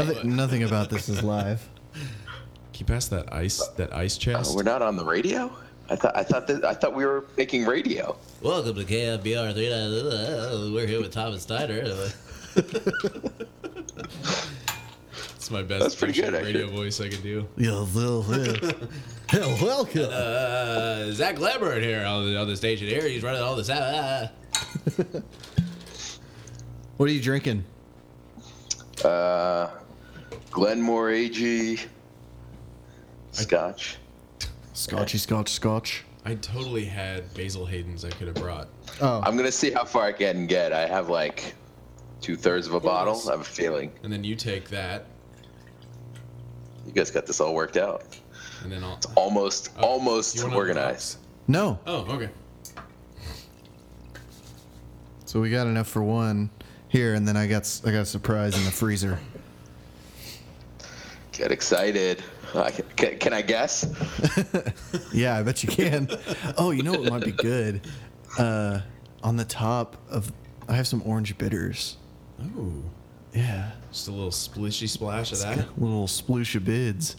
nothing, nothing about this is live. Can you pass that ice that ice Oh, chest? we're not on the radio. I thought I thought that I thought we were making radio. Welcome to KFBR 3. We're here with Thomas Steiner. It's my best That's pretty good, impression radio actually. voice I could do. Yo, Lil Lil. Hell, welcome. Uh, Zach Lambert here on the, on the station here. He's running all this out. Ah. what are you drinking? Uh, Glenmore AG Scotch. Scotchy, scotch, scotch. I totally had Basil Hayden's I could have brought. Oh, I'm gonna see how far I can get. I have like two thirds of a bottle. I have a feeling And then you take that, you guys got this all worked out. and then I'll Almost, Oh, you almost want another organized. no. box? Oh, okay. So we got enough for one here, and then I got s- I got a surprise in the freezer. Get excited. I, can, can I guess? Yeah, I bet you can. oh, you know what might be good? Uh, on the top of, I have some orange bitters. Oh, Yeah, just a little splishy splash of that. little sploosh of bids.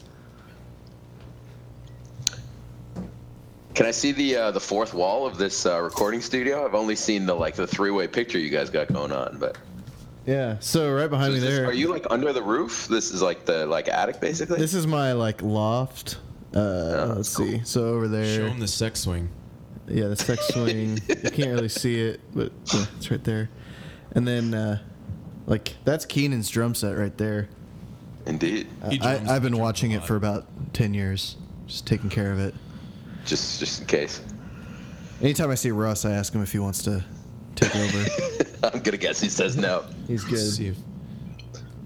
Can I see the uh, the fourth wall of this uh, recording studio? I've only seen the like the three way picture you guys got going on, but Yeah. So right behind me Is this- there. are you like under the roof? This is like the like attic basically. This is my like loft. Uh, Oh, let's see. So over Show there, him the sex swing. yeah, the sex swing. you can't really see it, but yeah, it's right there. And then, uh, like that's Keenan's drum set right there. Indeed. He I, drums- I've been drums a watching it lot. for about ten years, just taking care of it. Just just in case. Anytime I see Russ, I ask him if he wants to take over. I'm gonna guess he says no. He's Let's see if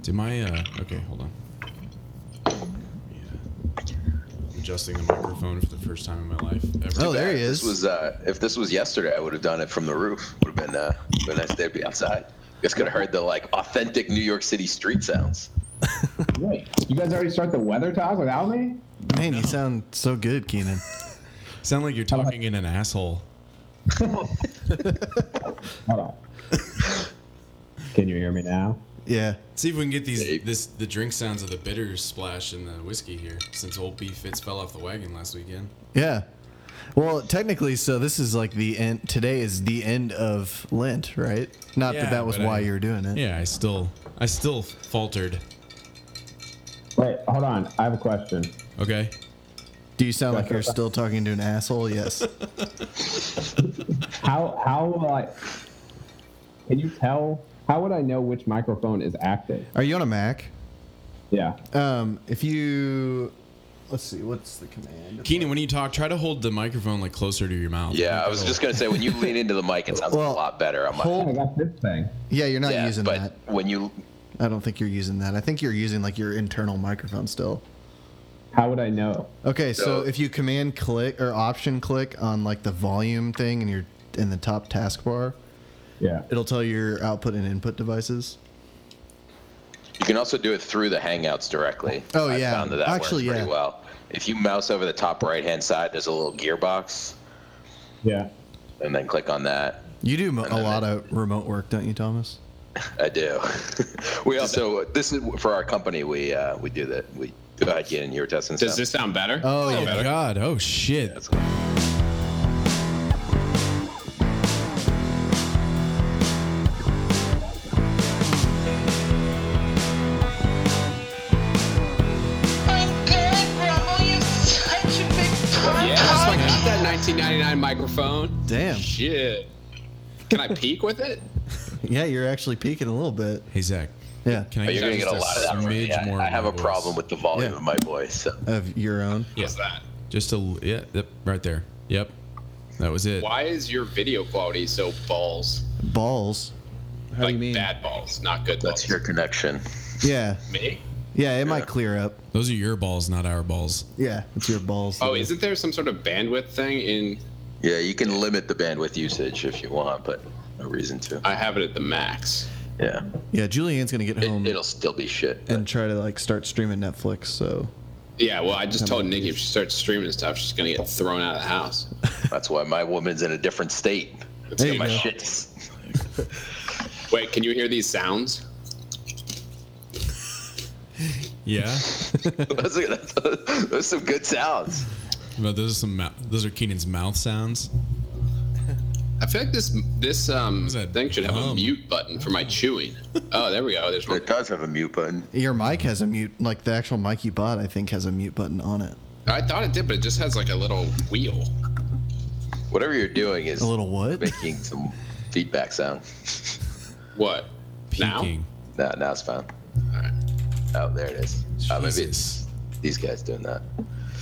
did my uh okay, hold on. Yeah. Adjusting the microphone for the first time in my life ever. Oh, there he If is. This was uh, if this was yesterday, I would have done it from the roof. Would have been uh, been a nice day to be outside. You guys could have heard the like authentic New York City street sounds. Wait, you guys already start the weather talk without me? Man, you sound so good, Keenan. Sound like you're talking in an asshole. Hold on. Can you hear me now? Yeah. See if we can get these Hey. this the drink sounds of the bitters splash in the whiskey here, since old B Fitz fell off the wagon last weekend. Yeah. Well, technically, so this is like the end. Today is the end of Lent, right? Not Yeah, that that was but why I- you were doing it. Yeah, I still I still faltered. Wait, hold on. I have a question. Okay. Do you sound like you're still talking to an asshole? Yes. How how will I? Can you tell? How would I know which microphone is active? Are you on a Mac? Yeah. Um, if you, let's see, what's the command? Keenan, when you talk, try to hold the microphone like closer to your mouth. Oh. Yeah, I was just gonna say when you lean into the mic, it sounds Well, a lot better. I'm like, hold- I got this thing. Yeah, you're not yeah, using but that. when you I don't think you're using that. I think you're using like your internal microphone still. How would I know? Okay, so So- if you command click or option click on like the volume thing in your in the top taskbar, Yeah. it'll tell your output and input devices. You can also do it through the Hangouts directly. Oh, I yeah. found that, that Actually, works pretty yeah. well. If you mouse over the top right hand side, there's a little gearbox, Yeah. and then click on that. You do mo- a then lot it- of remote work, don't you, Thomas? I do. we also this is for our company. We uh, we do that. We go ahead, Yin, you were testing Does stuff. this sound better? Oh, Oh yeah. God! Oh shit! my god, Rommel, you're such a big part Yeah, so I got that 1999 microphone. Damn. Shit. Can I peek with it? Yeah, you're actually peaking a little bit. Hey Zach, Yeah. can I? But Oh, you're gonna just get a lot of that. smidge Right? Yeah, more I of have my a problem voice? with the volume Yeah. of my voice. So. Of your own. What's that? Just a l- yeah, yep, right there. Yep, that was it. Why is your video quality so balls? Balls. How like do you mean? bad balls, not good That's your balls. connection. Yeah. Me? Yeah, it might clear up. Those are your balls, not our balls. Yeah, it's your balls. Oh, isn't there some sort of bandwidth thing in Yeah, you can limit the bandwidth usage if you want, but no reason to. I have it at the max. Yeah, Yeah, Julianne's gonna get home it, it'll still be shit. but- and try to like start streaming Netflix. So Yeah, well, I just told Nikki if she starts streaming and stuff, she's gonna get thrown out of the house. That's why my woman's in a different state. It's There you My go. gonna- shit's Wait, can you hear these sounds? Yeah, those, are, that's, those are some good sounds. but those are some. mou- Those are Keenan's mouth sounds. I feel like this this um What's that thing should have a hum? mute button for my chewing. Oh, there we go. There's one. It does have a mute button. Your mic has a mute, like the actual mic you bought, I think, has a mute button on it. I thought it did, but it just has like a little wheel. Whatever you're doing is A little what? making some feedback sound. What? Now? Peeking. Now, now it's fine. Alright. Oh, there it is. Oh, maybe it's Jesus. these guys doing that.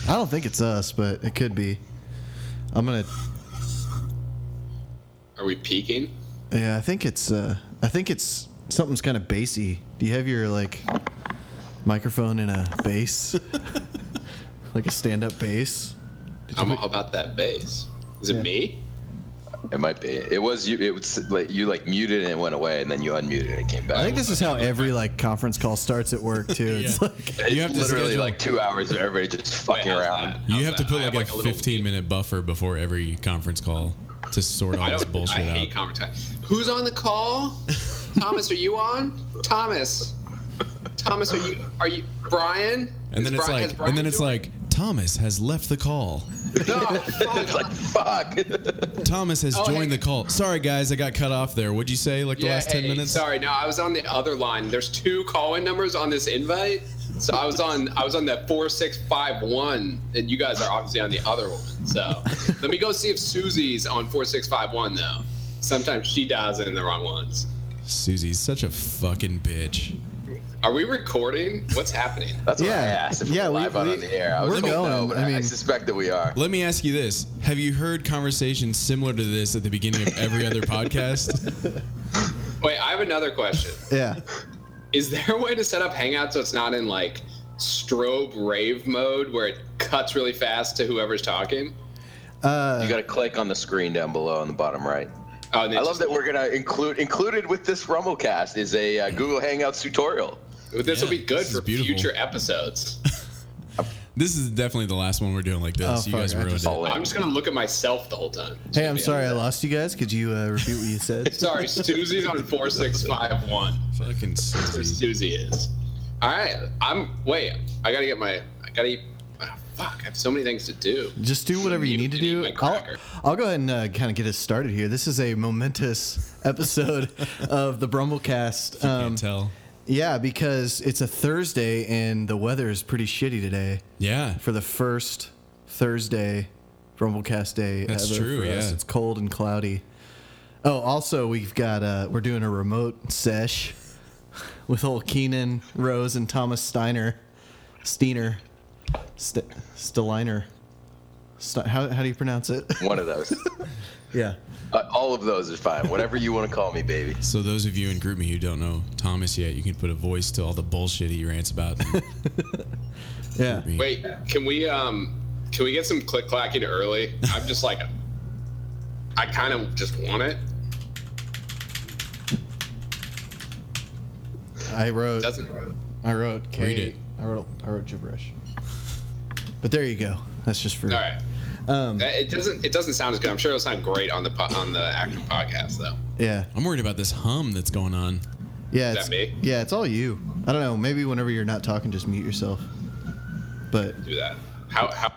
I don't think it's us, but it could be. I'm gonna. Are we peeking? Yeah, I think it's. uh I think it's something's kind of bassy. Do you have your like microphone in a bass, like a stand-up bass? I'm all about that bass. Is it me? It might be. It was you. It was like you like muted and it went away, and then you unmuted and it came back. I think this is how every like conference call starts at work too. It's Yeah. like It's You have to literally schedule- like two hours of everybody just fucking how's around. that? You How's have to that? put like, I have, like, a, a little- 15 minute buffer before every conference call to sort all I this don't. I bullshit hate out. conference. Who's on the call? Thomas, are you on? Thomas. Thomas, are you? Are you? Brian. and then Is it's Bri- has like, Brian and then it's joined? like, Thomas has left the call. No, It's fuck. like fuck. Thomas has Oh, joined the hey. call. Sorry guys, I got cut off there. What'd you say? Like the Yeah, last 10 hey, minutes? Sorry, no, I was on the other line. There's two call-in numbers on this invite, so I was on I was on that four six five one, and you guys are obviously on the other one. So let me go see if Susie's on four six five one though. Sometimes she dials in the wrong ones. Susie's such a fucking bitch. Are we recording? What's happening? That's what Yeah. I asked. If Yeah, we're we- live out we- on the air. I was we're told no, going. but I I, I mean- suspect that we are. Let me ask you this: Have you heard conversations similar to this at the beginning of every other podcast? Wait, I have another question. yeah. Is there a way to set up Hangout so it's not in like strobe rave mode where it cuts really fast to whoever's talking? uh, You got to click on the screen down below on the bottom right. Oh, and I love that we're gonna include included with this Rumblecast is a uh, Google Hangouts tutorial. This will Yeah, be good this is for beautiful. future episodes. This is definitely the last one we're doing like this. Oh, you fuck, guys I ruined just- it. I'm just gonna look at myself the whole time. Hey, I'm sorry I lost you guys. Could you uh, repeat what you said? Sorry, Susie's on four six five one. Fucking Susie. Susie is. All right, I'm. Wait, I gotta get my. I gotta. Eat, ah, fuck, I have so many things to do. Just do whatever you need to Eat my do. I'll, cracker. I'll go ahead and uh, kind of get us started here. This is a momentous episode of the Brumblecast. Um, Can't tell. yeah, because it's a Thursday and the weather is pretty shitty today Yeah. for the first Thursday Brumblecast day. That's ever true, for us. yeah. It's cold and cloudy. Oh, also we've got uh, we're doing a remote sesh with old Keenan Rose and Thomas Steiner, Steiner, St- Steliner. St- how how do you pronounce it? One of those. yeah. uh, all of those is fine. Whatever you want to call me, baby. So those of you in group me who don't know Thomas yet, you can put a voice to all the bullshit he rants about. Yeah. Me. Wait, can we um, can we get some click clacking early? I'm just like, I kind of just want it. I wrote Doesn't. I wrote K, Read it. I wrote I wrote gibberish. But there you go. That's just for All right. Um, it doesn't. It doesn't sound as good. I'm sure it'll sound great on the po- on the actual podcast though. yeah. I'm worried about this hum that's going on. Yeah, Is it's, that me? yeah, it's all you. I don't know. Maybe whenever you're not talking, just mute yourself. But Do that. How how.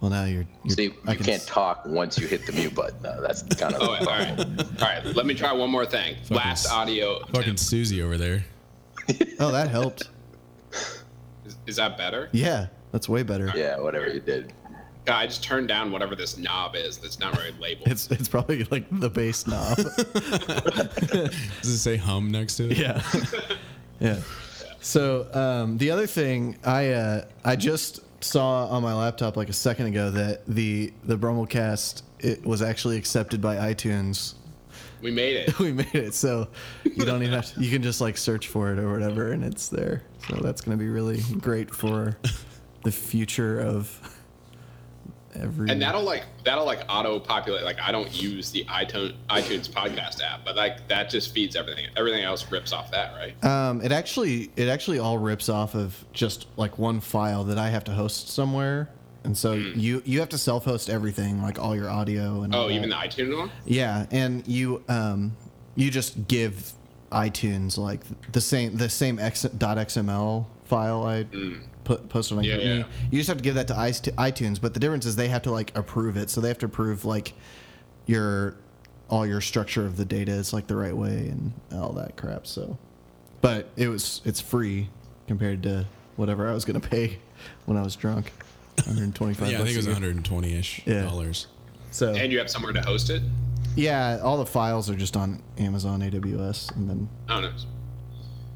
well, now you're. you're See, you I can can't s- talk once you hit the mute button. though. that's kind of. Oh, all right. All right. Let me try one more thing. Last s- audio. Fucking attempt. Susie over there. Oh, that helped. Is- Is that better? Yeah, that's way better. Yeah, whatever you did. God, I just turned down whatever this knob is that's not very labeled. It's it's probably like the bass knob. Does it say hum next to it? yeah, yeah. So um, the other thing I uh, I just saw on my laptop like a second ago that the the Bromelcast it was actually accepted by iTunes. we made it. We made it, so you don't even have to, you can just like search for it or whatever, and it's there. So that's gonna be really great for the future of every. And that'll like that'll like auto populate. Like I don't use the iTunes iTunes podcast app, but like that just feeds everything. Everything else rips off that, right? Um, it actually it actually all rips off of just like one file that I have to host somewhere, and so you you have to self host everything like all your audio and all Mm. Oh, even that. the iTunes one. yeah, and you um you just give iTunes like the same the same X, .xml file I put posted on Mm. Yeah, Kidney. yeah. You just have to give that to ice- to iTunes, but the difference is they have to like approve it. So they have to approve like your all your structure of the data is like the right way and all that crap. So, but it was it's free compared to whatever I was gonna pay when I was drunk, 125. Yeah, I think it bucks was a year. 120 ish Yeah. dollars. So And you have somewhere to host it? yeah, all the files are just on Amazon AWS, and then I don't know.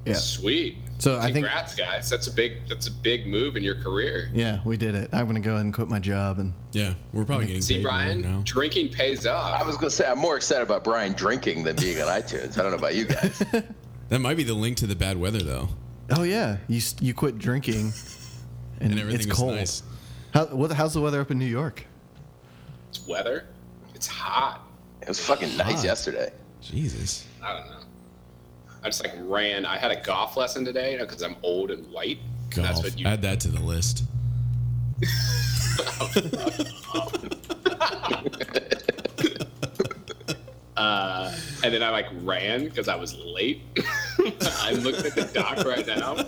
yeah. Oh, Sweet. So I think- Congrats, guys. That's a big that's a big move in your career. Yeah, we did it. I'm gonna go ahead and quit my job and Yeah, we're probably getting See, paid more Brian, now. drinking pays I off. was gonna say I'm more excited about Brian drinking than being on iTunes. I don't know about you guys. That might be the link to the bad weather though, oh yeah, you s- you quit drinking, and, and everything it's was cold. nice. How, what, how's the weather up in New York? It's weather. It's hot. It was fucking nice yesterday. Jesus. I don't know. I just like ran. I had a golf lesson today because I'm old and white. And That's Golf. what you. Add that to the list. and then I like ran because I was late. I looked at the dock right now.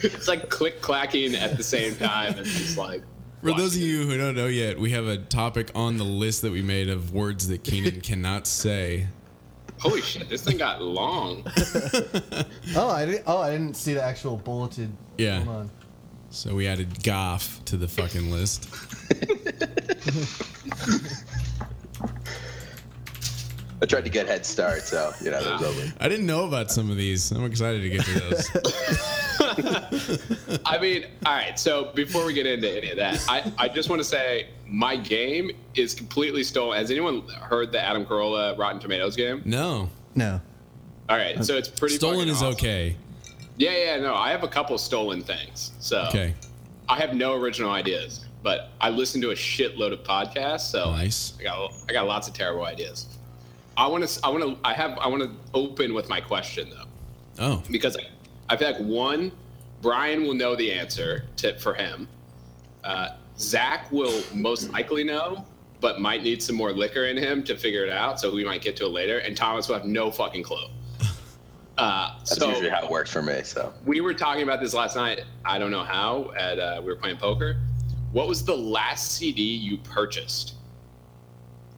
it's like click clacking at the same time. and just like. For those of you who don't know yet, we have a topic on the list that we made of words that Keenan cannot say. Holy shit! This thing got long. Oh, I didn't, oh I didn't see the actual bulleted. Yeah. Hold on. So we added goff to the fucking list. I tried to get head start, so you know that was over. I didn't know about some of these. I'm excited to get to those. I mean, all right. So before we get into any of that, I, I just want to say my game is completely stolen. Has anyone heard the Adam Carolla Rotten Tomatoes game? No. No. All right, so it's pretty. Stolen fucking is awesome. okay. Yeah, yeah. No, I have a couple stolen things. So Okay. I have no original ideas, but I listen to a shitload of podcasts. So Nice. I got I got lots of terrible ideas. I want to I want to I have I want to open with my question though Oh. because I, I feel like one, Brian will know the answer to, for him. Uh, Zach will most likely know, but might need some more liquor in him to figure it out. So we might get to it later. And Thomas will have no fucking clue. Uh, That's so usually how it works for me. So we were talking about this last night. I don't know how. At uh, we were playing poker. What was the last CD you purchased?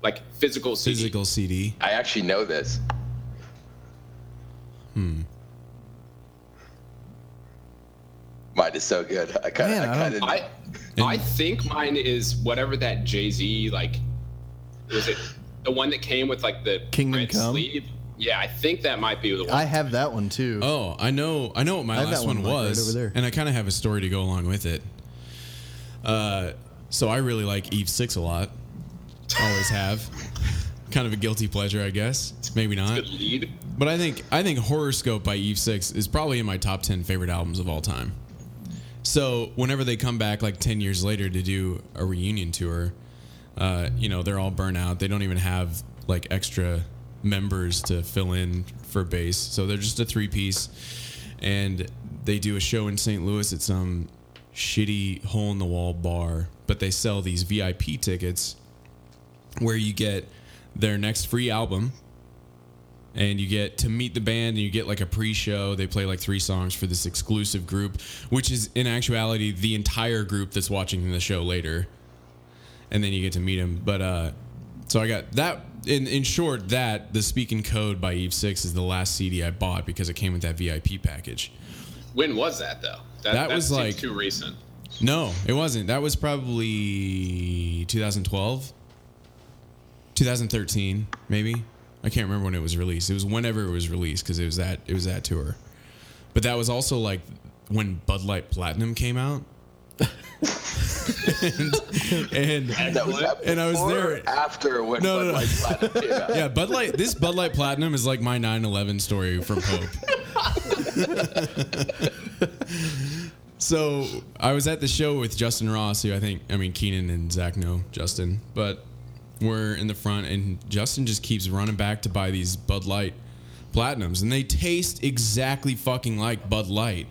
Like physical CD. Physical CD. I actually know this. Hmm. Mine is so good. I kind of, Man, I I kind of, I I think mine is whatever that Jay Z like was it the one that came with like the Kingdom red Come? sleeve? Yeah, I think that might be the one. I have that one too. Oh, I know. I know what my I have last that one, one, like, right was, over there. and I kind of have a story to go along with it. Uh, so I really like Eve Six a lot. Always have. kind of a guilty pleasure, I guess. Maybe not. Good lead. But I think I think Horoscope by Eve Six is probably in my top ten favorite albums of all time. So whenever they come back like ten years later to do a reunion tour, uh, you know they're all burnt out. They don't even have like extra members to fill in for bass, so they're just a three piece. And they do a show in St. Louis at some shitty hole in the wall bar, but they sell these VIP tickets where you get their next free album and you get to meet the band and you get like a pre-show they play like three songs for this exclusive group which is in actuality the entire group that's watching the show later and then you get to meet him but uh so i got that in in short that the speaking code by eve six is the last cd i bought because it came with that vip package When was that though? That was, seems like- too recent. no it wasn't that was probably 2012 2013 maybe i can't remember when it was released it was whenever it was released because it was that it was that tour but that was also like when bud light platinum came out and, and that was that And I was before there- or after when No, no, no. Bud Light Platinum came out. yeah, Bud Light. This Bud Light Platinum is like my 9/11 story from Hope. so I was at the show with Justin Ross, who I think, I mean, Keenan and Zach know Justin, but we're in the front, and Justin just keeps running back to buy these Bud Light Platinums, and they taste exactly fucking like Bud Light.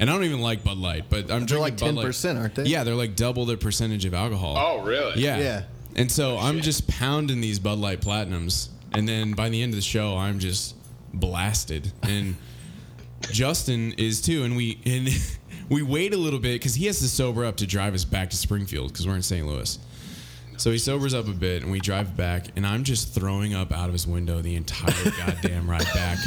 And I don't even like Bud Light, but I'm They're drinking like Bud ten Light. percent, aren't they? Yeah, they're like double the percentage of alcohol. Oh really? Yeah. Yeah. And so I'm just pounding these Bud Light Platinums, and then by the end of the show, I'm just blasted. And Justin is too, and we and we wait a little bit because he has to sober up to drive us back to Springfield because we're in St. Louis. So he sobers up a bit, and we drive back, and I'm just throwing up out of his window the entire goddamn ride back.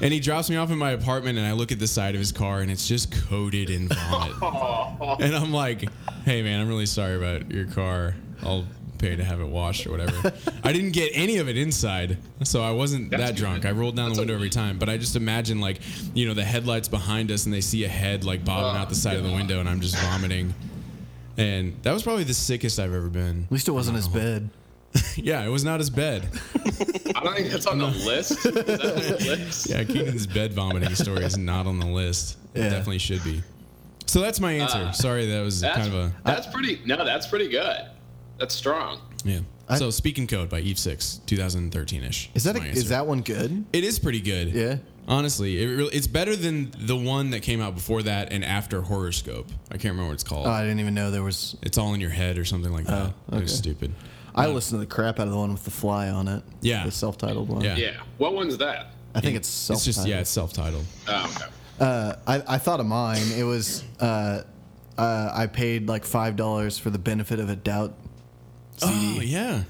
And he drops me off in my apartment, and I look at the side of his car, and it's just coated in vomit. and I'm like, "Hey, man, I'm really sorry about your car. I'll pay to have it washed or whatever." I didn't get any of it inside, so I wasn't that drunk. I rolled down the window every time, but I just imagine like, you know, the headlights behind us, and they see a head like bobbing out the side of the window, and I'm just vomiting. And that was probably the sickest I've ever been. At least it wasn't his bed. Yeah, it was not his bed. I don't think that's on the list. Is that on the list? Yeah, Keenan's bed vomiting story is not on the list. It Yeah. definitely should be. So that's my answer. Ah. Sorry, that was That's, kind of a that's pretty. No, that's pretty good. That's strong. yeah. so speaking code by Eve Six, 2013 ish. Is that a, is that one good? It is pretty good. Yeah. Honestly, it really, it's better than the one that came out before that and after Horoscope. I can't remember what it's called. Oh, I didn't even know there was. it's all in your head or something like uh, that. It was stupid. I listened to the crap out of the one with the fly on it. Yeah. The self-titled one. Yeah. Yeah. What one's that? I think it's self-titled. It's just yeah, it's self-titled. Oh, okay. I, I thought of mine. It was uh, uh, I paid like five dollars for the benefit of a doubt, Oh yeah.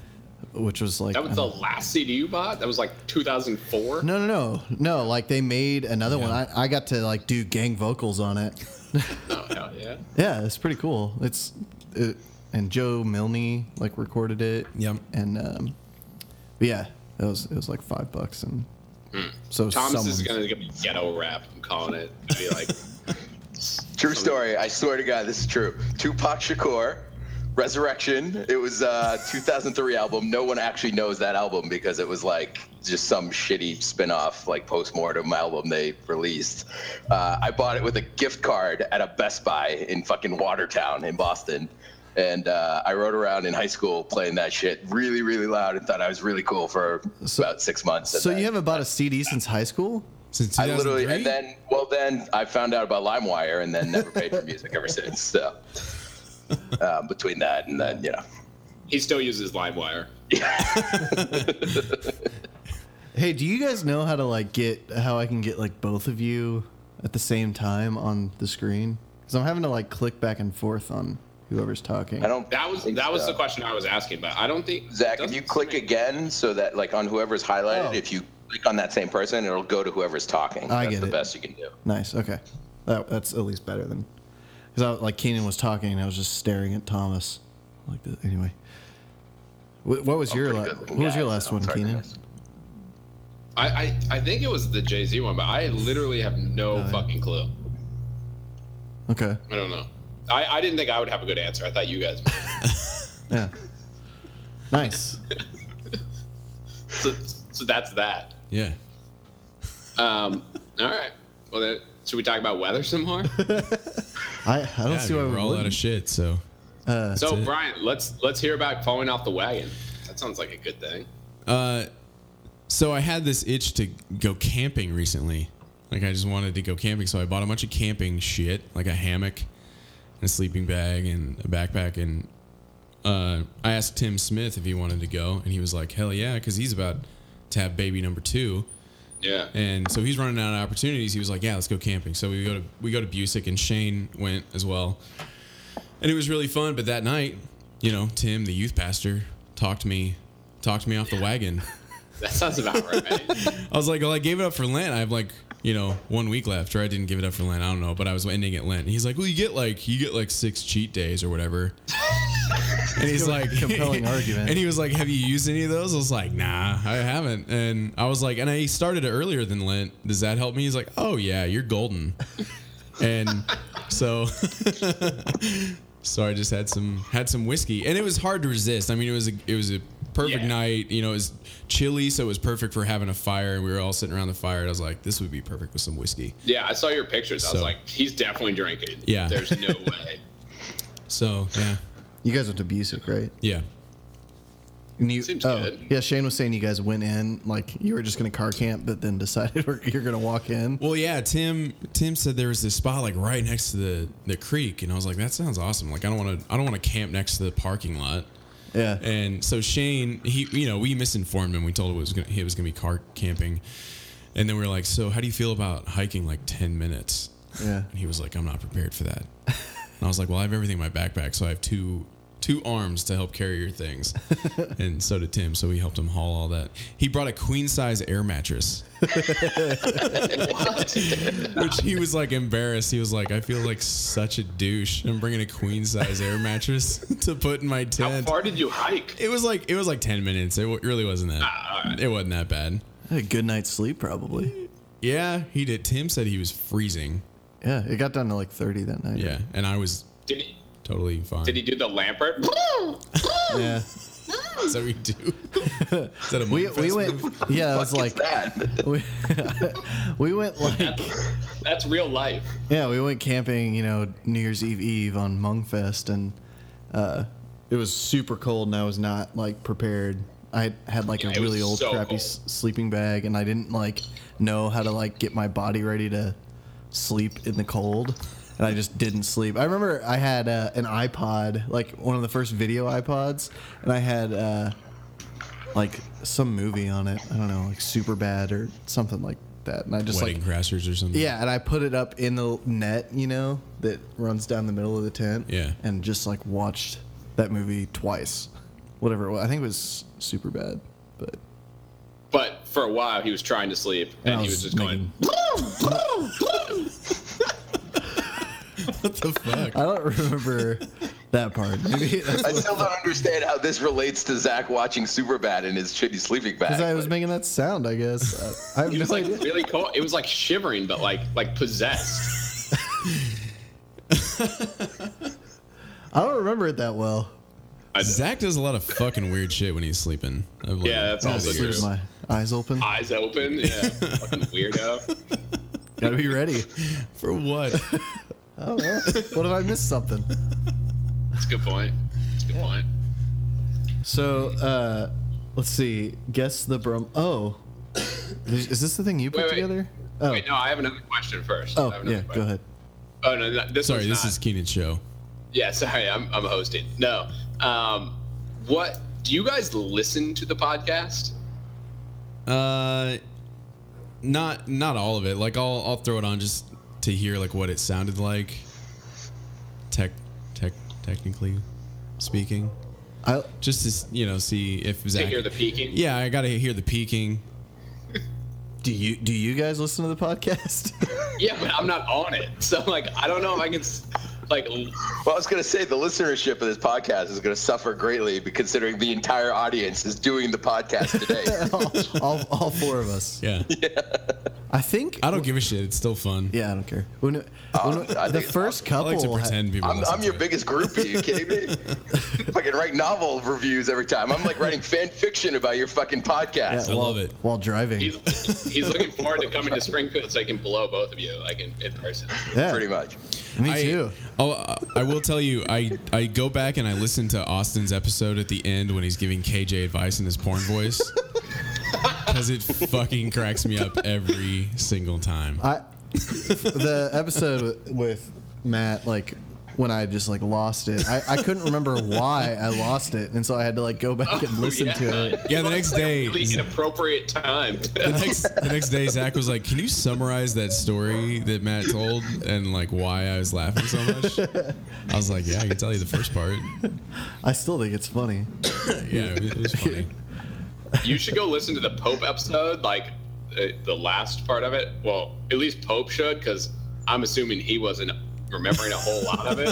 which was like That was the last CD you bought. That was like 2004. Um, no no no no like they made another one. I, I got to like do gang vocals on it. No, Oh, hell yeah. Yeah, it's pretty cool. It's it, and Joe Milne like recorded it. Yep. And um, but yeah, it was it was like five bucks and so Hmm. Thomas is someone's- gonna give me ghetto rap. I'm calling it. Be like, True story. I swear to God, this is true. Tupac Shakur, Resurrection. It was uh, a 2003 album. No one actually knows that album because it was like just some shitty spin-off, like post-mortem album they released. Uh, I bought it with a gift card at a Best Buy in fucking Watertown in Boston. And uh, I rode around in high school playing that shit really, really loud and thought I was really cool for about six months. and So you then- haven't bought a CD since high school? Since I literally 2003? and then well then I found out about LimeWire and then never paid for music ever since. So um, between that and then you know, he still uses LimeWire. Hey, do you guys know how to like get how I can get like both of you at the same time on the screen? Because I'm having to like click back and forth on whoever's talking. I don't. That was think that was so. the question I was asking, but I don't think Zach, if doesn't you click seem- again so that like on whoever's highlighted, Oh. if you click on that same person, it'll go to whoever's talking. I That's get the it. best you can do. Nice. Okay, that, that's at least better than because like Keenan was talking and I was just staring at Thomas like that. Anyway, what, what was your Pretty la- good what looking was guy, your last so one, it's hard to Keenan? miss. I, I I think it was the Jay Z one, but I literally have no fucking clue. Okay. I don't know. I, I didn't think I would have a good answer. I thought you guys. Might. Yeah. Nice. so, so that's that. yeah. Um, all right. Well, then, should we talk about weather some more? I, I don't Yeah, I see mean, why we we're all out of shit. So so it. Brian, let's let's hear about falling off the wagon. That sounds like a good thing. Uh, so I had this itch to go camping recently. Like I just wanted to go camping, so I bought a bunch of camping shit, like a hammock, and a sleeping bag, and a backpack. And uh, I asked Tim Smith if he wanted to go, and he was like, "Hell yeah," because he's about to have baby number two. Yeah. And so he's running out of opportunities. He was like, "Yeah, let's go camping." So we go to we go to Busick, and Shane went as well, and it was really fun. But that night, you know, Tim, the youth pastor, talked me talked me off the wagon. That sounds about right. I was like, well, I gave it up for Lent. I have like, you know, one week left, or I didn't give it up for Lent. I don't know, but I was ending at Lent. And he's like, well, you get like, you get like six cheat days or whatever. and he's like, Compelling argument. And he was like, have you used any of those? I was like, nah, I haven't. And I was like, and I started it earlier than Lent. Does that help me? He's like, oh yeah, you're golden. and so, so I just had some had some whiskey, and it was hard to resist. I mean, it was a it was a perfect Yeah. night. You know, it was chilly, so it was perfect for having a fire. We were all sitting around the fire, and I was like, this would be perfect with some whiskey. yeah, I saw your pictures. I was So- like, he's definitely drinking. Yeah. There's no way. So yeah, You guys went to Busick, right? yeah, And you, Seems oh, good. Yeah, Shane was saying you guys went in like you were just gonna car camp, but then decided we're- you're gonna walk in. well, yeah. Tim Tim said there was this spot like right next to the the creek, and I was like, that sounds awesome. Like I don't want to I don't want to camp next to the parking lot. Yeah. And so Shane, he, you know, we misinformed him. We told him it was gonna, it was going to be car camping, And then we were like, so how do you feel about hiking like 10 minutes? Yeah. And he was like, I'm not prepared for that. And I was like, well, I have everything in my backpack. So I have two two arms to help carry your things. and so did Tim. So we helped him haul all that. He brought a queen size air mattress, which he was like embarrassed. He was like, I feel like such a douche. I'm bringing a queen size air mattress to put in my How tent. far did you hike? It was like it was like ten minutes. It wa- really wasn't that. Ah, It wasn't that bad. Had a good night's sleep, probably. Yeah, he did. Tim said he was freezing. Yeah, it got down to like 30 that night. Yeah, and I was Did he, totally fine. did he do the Lampert? Yeah. Is that what you do? Is that a We, we, we went, yeah, it was Fuck like, is that? we, we went like, That's real life. yeah, we went camping, you know, New Year's Eve Eve on Mungfest, and uh, it was super cold, and I was not like prepared. I had like Yeah, a it was really old, so crappy s- sleeping bag, and I didn't like know how to like get my body ready to sleep in the cold, and I just didn't sleep. I remember I had uh, an iPod, like one of the first video iPods, and I had. Uh, like some movie on it, I don't know, like Super Bad or something like that. And I just like Wedding crashers or something. yeah, and I put it up in the net, you know, that runs down the middle of the tent. Yeah. And just like watched that movie twice. Whatever it was. I think it was super bad. But But for a while, he was trying to sleep, and, I he was was just going. What the fuck? I don't remember that part. Maybe that's I still don't understand how this relates to Zach watching Superbad in his shitty sleeping bag. because I was but- making that sound, I guess. I, I have He was no like idea. really cold. It was like shivering, but like like possessed. I don't remember it that well. I, Zach does a lot of fucking weird shit when he's sleeping. I've learned. Yeah, that's Over also the true. years. My eyes open. eyes open. Yeah, fucking weirdo. Gotta be ready. For what? I don't know. What if I missed something? That's a good point. That's a good point. So uh let's see. Guess the brum oh. Is is this the thing you put Wait, wait. together? Oh, Wait, no, I have another question first. I oh have another yeah, go question. ahead. Oh no, no this Sorry, one's this not. is Keenan's show. Yeah, sorry, I'm I'm hosting. No, um, what do you guys listen to the podcast? Uh, not not all of it. Like I'll I'll throw it on just to hear like what it sounded like. Tech tech technically speaking, I just to s- you know see if To Zach. hear the peeking. yeah, I gotta hear the peaking. Do you do you guys listen to the podcast? Yeah, but I'm not on it, so like I don't know if I can, s- like, l- Well, I was going to say the listenership of this podcast is going to suffer greatly, be- considering the entire audience is doing the podcast today. all, all, all four of us. Yeah, I think. I don't give a shit. It's still fun. yeah, I don't care. When, when I the think it's first I couple. like to ha- pretend people. I'm, listen I'm to your it. biggest groupie. You kidding me? fucking write novel reviews every time. I'm like writing fan fiction about your fucking yeah, podcast. I while, love it. While driving. he's he's looking forward to coming to Springfield so I can blow both of you like in, in person. yeah, Pretty much. Me I, too. Oh, I- I will tell you, I, I go back and I listen to Austin's episode at the end when he's giving KJ advice in his porn voice. Because it fucking cracks me up every single time. I, the episode with Matt, like when I just like lost it, I, I couldn't remember why I lost it, and so I had to like go back and listen to it. Oh, Yeah, the next day, Really the inappropriate time. next, the next day, Zach was like, "Can you summarize that story that Matt told and like why I was laughing so much?" I was like, "Yeah, I can tell you the first part. I still think it's funny. Yeah, it was funny." you should go listen to the Pope episode, like uh, the last part of it. Well, at least Pope should, because I'm assuming he wasn't remembering a whole lot of it.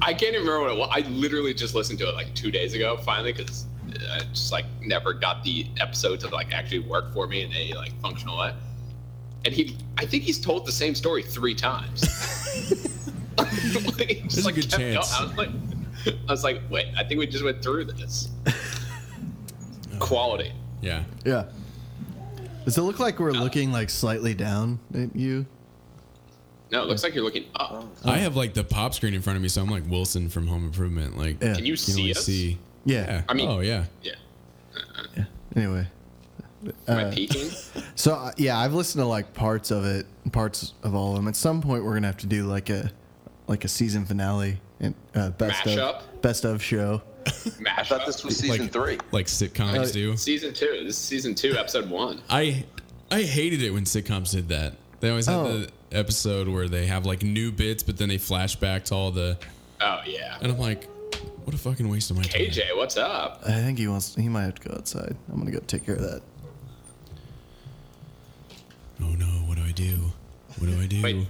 I can't even remember what it was. I literally just listened to it like two days ago, finally, because I just like never got the episode to like actually work for me in a like functional way. And he, I think he's told the same story three times. Like, just, There's a good kept going. chance. I was like, I was like, wait, I think we just went through this. Quality. Yeah, Yeah. Does it look like Uh, we're looking like slightly down at you? No, it looks like you're looking up. Oh. I have like the pop screen in front of me, so I'm like Wilson from Home Improvement. Like, Yeah. Can you can see only us? see. Yeah. I mean- oh yeah. Yeah. Anyway. Am I peeking? So uh, yeah, I've listened to like parts of it, parts of all of them. At some point, we're gonna have to do like a like a season finale and uh, best Mashup? of best of show. I Mash. thought this was season like, three. like sitcoms Uh, do. season two. This is season two, episode one. I I hated it when sitcoms did that. They always had Oh. the episode where they have like new bits, but then they flash back to all the, Oh yeah. and I'm like, what a fucking waste of my time. KJ, what's up? I think he wants. He might have to go outside. I'm gonna go take care of that. Oh no, what do I do? What do I do? Wait.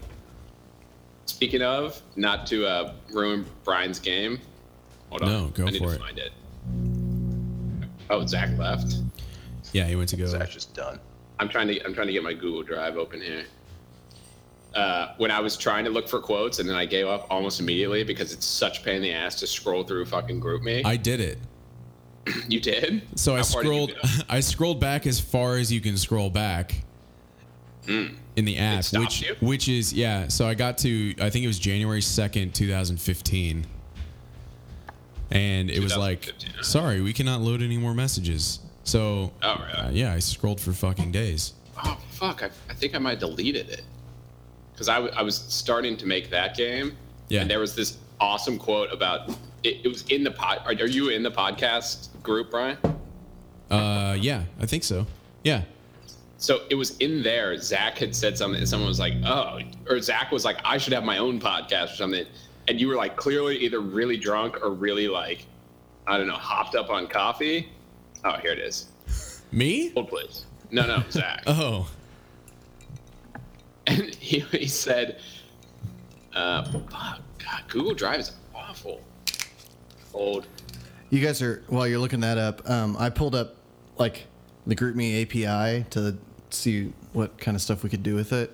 Speaking of, not to uh, ruin Brian's game. Hold on. No, go I need for to it. Find it. Oh, Zach left. Yeah, he went to go. So that's just done. I'm trying to I'm trying to get my Google Drive open here. Uh, when I was trying to look for quotes and then I gave up almost immediately because it's such a pain in the ass to scroll through fucking group me. I did it. you did? So I How far did you scrolled. go? I scrolled back as far as you can scroll back in the app, stopped which Hmm. you? which is yeah. So I got to I think it was January second, two thousand fifteen, and it was like, 2015, huh? sorry, we cannot load any more messages. So Oh, really? uh, yeah, I scrolled for fucking days. Oh fuck! I, I think I might have deleted it because I, w- I was starting to make that game. Yeah. And there was this awesome quote about it. It was in the pod. Are, are you in the podcast group, Brian? Uh, yeah, I think so. Yeah, So it was in there. Zach had said something, and someone was like, "Oh," or Zach was like, "I should have my own podcast or something," and you were like, clearly either really drunk or really like, I don't know, hopped up on coffee. Oh, here it is. me? Hold please. No, no, Zach. Oh, and he, he said, uh, fuck, God, Google Drive is awful. Old. You guys are while you're looking that up. Um, I pulled up like the GroupMe API to see what kind of stuff we could do with it,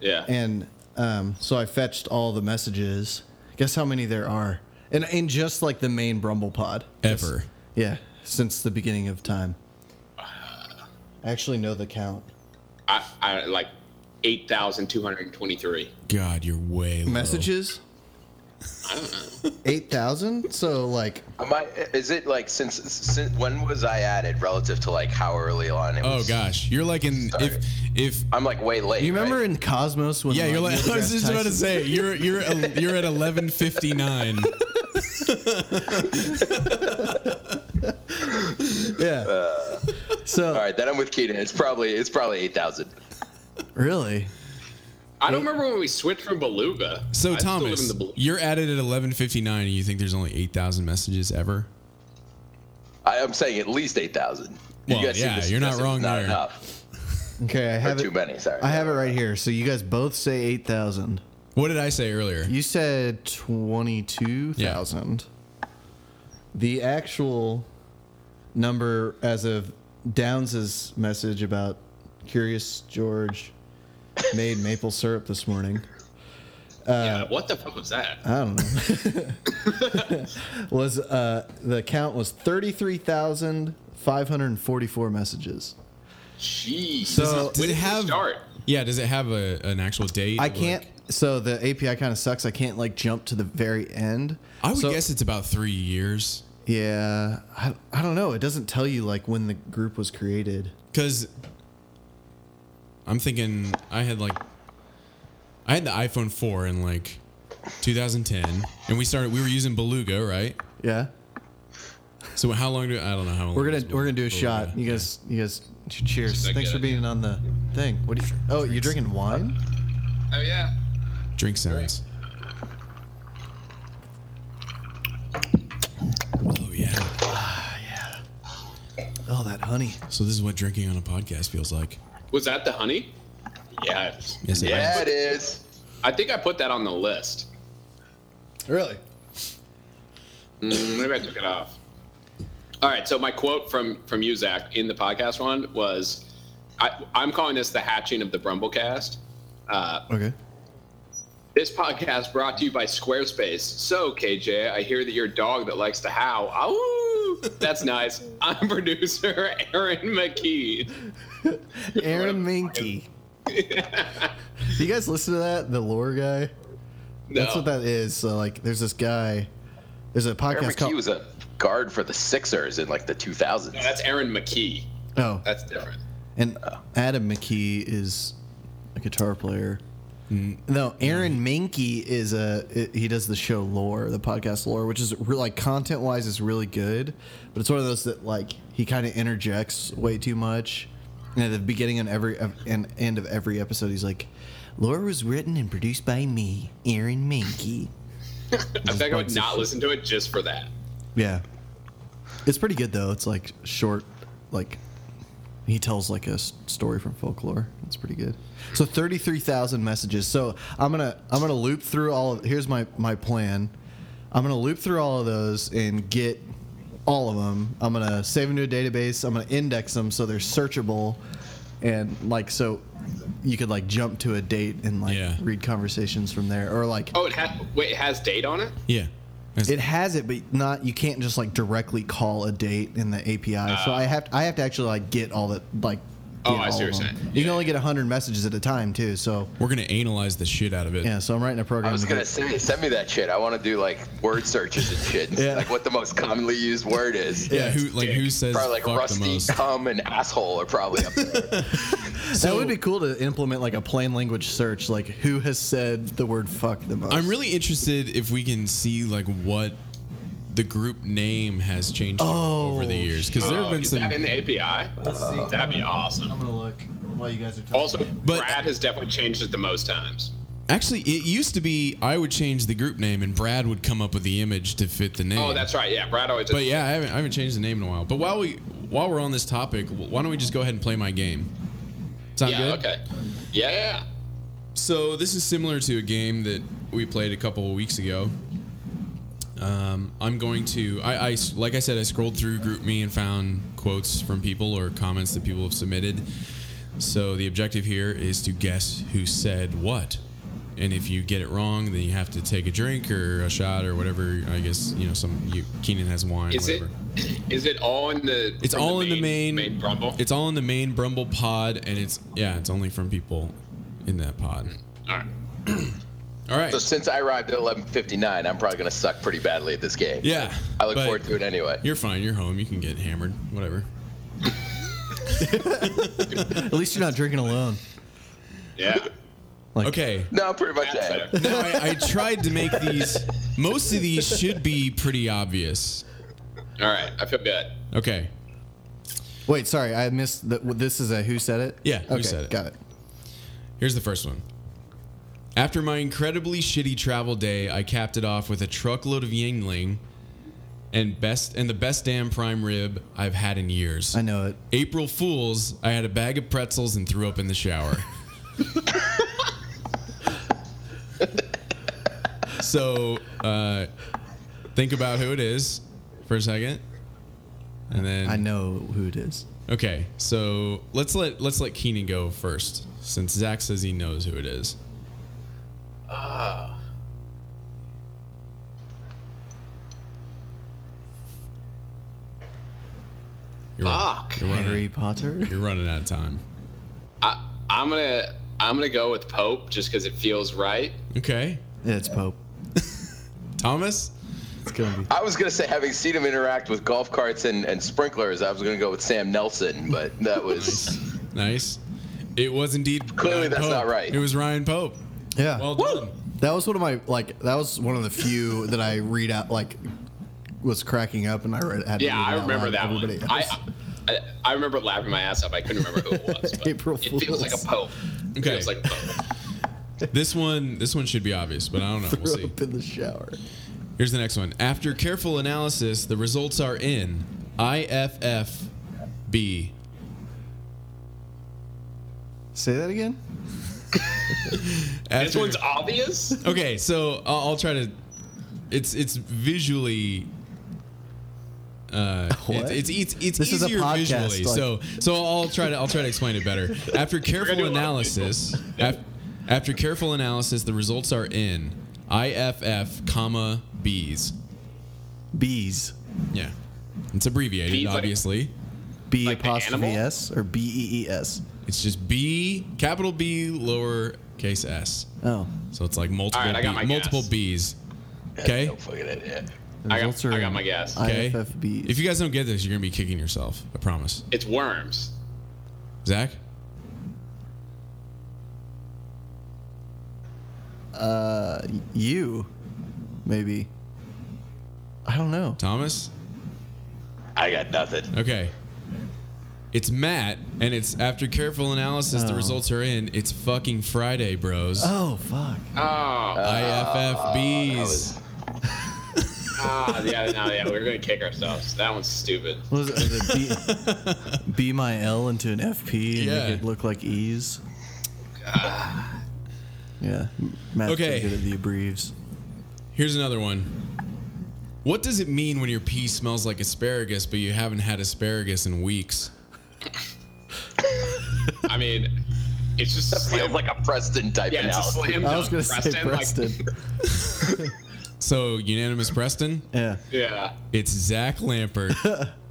Yeah. and um, so I fetched all the messages. Guess how many there are? And in just like the main Brumble pod ever. Yeah, since the beginning of time. Uh. I actually know the count. I, I like 8,223. God, you're way low. Messages? Eight thousand? So like Am I, is it like since, since when was I added relative to like how early on it Oh was? gosh, you're like in Sorry. if if I'm like way late. you remember right? in Cosmos when Yeah, you're Neil like I was deGrasse just about to Tyson- say you're you're el- you're at eleven fifty nine. Yeah. so All right, then I'm with Keaton. It's probably it's probably eight thousand. really, I don't remember when we switched from Beluga. So I still live in Thomas, the Bel- you're at it at eleven fifty nine, and you think there's only eight thousand messages ever? I, I'm saying at least eight thousand. Well, yeah, you're not wrong Not there. enough. okay, I Or have too it. many. Sorry. I have it right here. So you guys both say eight thousand. What did I say earlier? You said twenty-two thousand. The actual number as of Downs's message about Curious George made maple syrup this morning. yeah, what the fuck was that? I don't know. was uh, the count was thirty-three thousand five hundred forty-four messages. Jeez. So Does it have? start? Yeah, does it have a, an actual date? I Like- can't. So the API kind of sucks. I can't like jump to the very end. I would So- guess it's about three years Yeah, I, I don't know. It doesn't tell you like when the group was created. because I'm thinking I had like I had the iPhone four in like 2010, and we started. We were using Beluga, right? Yeah, So how long do I don't know how long we're it gonna was we're gonna do a Beluga. shot. You guys, you guys, ch- cheers. like Thanks a- for being on the thing. What do you? Oh, you're drinking wine. Oh, yeah. drink sounds. Oh yeah. Oh, that honey. So this is what drinking on a podcast feels like. Was that the honey? Yeah. Yes, it Yeah, is. it is. I think I put that on the list. Really? Mm, Maybe I took it off. All right. So my quote from from you, Zach, in the podcast one was, I, "I'm calling this the hatching of the Brumblecast." Uh, Okay. this podcast brought to you by Squarespace. So KJ, I hear that you're a dog that likes to howl. Ow! That's nice. I'm producer Aaron McKee. Aaron Minky. you guys listen to that? The lore guy. No. That's what that is. So like, there's this guy. There's a Aaron podcast McKee called. was a guard for the Sixers in like the 2000s. No, that's Aaron McKee. Oh, That's different. and Adam McKee is a guitar player. No, Aaron Mankey is a he does the show Lore, the podcast Lore, which is re- like content wise is really good, but it's one of those that like he kind of interjects way too much. And at the beginning and every and end of every episode, he's like, "Lore was written and produced by me, Aaron Mankey." I think I would not listen to it just for that. Yeah, it's pretty good though. It's like short, like he tells like a s- story from folklore. It's pretty good. So thirty three thousand messages. So I'm gonna I'm gonna loop through all. Of, here's my my plan. I'm gonna loop through all of those and get all of them. I'm gonna save them to a database. I'm gonna index them so they're searchable, and like so you could like jump to a date and like Yeah. read conversations from there or like Oh, it has wait, it has date on it. Yeah. That's- it has it, but not you can't just like directly call a date in the API. so I have I have to actually like get all the like. Ah. Oh, get I all see what of you're them. saying. You can only get hundred messages at a time too. So We're gonna analyze the shit out of it. yeah, so I'm writing a program. I was to gonna get- say, send me that shit. I want to do like word searches and shit. Yeah. Like what the most commonly used word is. Yeah, who like who says Probably like fuck the rusty, most? cum, and asshole are probably up there. that would be cool to implement like a plain language search, like who has said the word fuck the most. I'm really interested if we can see like what the group name has changed Oh, over the years because there have Oh, been is some. that in the API? That'd be awesome. gonna look while you guys are talking. Also, But- Brad has definitely changed it the most times. Actually, it used to be I would change the group name and Brad would come up with the image to fit the name. Oh, that's right. Yeah, Brad always. But yeah, I haven't, I haven't changed the name in a while. But while we while we're on this topic, wh- why don't we just go ahead and play my game? Sound yeah. good? Okay. Yeah, yeah. So this is similar to a game that we played a couple of weeks ago. Um, I'm going to I, I like I said I scrolled through GroupMe and found quotes from people or comments that people have submitted. So the objective here is to guess who said what, and if you get it wrong, then you have to take a drink or a shot or whatever. I guess you know some. You, Keenan has wine. Is it? whatever. Is it all in the? It's from all in the main. main Rumble. It's all in the main Brumble pod, and it's yeah, it's only from people in that pod. all right. All right. Hmm. So since I arrived at 11:59, I'm probably gonna suck pretty badly at this game. yeah. I look but forward to it anyway. You're fine. You're home. You can get hammered. Whatever. at least you're not drinking alone. Yeah. Okay. No, pretty much that. That's Now, I, I tried to make these. Most of these should be pretty obvious. All right. I feel good. Okay. Wait, sorry, I missed. The, this is a who said it. Yeah, who okay, said it. got it. Here's the first one. After my incredibly shitty travel day, I capped it off with a truckload of Yingling and best and the best damn prime rib I've had in years. I know it. April Fools, I had a bag of pretzels and threw up in the shower. so uh, think about who it is for a second. And then I know who it is. Okay, so let's let let's let Keenan go first, since Zach says he knows who it is. You're run- Fuck. You're running, Harry Potter. you're running out of time. I, I'm gonna. I'm gonna go with Pope just because it feels right. Okay, Yeah, it's Pope. Thomas. It's gonna be. I was gonna say, having seen him interact with golf carts and, and sprinklers, I was gonna go with Sam Nelson, but that was Nice. It was indeed Clearly that's Pope. not right. It was Ryan Pope. Yeah. Well done. That was one of my like. That was one of the few that I read out like was cracking up, and I read. Had to Yeah, read it I out loud remember to that one. everybody I, else. I I remember laughing my ass off. I couldn't remember who it was. But April it feels like a Fools. Pope. It Okay. feels like a Pope. This one this one should be obvious, but I don't know. We'll Threw see. up in the shower. Here's the next one. After careful analysis, the results are in IFFB. Say that again. This one's obvious. okay. So I'll, I'll try to. It's it's visually. Uh, What? It's it's it's, it's This is a easier podcast, visually. like- So so I'll try to I'll try to explain it better. After careful do a lot of analysis, af- after careful analysis, the results are in IFF comma B's. Bees. Yeah, it's abbreviated, Bees like- obviously. B Like the apostrophe animal? s or b e e s. It's just B, capital B, lower case s. Oh, So it's like multiple All right, I got B- my multiple guess. B's. Okay. no fucking idea. the I got- results are I got in my guess. Okay. IFFB. If you guys don't get this, you're gonna be kicking yourself. I promise. It's worms. Zach? Uh, you, maybe. I don't know. Thomas? I got nothing. Okay. It's Matt, and it's after careful analysis, the Oh. results are in. It's fucking Friday, bros. Oh fuck! Oh, IFFBs. That was- ah, yeah, no, yeah, we're gonna kick ourselves. That one's stupid. What was it? Was it B, B my L into an FP and Yeah. make it look like E's. Yeah, Matt's so Okay. good at the abbreves. Here's another one. What does it mean when your pee smells like asparagus, but you haven't had asparagus in weeks? I mean, it's just Feels slam. like a Preston type yeah, it's a analysis. slam I was dunk, gonna say Preston. Like, So unanimous, Preston. yeah, yeah. It's Zach Lampert.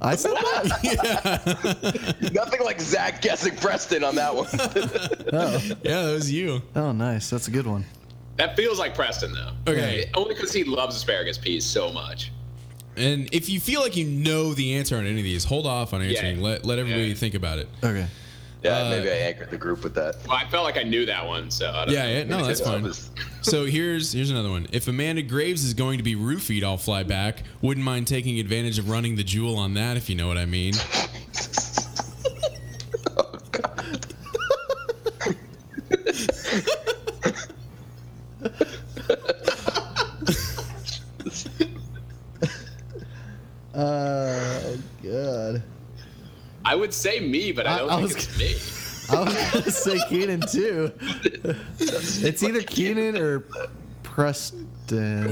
I said that. Nothing like Zach guessing Preston on that one. yeah, that was you. Oh, nice. That's a good one. That feels like Preston though. Okay. Only because he loves asparagus peas so much. And if you feel like you know the answer on any of these, hold off on answering. Yeah. Let let everybody Yeah. think about it. Okay. yeah, Uh, maybe I anchored the group with that. Well, I felt like I knew that one, so I don't Yeah, know. yeah, no, oh, that's Yeah, that fine. was- So here's here's another one. If Amanda Graves is going to be roofied, I'll fly back. Wouldn't mind taking advantage of running the jewel on that, if you know what I mean. Oh god. I would say me, but I don't I- I think was- it's me. I was gonna say Keenan too. It's either Keenan or Preston.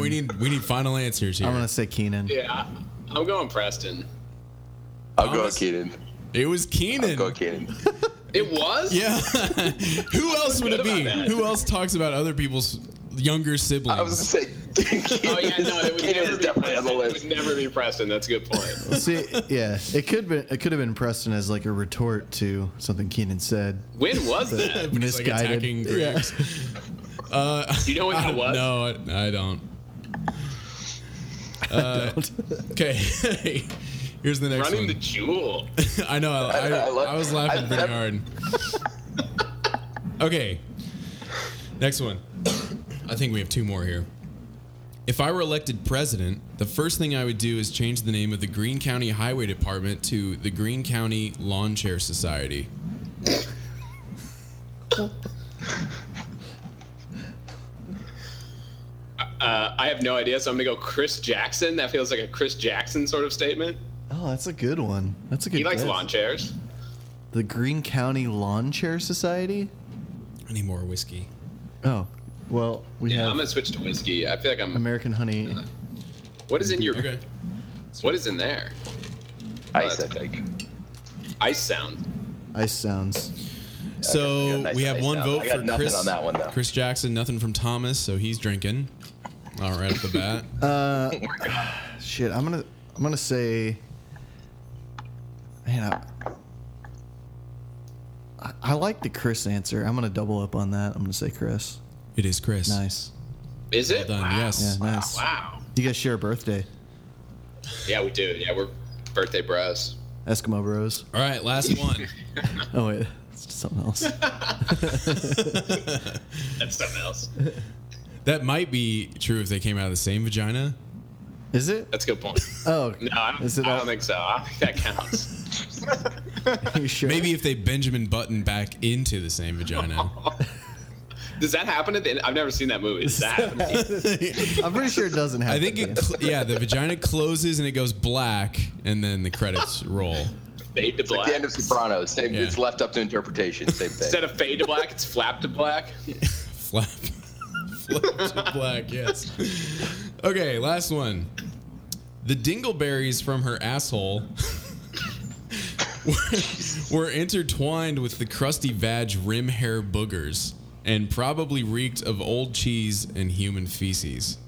We need we need final answers here. I'm gonna say Keenan. Yeah, I'm going Preston. I'll oh, go Thomas? Keenan. It was I'll Keenan. go Keenan. It was. Yeah. Who else would it Forgot be? about that. Who else talks about other people's younger siblings? I was going to say Keenan. Oh yeah, no, it would Keenan never is be definitely on Preston. the It list. would never be Preston. That's a good point. See, yeah, it could been it could have been Preston as like a retort to something Keenan said. When was that? It's like misguided. attacking Yeah. Graves. Uh, You know what that was? No, I, I don't. Uh, okay. Here's the next Running the one. jewel. I know. I, I, I love- I was laughing I- pretty I- hard. Okay. Next one. I think we have two more here. If I were elected president, the first thing I would do is change the name of the Greene County Highway Department to the Greene County Lawn Chair Society. Uh, I have no idea, so I'm gonna go Chris Jackson. That feels like a Chris Jackson sort of statement. Oh, that's a good one. That's a good. He likes guess. lawn chairs. The Green County Lawn Chair Society. I need more whiskey. Oh, well, we Yeah, I'm have gonna switch to whiskey. I feel like I'm. American Honey. What is in your? Okay. What is in there? Ice, I think. Ice sound. Ice sounds. I So got nice we have ice one now. vote I got for nothing Chris. on that one, though. Chris Jackson, nothing from Thomas, so he's drinking. All right, off the bat. Shit, I'm gonna I'm gonna say. Man, I, I, I like the Chris answer. I'm gonna double up on that. I'm gonna say Chris. It is Chris. Nice. Is Well it? done. Wow. Yeah, Yes. nice. Wow. You guys share a birthday. Yeah, we do. Yeah, we're birthday bros. Eskimo Bros. All right, last one. Oh wait, it's something else. That's something else. that might be true if they came out of the same vagina. Is it? That's a good point. Oh, No, I don't, Is it I all- don't think so. I don't think that counts. you sure? Maybe if they Benjamin Button back into the same vagina. Does that happen at the end? I've never seen that movie. Does that happen? at the end? I'm pretty sure it doesn't happen. I think it, cl- yeah, the vagina closes and it goes black, and then the credits roll. Fade to Like black. the end of Sopranos. Same, Yeah. It's left up to interpretation. Same thing. Instead of fade to black, it's flap to black. Flap, flap to black. Yes. Okay, last one. The dingleberries from her asshole were, were intertwined with the crusty vag rim hair boogers, and probably reeked of old cheese and human feces.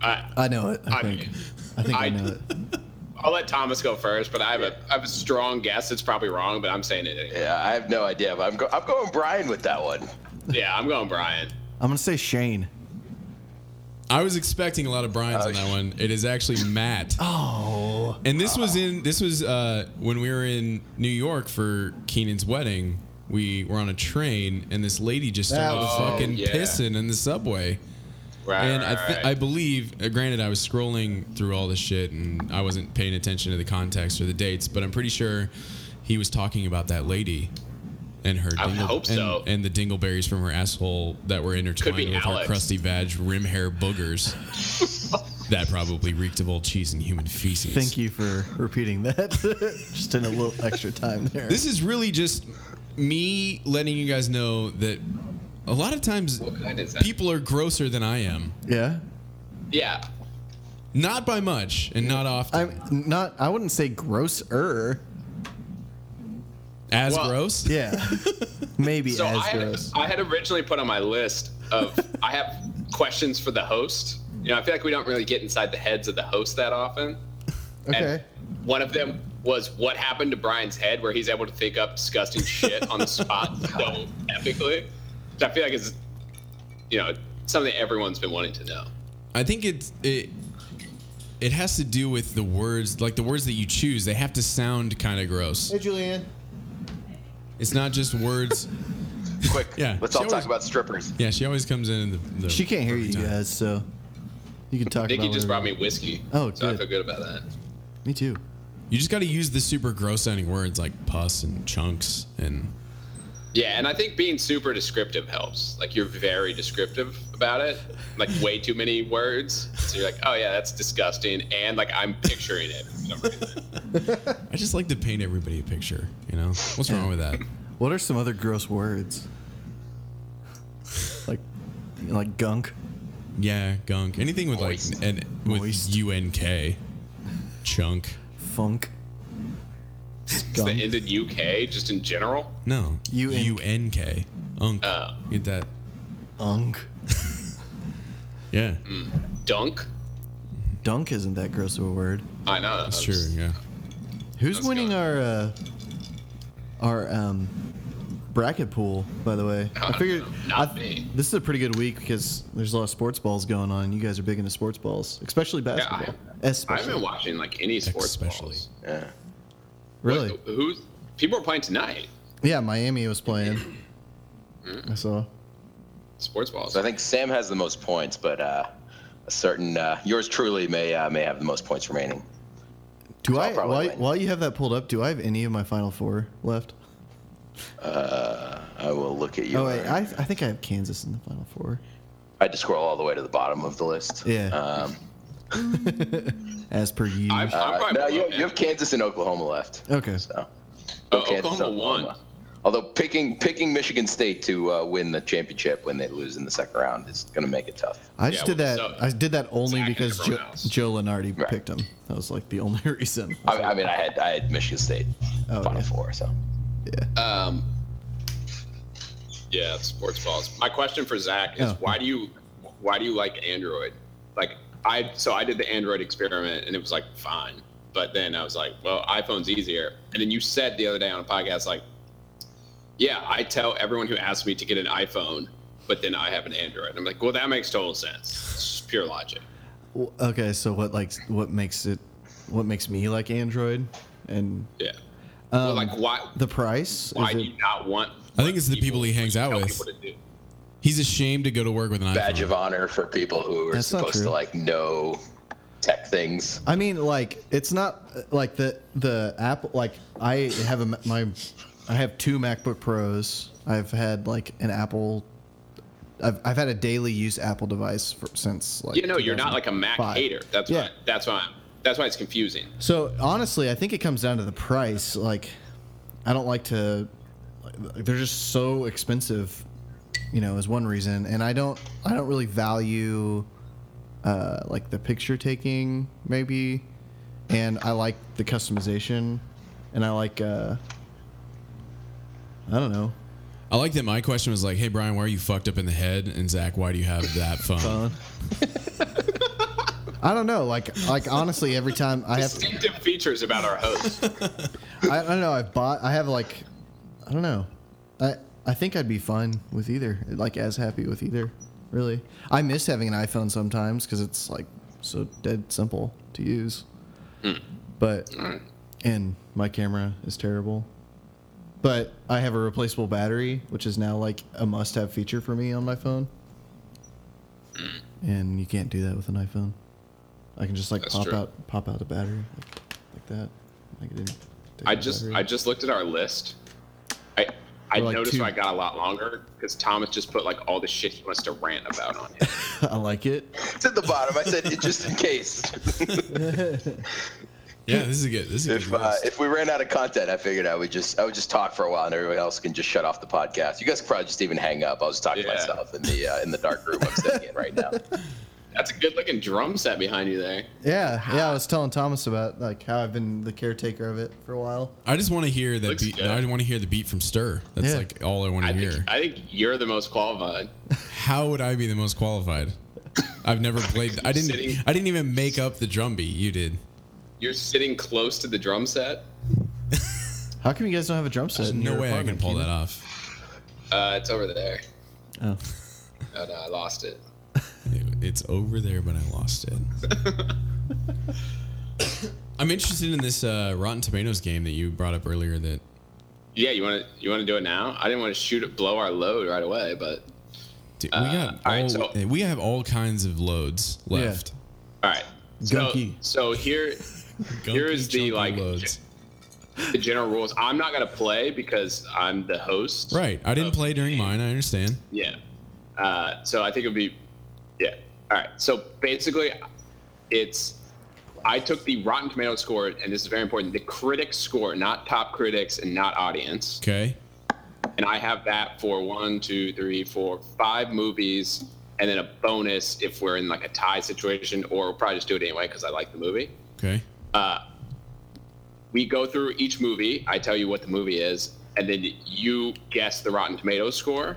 I, I know it. I, I think. mean, I think I, I- know it. I'll let Thomas go first, but I have a I have a strong guess. It's probably wrong, but I'm saying it. Anyway. yeah, I have no idea, but I'm, go- I'm going Brian with that one. Yeah, I'm going Brian. I'm gonna say Shane. I was expecting a lot of Brian's on that one. It is actually Matt. Oh, And this was in this was uh, when we were in New York for Keenan's wedding. we were on a train and this lady just That started was it. fucking Yeah. pissing in the subway. Right. And I, right, th- I right. believe, uh, granted, I was scrolling through all this shit and I wasn't paying attention to the context or the dates, but I'm pretty sure he was talking about that lady and her. I would hope and, so. and the dingleberries from her asshole that were intertwined be with her Alex. crusty vag, rim hair boogers. that probably reeked of old cheese and human feces. Thank you for repeating that. Just in a little extra time there. This is really just me letting you guys know that a lot of times What kind is that? people are grosser than I am. yeah. yeah. Not by much and not often. I'm not. I wouldn't say grosser. As Well, gross? Yeah. Maybe So as I had, gross. I had originally put on my list of I have questions for the host. You know, I feel like we don't really get inside the heads of the host that often. Okay. And one of them was what happened to Brian's head, where he's able to think up disgusting shit on the spot so epically. Which I feel like is, you know, something everyone's been wanting to know. I think it's it it has to do with the words like the words that you choose, they have to sound kinda gross. Julian. It's not just words. Quick, Yeah. let's She all always- talk about strippers. yeah, she always comes in and the, the She can't hear you perfect time. guys, so you can talk. Nikki about just whatever. brought me whiskey. Oh, so I good. feel good about that. Me too. You just gotta use the super gross sounding words like pus and chunks and Yeah, and I think being super descriptive helps. Like you're very descriptive about it. Like way too many words. So you're like, oh yeah, that's disgusting, and like I'm picturing it. for some reason. I just like to paint everybody a picture, you know? What's wrong with that? What are some other gross words? Like, like gunk. Yeah, gunk. Anything with Moist. like an with Moist. UNK. Chunk. funk. It's the Skunk. end in UK, just in general. No. UN. UNK. Unk. Uh. Oh. Get that. Unk. Yeah. Dunk. Dunk isn't that gross of a word. I know. That's true. Yeah. Who's That's winning good. our uh, our um, bracket pool? By the way, I don't figured know. Not I- me. this is a pretty good week because there's a lot of sports balls going on. You guys are big into sports balls, especially I- basketball. I haven't especially been watching like any sports Especially. balls. Yeah. really, Who- Who's people are playing tonight? yeah. Miami was playing. Mm-hmm. I saw. Sports balls. So I think Sam has the most points, but uh, a certain uh, yours truly may uh, may have the most points remaining. Do I'll I probably while, win. while you have that pulled up? Do I have any of my final four left? I will look at you. Oh wait, I, I think I have Kansas in the final four. I had to scroll all the way to the bottom of the list. Yeah. Um, As per you. I'm, I'm uh, probably no, you, below you have Kansas and Oklahoma left. Okay. So. Oh, Kansas, Oklahoma won. Although picking picking Michigan State to uh, win the championship when they lose in the second round is going to make it tough. I just Yeah, did that. well, so- I did that only Zach and because jo- everyone else. Joe Lenardi Right. picked him. That was like the only reason. I, I mean, I had I had Michigan State Oh, final yeah. four. So Um, yeah, sports balls. My question for Zach is Oh. why do you why do you like Android? Like I so I did the Android experiment and it was like fine, but then I was like, well, iPhone's easier. And then you said the other day on a podcast like, yeah, I tell everyone who asks me to get an iPhone, but then I have an Android. And I'm like, well, that makes total sense. It's just pure logic. Well, Okay, so what like what makes it what makes me like Android and um, Yeah. well, like why the price? why is do it, you not want? I think it's the people he hangs out tell with. people to do? He's ashamed to go to work with an badge iPhone. of honor for people who are That's not supposed to true. like know tech things. I mean, like it's not uh, like the the Apple. Like I have a ma- my, I have two MacBook Pros. I've had like an Apple. I've, I've had a daily use Apple device for, since like. Yeah, no, you're not like a Mac 2005. hater. That's yeah. why. That's why. I'm, that's why it's confusing. So honestly, I think it comes down to the price. Like, I don't like to. Like, they're just so expensive, you know, is one reason. And I don't, I don't really value, uh, like the picture taking maybe, and I like the customization, and I like, uh, I don't know, I like that my question was like, hey, Brian, why are you fucked up in the head? And Zach, why do you have that phone? I don't know. Like, like honestly, every time I have, Distinctive features about our host. I, I don't know. I've bought. I have like, I don't know. I I think I'd be fine with either. Like as happy with either. Really, I miss having an iPhone sometimes because it's like so dead simple to Hmm. use. But and my camera is terrible. but I have a replaceable battery, which is now like a must-have feature for me on my phone. Hmm. And you can't do that with an iPhone. I can just like That's pop true. out, pop out a battery like, like that. Like it didn't take I the just battery. I just looked at our list. I I We're like noticed two- I got a lot longer because Thomas just put like all the shit he wants to rant about on it. I like it. It's at the bottom. I said it just in case. Yeah, this is good. This is a if good. uh, list. if we ran out of content, I figured I would just I would just talk for a while, and everybody else can just shut off the podcast. You guys could probably just even hang up. I'll just talk to Yeah. myself in the uh, in the dark room I'm sitting in right now. That's a good looking drum set behind you there. Yeah, yeah. I was telling Thomas about like how I've been the caretaker of it for a while. I just want to hear that Looks beat. good. I want to hear the beat from Stir. That's Yeah. like all I want I to hear. think I think you're the most qualified. How would I be the most qualified? I've never played. I didn't. Sitting- I didn't even make up the drum beat. You did. You're sitting close to the drum set. How come you guys don't have a drum set? There's in no your way I can apartment, pull Keenan? that off. Uh, it's over there. Oh. Oh no, I lost it. It- It's over there, but I lost it. I'm interested in this uh, Rotten Tomatoes game that you brought up earlier. That Yeah, you want to you want to do it now? I didn't want to shoot it, blow our load right away, but dude, we Uh, got. All, all right, so- we have all kinds of loads left. all right. So, Gunky. so here Here is the, Gunky, junky like, the general rules. I'm not gonna play because I'm the host. Right. I didn't of play during mine. I understand. Yeah. Uh, so I think it'd be, yeah. All right. So basically, it's I took the Rotten Tomato score, and this is very important: the critic score, not top critics and not audience. Okay. And I have that for one, two, three, four, five movies, and then a bonus if we're in like a tie situation, or we'll probably just do it anyway because I like the movie. Okay. we go through each movie. I tell you what the movie is, and then you guess the Rotten Tomatoes score,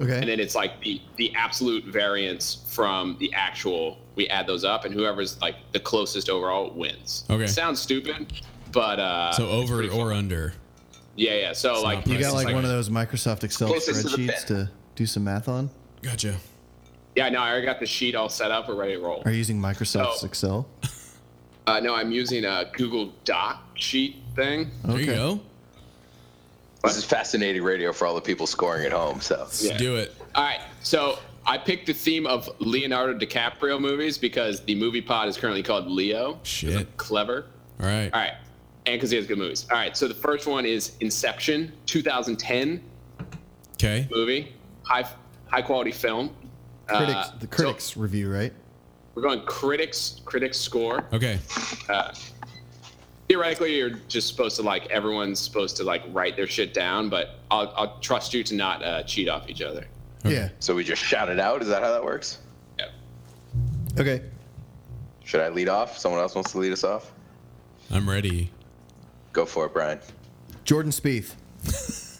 Oh. Okay. and then it's like the the absolute variance from the actual. We add those up, and whoever's like the closest overall wins. Okay. Sounds stupid, but uh, So over pretty or under. yeah, yeah. So It's like, not you got Price is like like- one of those Microsoft Excel Closest to the spreadsheets to do some math on. Gotcha. yeah, no, I already got the sheet all set up. We're ready to roll. Are you using Microsoft's Oh. Excel? Uh, no, I'm using a Google Doc sheet thing. There you Okay. go. This is fascinating radio for all the people scoring at home. So Let's Yeah. do it. All right, so I picked the theme of Leonardo DiCaprio movies because the movie pod is currently called Leo. Shit. Clever. All right. All right. And because he has good movies. All right. So the first one is Inception, 2010 Okay. movie, high high quality film. Critics, Uh, the so critics review, right? we're going critics critics score. Okay. Theoretically, you're just supposed to like everyone's supposed to like write their shit down, but I'll I'll trust you to not uh, cheat off each other. Yeah. so we just shout it out. Is that how that works? Yep. Okay. Should I lead off? Someone else wants to lead us off. I'm ready. Go for it, Brian. Jordan Spieth.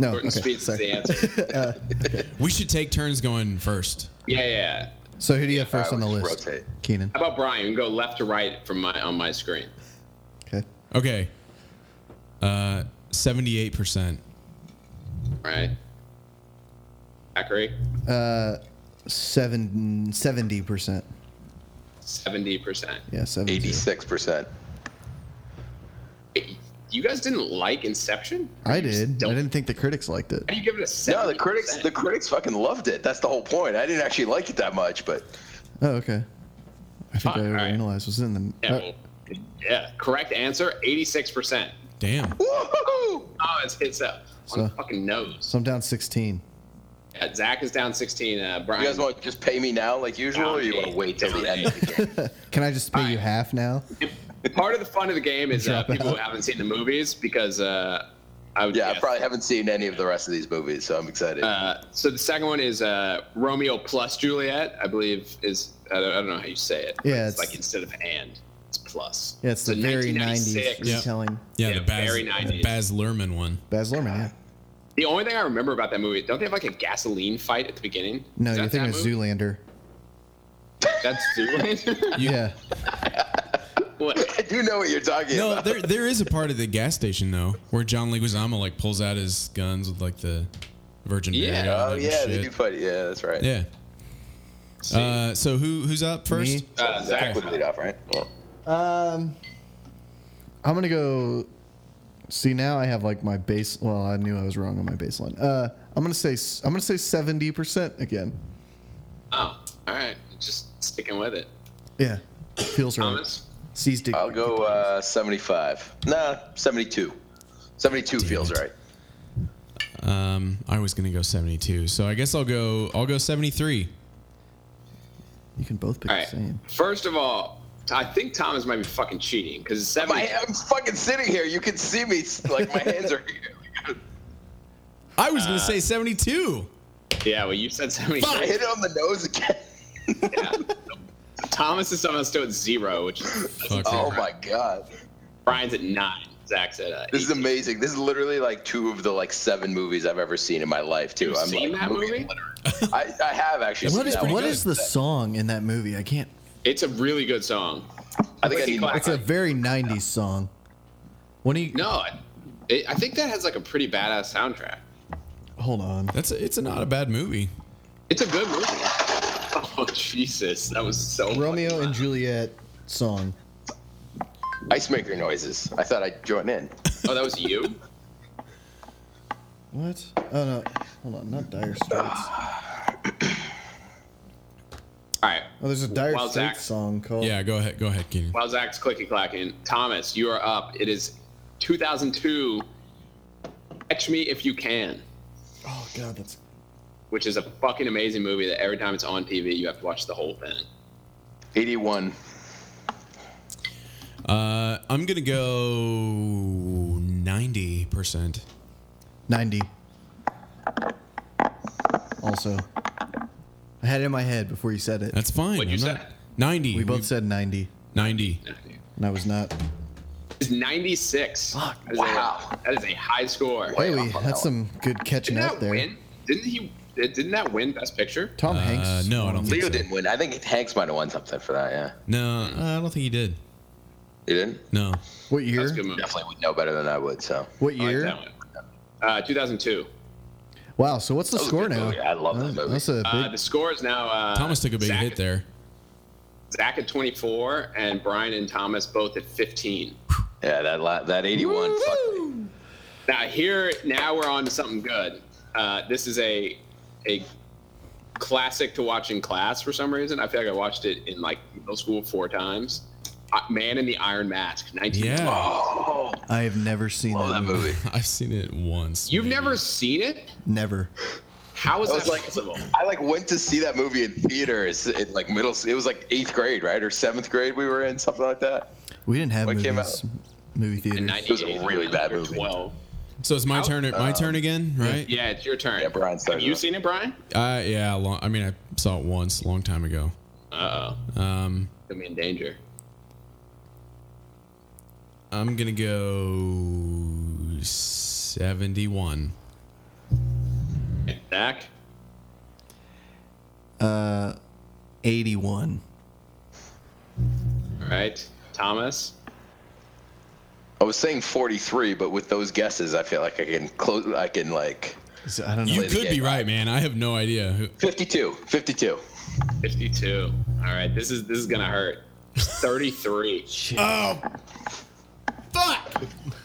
No. Jordan okay, Speed is sorry. the answer. We should take turns going first. yeah, yeah, yeah. So who do you have first on All right, the we'll list? just rotate. Keenan. How about Brian? You can go left to right from my on my screen. Okay. Okay. Uh, 78%. Right. Zachary, Seven, 70%. seventy percent. Yeah, 70. Eighty-six percent. You guys didn't like Inception? I You just did. I don't- didn't think the critics liked it. How do you give it a seven? No, the critics the critics fucking loved it. That's the whole point. I didn't actually like it that much, but Oh, okay. I think I Fine, all right. overanalyzed. Was it in the. yeah, uh, well, yeah, correct answer, eighty-six percent. Damn. woohoo! Oh, it's it's up on the So- fucking nose. so I'm down 16. Yeah, Zach is down sixteen. Uh, Brian, You guys want to just pay me now like usual, or you want to wait till the end? Of the game? Can I just pay All you right. half now? part of the fun of the game is uh, Drop people who out. haven't seen the movies because uh, I would Yeah, I guess. probably haven't seen any of the rest of these movies, so I'm excited. Uh, so the second one is uh, Romeo plus Juliet. I believe is I don't, I don't know how you say it. but Yeah, it's, it's- like instead of and, it's plus. Yeah, it's So the very 90s 1996. retelling. Yeah, Yeah, the Baz, very 90s. Baz Luhrmann one. Baz Luhrmann, yeah. The only thing I remember about that movie, don't they have like a gasoline fight at the beginning? No, Is you're that that thinking of movie? Zoolander. That's Zoolander. yeah. What? Uh, I do know what you're talking No, about. there there is a part at the gas station though where John Leguizamo like pulls out his guns with like the Virgin Yeah. Mary. on it Oh and yeah, shit. they do fight. Yeah, that's right. Yeah. Uh, so who who's up first? Me? Uh, Zach Zach would lead off, right? Well, Um, I'm gonna Um, go See now I have like my base. Well, I knew I was wrong on my baseline. Uh, I'm gonna say s- I'm gonna say seventy percent again. Oh, all right. Just sticking with it. Yeah, feels right. Thomas? Oh. Sees dick. I'll go uh, 75. Nah, 72. 72 feels it. right. Um, I was gonna go 72, so I guess I'll go. I'll go 73. You can both pick All right. the same. First of all, I think Thomas might be fucking cheating because it's seven. My, I'm fucking sitting here. You can see me. Like my hands are here. I was Uh. gonna say 72. Yeah, well, you said seventy. I hit it on the nose again. Thomas is somehow still at zero, which is Fuck Oh my god. Brian's at nine. Zach's at uh, This is amazing. This is literally like two of the like seven movies I've ever seen in my life too. You've I'm seen like, that movie movie? literate. I, I have actually. What seen is that what one. is the song in that movie? I can't. It's a really good song. I think I need. It's a very '90s song. When he No, I- it, I think that has like a pretty badass soundtrack. hold on. That's a, it's a not a bad movie. It's a good movie. Oh Jesus, that was so Romeo fucking and Juliet song. Ice maker noises. I thought I'd join in. loud. Oh, that was you. What? Oh no, hold on, not Dire Straits. Oh, All right. Oh, there's a Dire Wild Straits Zach. song called. Yeah, go ahead. Go ahead, Keenan. While Zach's clicky clacking, Thomas, you are up. It is 2002. Catch me if you can, Oh god, that's which is a fucking amazing movie that every time it's on TV, you have to watch the whole thing. 81. Uh, I'm gonna go 90 percent. 90. Also, I had it in my head before you said it. That's fine. What'd you I'm say? 90. we both said 90, 90. and I was not. It's 96. Fuck. That is wow. A, that is a high score. Hey, we off on that had some good catching Didn't up that there. win? Didn't he? Didn't that win Best Picture? Tom Hanks. Uh, no, I don't won. think Leo so. didn't win. I think Hanks might have won something for that. Yeah. No, uh, I don't think he did. He didn't. No. What That's year? a good movie. Definitely would know better than I would. So. What I like year? that one. Uh, 2002. Wow. So what's the That was a score good now? movie. I love that Uh, movie. That's a big. Uh, the score is now. Uh, Thomas took a big Zach- hit there. Zach at 24, and Brian and Thomas both at 15. Yeah. That la- that 81. fucked me. Now here, now we're on to something good. Uh, this is a a classic to watch in class for some reason. I feel like I watched it in like middle school four times. Uh, Man in the Iron Mask, 19. Yeah. Oh, I have never seen love that, that movie. movie. I've seen it once. Oh. You've maybe. never seen it? Never. How is That that, was like- possible? I like went to see that movie in theaters in like middle. It was like eighth grade, right, or seventh grade we were in, something like that. We didn't have When it movies. came Movie theaters. It was a 98, really bad you're movie. 12. So it's my Out- turn. My turn again, right? Yeah, it's your turn. Yeah, Brian Have started you off. seen it, Brian? Uh, yeah. Long, I mean, I saw it once, a long time ago. Uh oh, Um, put me in danger. I'm gonna go 71. Zach, 81. all right, Thomas. I was saying 43, but with those guesses, I feel like I can close. I can like So I don't know. You Play the could be game. right, man. I have no idea. Who, 52, 52. 52. All right, this is this is gonna hurt. 33. oh,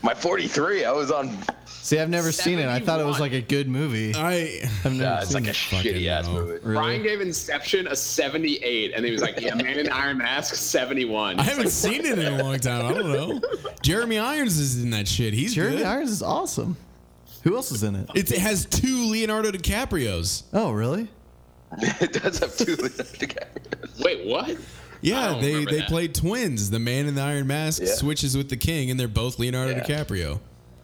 My 43. I was on. See, I've never seen it. I thought it was 71. like a good movie. I I've never Uh, it's seen like a it. fucking shitty ass know. movie. Really? Brian gave Inception a 78, and he was like, "Yeah, Man in Iron Mask 71." I haven't seen it in a long time. I don't know. Jeremy Irons is in that shit. He's Jeremy good. Irons is awesome. Who else is in it? It's, it has two Leonardo DiCaprios. Oh, really? it does have two. DiCaprios. Wait, what? I Yeah, don't they remember they that. played twins. The man in the iron mask Yeah. switches with the king, and they're both Leonardo Yeah. DiCaprio.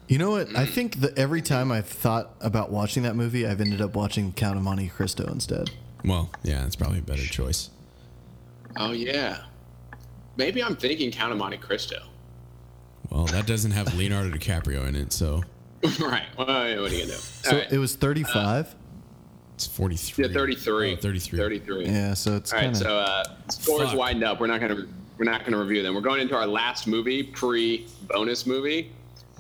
You know what? I think that every time I've thought about watching that movie, I've ended up watching Count of Monte Cristo instead. Well, yeah, that's probably a better choice. Oh yeah. Maybe I'm thinking Count of Monte Cristo. Well, that doesn't have Leonardo DiCaprio in it, so right. Well, yeah, what are you gonna do? So All right. it was 35. it's 43. yeah, 33. Oh, 33. 33. yeah, so it's All kind right. of So uh, scores Fuck. widened up. We're not gonna we're not gonna review them. We're going into our last movie, pre bonus movie,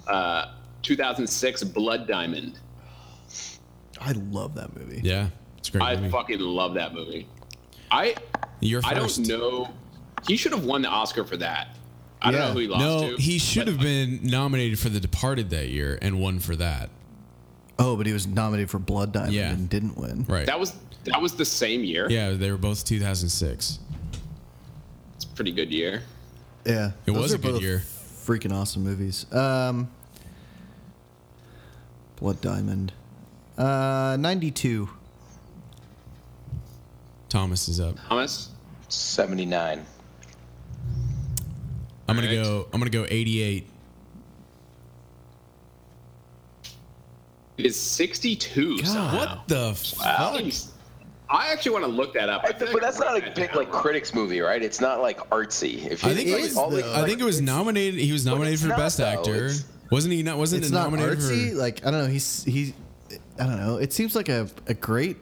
uh, 2006 Blood Diamond. I love that movie. Yeah, it's a great. I movie. fucking love that movie. I You're I first. don't know. He should have won the Oscar for that. I don't Yeah. know who he lost to. No, he but should have been nominated for The Departed that year and won for that. Oh, but he was nominated for Blood Diamond Yeah. and didn't win. Right. That was that was the same year. yeah, they were both 2006. It's a pretty good year. Yeah, It Those was are a good both year. Freaking awesome movies. Um, Blood Diamond, uh, ninety two. Thomas is up. Thomas, 79. I'm gonna Alright. go. I'm gonna go 88. is 62. somehow. What the Wow. fuck? I actually want to look that up. I th- feel but that's I'm not wrong a right big now. like critics movie, right? It's not like artsy. If you I think like, it is. all the- though. I think it was nominated. He was nominated it's for not, Best though. Actor. It's- Wasn't he? Not wasn't It's it not nominated artsy. for? Like I don't know. He's he's. I don't know. It seems like a, a great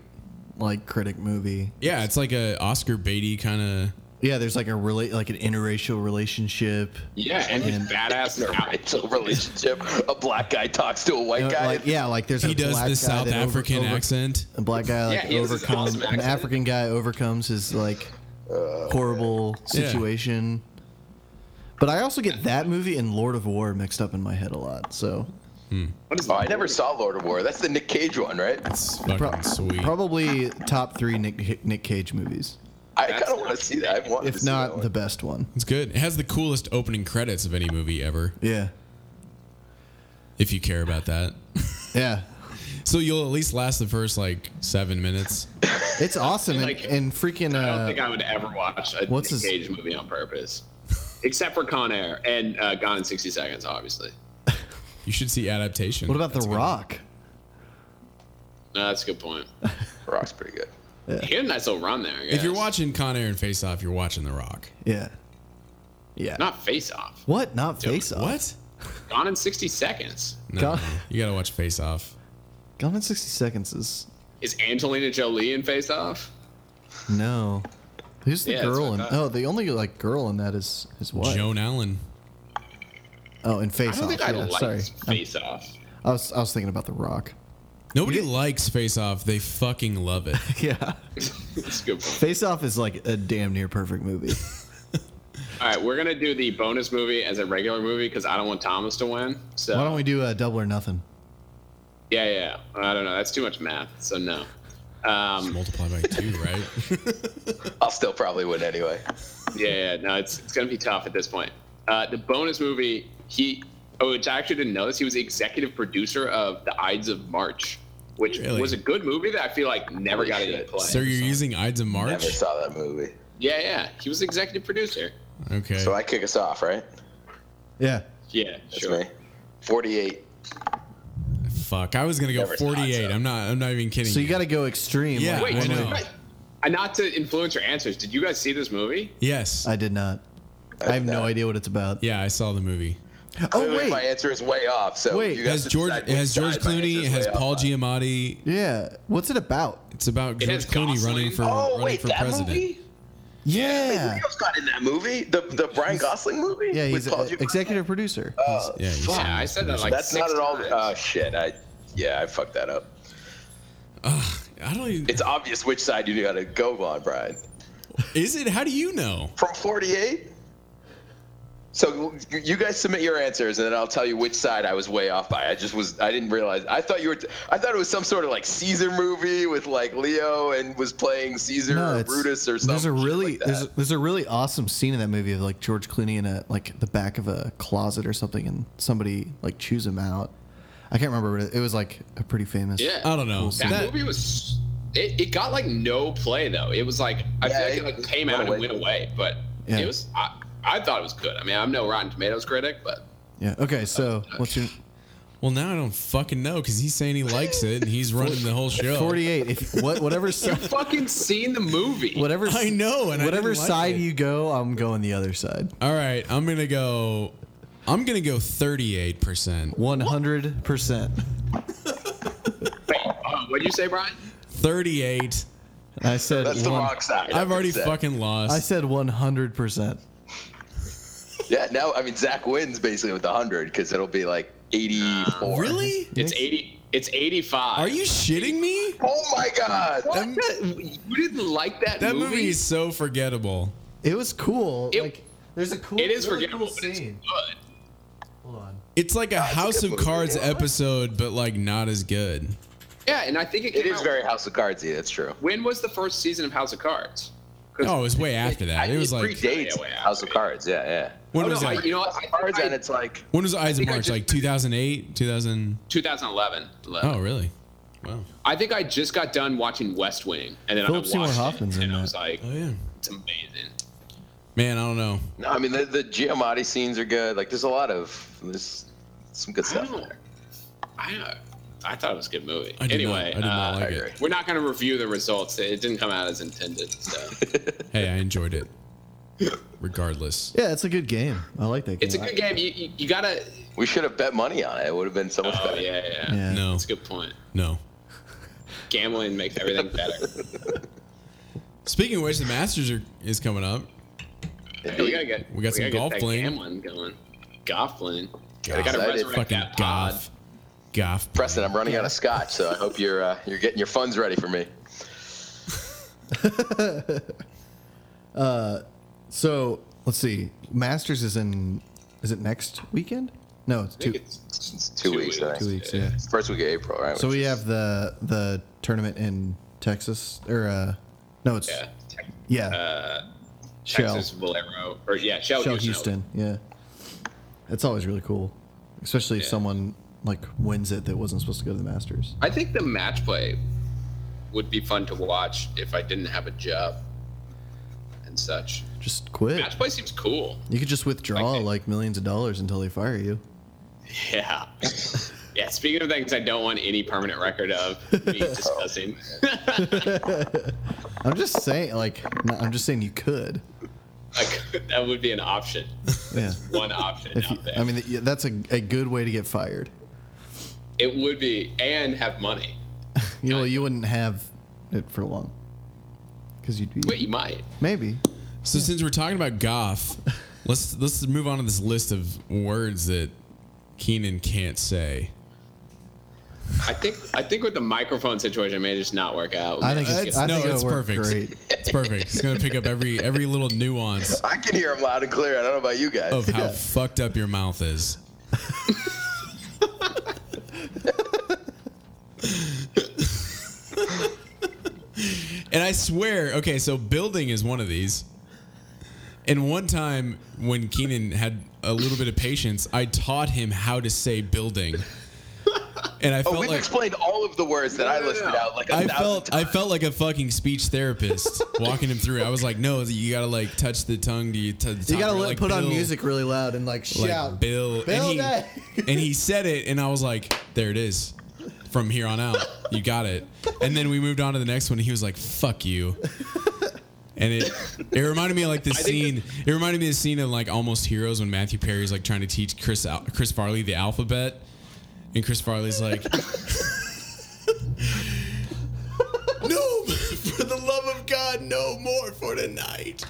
like critic movie. Yeah, it's like a Oscar Beatty kind Yeah, there's like a relate like an interracial relationship. Yeah, and his And- badass outfit. It's a relationship. A black guy talks to a white You know, guy. like yeah, like there's a of. He does black the guy South that over- African over- accent. A black guy like Yeah, he has this overcomes awesome an accent. African guy overcomes his like horrible Yeah. situation. But I also get that movie and Lord of War mixed up in my head a lot. So Oh, I never saw Lord of War. That's the Nick Cage one, right? It's fucking Pro- sweet. probably top three Nick Nick Cage movies, I That's kind of want to see that. I want to if see that not one. the best one. It's good. It has the coolest opening credits of any movie ever. Yeah, If you care about that. yeah, So you'll at least last the first like seven minutes. it's awesome and, Like, and freaking. I don't Uh, think I would ever watch a what's Nick his- Cage movie on purpose, except for Con Air and uh, Gone in 60 Seconds, obviously. You should see adaptation. what about The That's good. Rock? No, that's a good point. Rock's pretty good. He had a nice little run there. I If you're guess. watching Con Air and Face Off, you're watching The Rock. Yeah, yeah. not Face Off, what? Not Face Off. What? Gone in 60 Seconds. No, Con- you gotta watch Face Off. Gone in sixty seconds is Is Angelina Jolie in Face Off? no. Who's the Yeah, that's girl what in? I thought. Oh, the only like girl in that is his wife. Joan Allen. Oh, and I Face don't Off. think I yeah, like sorry, Face Off. I was I was thinking about The Rock. Nobody likes Face Off. They fucking love it. Yeah, That's a good point. Face Off is like a damn near perfect movie. All right, we're gonna do the bonus movie as a regular movie because I don't want Thomas to win. So Why don't we do a double or nothing? yeah, yeah, yeah. I don't know. That's too much math. So no. Um, Multiply by two, right? I'll still probably win anyway. yeah, yeah. No, it's it's gonna be tough at this point. Uh, the bonus movie he, oh, which I actually didn't know this. He was the executive producer of The Ides of March, which Really? was a good movie that I feel like never got any play. so you're using Ides of Never March? saw that movie. yeah, yeah. He was the executive producer. Okay. So I kick us off, right? Yeah. Yeah, That's sure. me. 48. Fuck. I was gonna go Never saw it, 48. so- I'm not. I'm not even kidding. So you you. got to go extreme. Yeah. like, Wait, I did you know. guys- uh, not to influence your answers. Did you guys see this movie? Yes. I did not. I have no Uh, idea what it's about. yeah, I saw the movie. Oh Clearly My wait. answer is way off. So Wait. you It has guys decide George? which It has George side my Clooney. answer's It has way Paul off. Giamatti. Yeah. What's it about? It's about George has Clooney Gosling. running for Oh running wait, for that president. movie? Yeah. Leo's not in that movie. The the Brian Gosling movie. Yeah, With he's Paul an Giamatti? executive producer. Uh, Oh, e- Yeah, you Yeah, I said that like that's six not at all. times. Oh shit! I yeah, I fucked that up. I don't. Even, It's obvious which side you got to go on, Brian. is it? How do you know? From 48. So you guys submit your answers, and then I'll tell you which side I was way off by. I just was. I didn't realize. I thought you were. I thought it was some sort of like Caesar movie with like Leo and was playing Caesar or Brutus or something. There's a really Like that. there's, there's a really awesome scene in that movie of like George Clooney in a like the back of a closet or something, and somebody like chews him out. I can't remember, but it was like a pretty famous. Yeah. I don't know. That, That- movie was. It, it got like no play though. It was like I Yeah, feel like it it, like came went out away. and went away, but Yeah. it was. I, I thought it was good. I mean, I'm no Rotten Tomatoes critic, but Yeah. Okay. So Uh, what's your Well, now I don't fucking know because he's saying he likes it and he's running the whole show. 48? If what whatever si- fucking seen the movie. whatever I know, and I whatever didn't like side it. you go, I'm going the other side. All right, I'm gonna go. I'm gonna go 38 percent. One hundred percent. Wait, uh, what'd you say, Brian? 38. I said That's the one- wrong side. I've already Zach. fucking lost. I said one hundred percent. Yeah, now I mean Zach wins basically with 100 because it'll be like 84. Really? It's eighty. It's eighty-five. Are you shitting me? Oh my god! That, You didn't like that, that movie? movie is so forgettable. It was cool. It- like There's a cool. It is really forgettable, cool but it's scene. good. Hold on. It's like a House good of movie. Cards episode, but like not as good. Yeah, and I think it, It came is out- very House of Cardsy. That's true. When was the first season of House of Cards? Oh, it was way after that. It was like predates Yeah, yeah, House of Cards. Yeah, yeah. when Oh, was no, I- that? you know what? House I of Cards, think and I- it's like When was Eyes of think I March? just- Like 2008, 2000. 2011. Oh, really? Wow. I think I just got done watching West Wing, and then Philip I Seymour watched Hoffman's in it, and that. I was like, Oh yeah. it's amazing. Man, I don't know. no, I mean the the Giamatti scenes are good. Like there's a lot of there's some good I stuff. in don't know. there. I don't. I thought it was a good movie. I did not, anyway, I did not uh, like agree. it. we're not going to review the results. It didn't come out as intended. So Hey, I enjoyed it. Regardless. Yeah, it's a good game. I like that game. it's a good game. You you, you gotta. We should have bet money on it. It would have been so much Oh better. yeah, yeah. Yeah. No. That's a good point. No. Gambling makes everything better. Speaking of which, the Masters are, is coming up. Hey, we gotta get. We got some gotta get golf that bling. Gambling going. Golf bling. I Golf. gotta Excited. resurrect Fucking that pod. golf. Golf. Preston, I'm running out of scotch, so I hope you're uh, you're getting your funds ready for me. So let's see. Masters is in. Is it next weekend? No, it's I think two it's It's two, Two weeks, I weeks. think. two weeks. Yeah. First week of April, right? So Which we is- have the the tournament in Texas or uh, no, it's yeah. Uh, yeah. Shell Texas Valero or yeah, Shell, Shell Houston. Yeah, that's always really cool, especially if Yeah. someone like wins it that wasn't supposed to go to the Masters. I think the match play would be fun to watch if I didn't have a job and such. Just quit. Match play seems cool. You could just withdraw Okay. like millions of dollars until they fire you. Yeah. yeah. Speaking of things I don't want any permanent record of me discussing. I'm just saying, like, no, I'm just saying you could. like, that would be an option. Yeah. One option If you, out there. I mean, th- yeah, that's a, a good way to get fired. it would be and have money. You know, you wouldn't have it for long because you'd be Wait, you might. maybe. So since we're talking about golf, let's let's move on to this list of words that Keenan can't say. I think I think with the microphone situation it may just not work out. I think Let's it's, get- I no, think it's it worked perfect. great. It's perfect. It's gonna pick up every every little nuance I can hear him loud and clear. I don't know about you guys. of how fucked up your mouth is. and I swear, okay, so building is one of these. And one time when Keenan had a little bit of patience, I taught him how to say building. And I Oh, felt we've like explained all of the words that I no, listed no. out like a I thousand felt I times. felt like a fucking speech therapist walking him through. I was like, no, you gotta like touch the tongue to you. To the You top, gotta let, like, put on build. music really loud and like like shout. Bill, Bill and, he, and he said it, and I was like, "There it is." From here on out, you got it. And then we moved on to the next one. And he was like, "Fuck you," and it it reminded me of like the scene. It reminded me of the scene in like Almost Heroes when Matthew Perry's like trying to teach Chris Al- Chris Farley the alphabet, and Chris Farley's like. No, for the love of God, no more for tonight.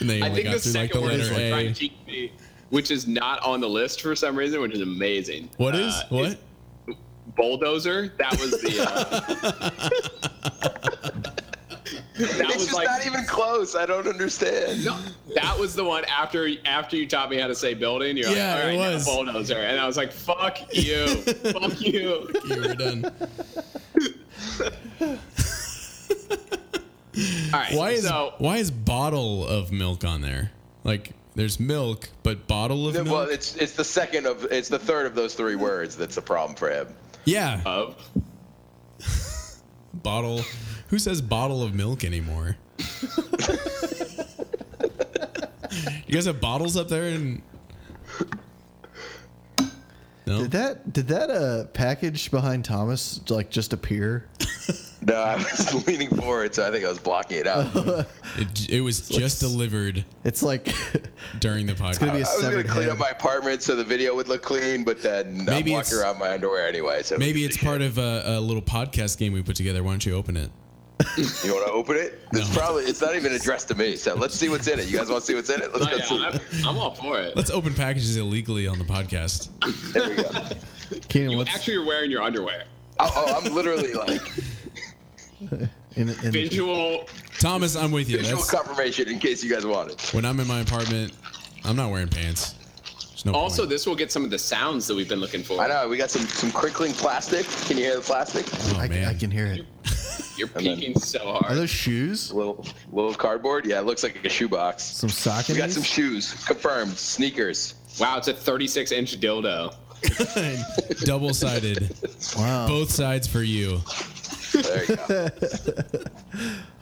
and they I only think got the through like the second one is letter what A. trying to teach me, which is not on the list for some reason, which is amazing. What is Uh, what? bulldozer? That was the. Uh, that It's was just like not even close. I don't understand. no, that was the one after after you taught me how to say building. You're Yeah, like, it all right, now was. bulldozer, and I was like, fuck you, fuck you. you were done. All right, Why is so why is bottle of milk on there? Like there's milk, but bottle of milk. Well, it's it's the second of it's the third of those three words that's a problem for him. yeah, of bottle. Who says bottle of milk anymore? you guys have bottles up there and. No. Did that did that uh package behind Thomas like just appear? No, I was leaning forward, so I think I was blocking it out. It, it was just delivered It's like during the podcast. gonna be a I was gonna severed clean head. up my apartment so the video would look clean, but then Maybe I'm it's- walking around my underwear anyway. So Maybe it's part of a, a little podcast game we put together. Why don't you open it? you want to open it. It's probably it's not even addressed to me. So let's see what's in it. You guys want to see what's in it? Let's oh, go yeah, see. I'm, I'm all for it. Let's open packages illegally on the podcast. There we go. Keenan, what's Actually, you're wearing your underwear. Oh, oh, I'm literally like In, in, Visual. Thomas, I'm with you. Visual That's, confirmation in case you guys want it. when I'm in my apartment, I'm not wearing pants. There's no Also, point. this will get some of the sounds that we've been looking for. I know we got some some crinkling plastic. Can you hear the plastic? oh, I, man. I can hear it. You're And then- peeking so Are hard. those shoes? Little little cardboard. Yeah, it looks like a shoebox. Some sock We in got some these? shoes. Confirmed. Sneakers. Wow, it's a 36 inch dildo. Double sided. Wow. Both sides for you. There you go.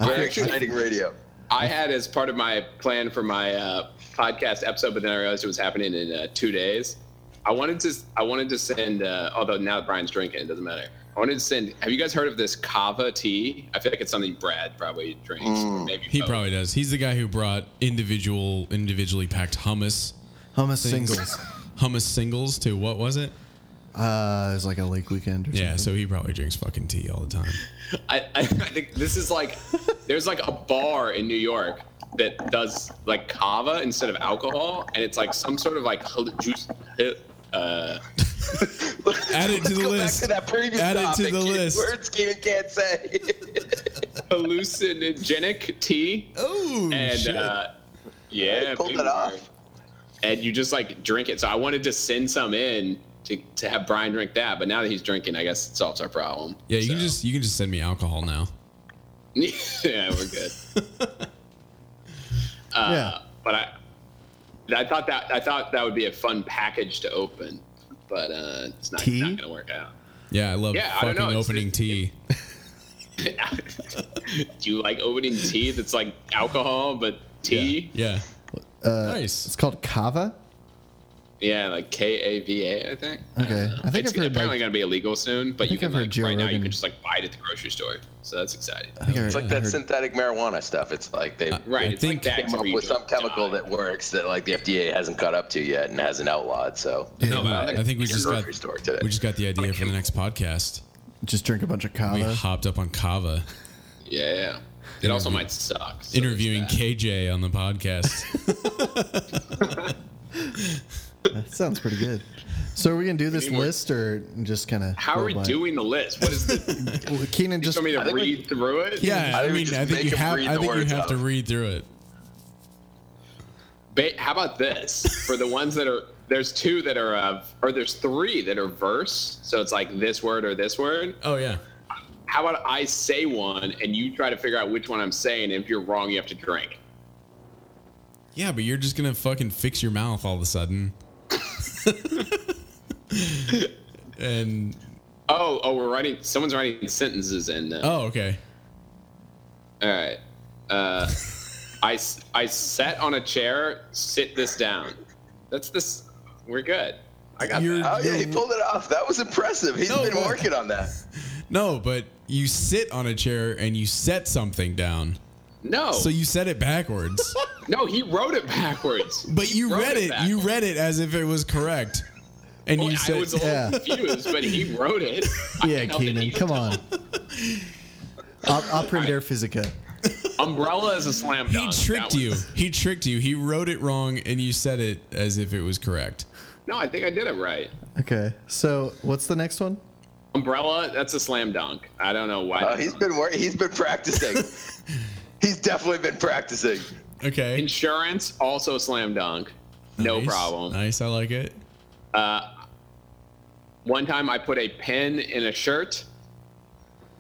Very exciting radio. I had as part of my plan for my uh, podcast episode, but then I realized it was happening in uh, two days. I wanted to, I wanted to send. Uh, although now that Brian's drinking, it doesn't matter. I wanted to send. Have you guys heard of this kava tea? I feel like it's something Brad probably drinks. Maybe He Oh. both. probably does. He's the guy who brought individual, individually packed hummus, Hummus things- singles. hummus singles to what was it? Uh, it was like a lake weekend. Or Yeah, something. so he probably drinks fucking tea all the time. I, I, I think this is like there's like a bar in New York that does like kava instead of alcohol, and it's like some sort of like hal- juice. Uh, Add it to the Go list. Back to that previous Add it topic. to the Keith. list. Words Keenan can't say. hallucinogenic tea, Oh, and uh, yeah, pulled big it off. word. And you just like drink it. So I wanted to send some in to, to have Brian drink that, but now that he's drinking, I guess it solves our problem. yeah, you So- can just you can just send me alcohol now. yeah, we're good. uh, Yeah. But I, I thought that I thought that would be a fun package to open, but uh, it's not, Tea? not gonna work out. Yeah, I love Yeah, I don't fucking know, it's- opening tea. Do you like opening tea that's like alcohol but tea? Yeah. It's nice. called Kava. Yeah, like K A V A, I think. Okay, I think it's I've heard, apparently like- gonna be illegal soon, but you think can I've heard like Joe right now you Rogan- Uh, can just like buy it at the grocery store, so that's exciting. I think I It's heard- like I that heard- synthetic marijuana stuff. It's like they Right, I it's think- like that came up where you with don't some chemical die. that works that like the FDA hasn't caught up to yet and hasn't outlawed. So No, but I think we It's just a got grocery store today. we just got the idea for the next podcast. just drink a bunch of We Kava. hopped up on Kava, Yeah, it also might suck. so interviewing there's that. KJ on the podcast. That sounds pretty good. So are we gonna do this list or just kind of? How are we doing the list? What is the? Well, Keenan you just want me to think we- read through it? yeah, I I would mean, just I think make you him have read I the think you words have to out. read through it. Ba- how about this for the ones that are there's two that are of or there's three that are verse so it's like this word or this word Oh yeah. how about i say one and you try to figure out which one i'm saying and if you're wrong you have to drink Yeah, but you're just gonna fucking fix your mouth all of a sudden. and oh oh we're writing someone's writing sentences in now. oh, okay. all right uh I, s- I sat on a chair sit this down that's this we're good i got You're- Oh that. yeah, he pulled it off. That was impressive. He's No, been but- working on that. No, but you sit on a chair and you set something down. no So you said it backwards. no he wrote it backwards but you Wrote read it it. you backwards. read it as if it was correct. And Well, you I said was a little Yeah. confused, but he wrote it. I Yeah, don't know that Keenan, he- come on. I'll Aprender Physica. Umbrella is a slam he dunk. tricked That you. was- He tricked you. He wrote it wrong and you said it as if it was correct. No, I think I did it right. Okay, so what's the next one? Umbrella, that's a slam dunk. I don't know why. Oh, he's been wor- he's been practicing. he's definitely been practicing. Okay. Insurance, also slam dunk. No Nice. problem. Nice, I like it. One time I put a pen in a shirt,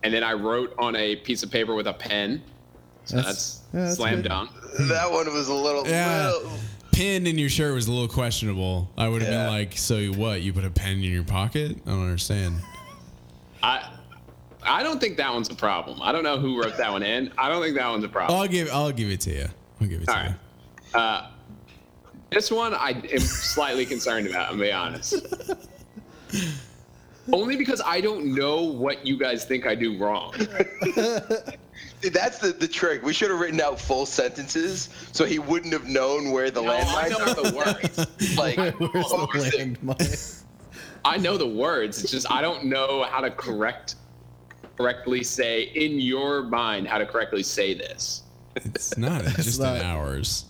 and then I wrote on a piece of paper with a pen. So That's- that's, yeah, that's slam good. dunk. That one was a little. Yeah. little- Pin in your shirt was a little questionable. I would have Yeah. been like, so you what? You put a pen in your pocket? I don't understand. I I don't think that one's a problem. I don't know who wrote that one in. I don't think that one's a problem. I'll give I'll give it to you. I'll give it to All you. right. This one I am slightly concerned about, I'm gonna be honest. Only because I don't know what you guys think I do wrong. See, that's the, the trick. We should have written out full sentences so he wouldn't have known where the No, I landmines know are. the words. Like, Where's the landmine? I know the words. It's just I don't know how to correct correctly say in your mind how to correctly say this. It's not it's just not- an hours.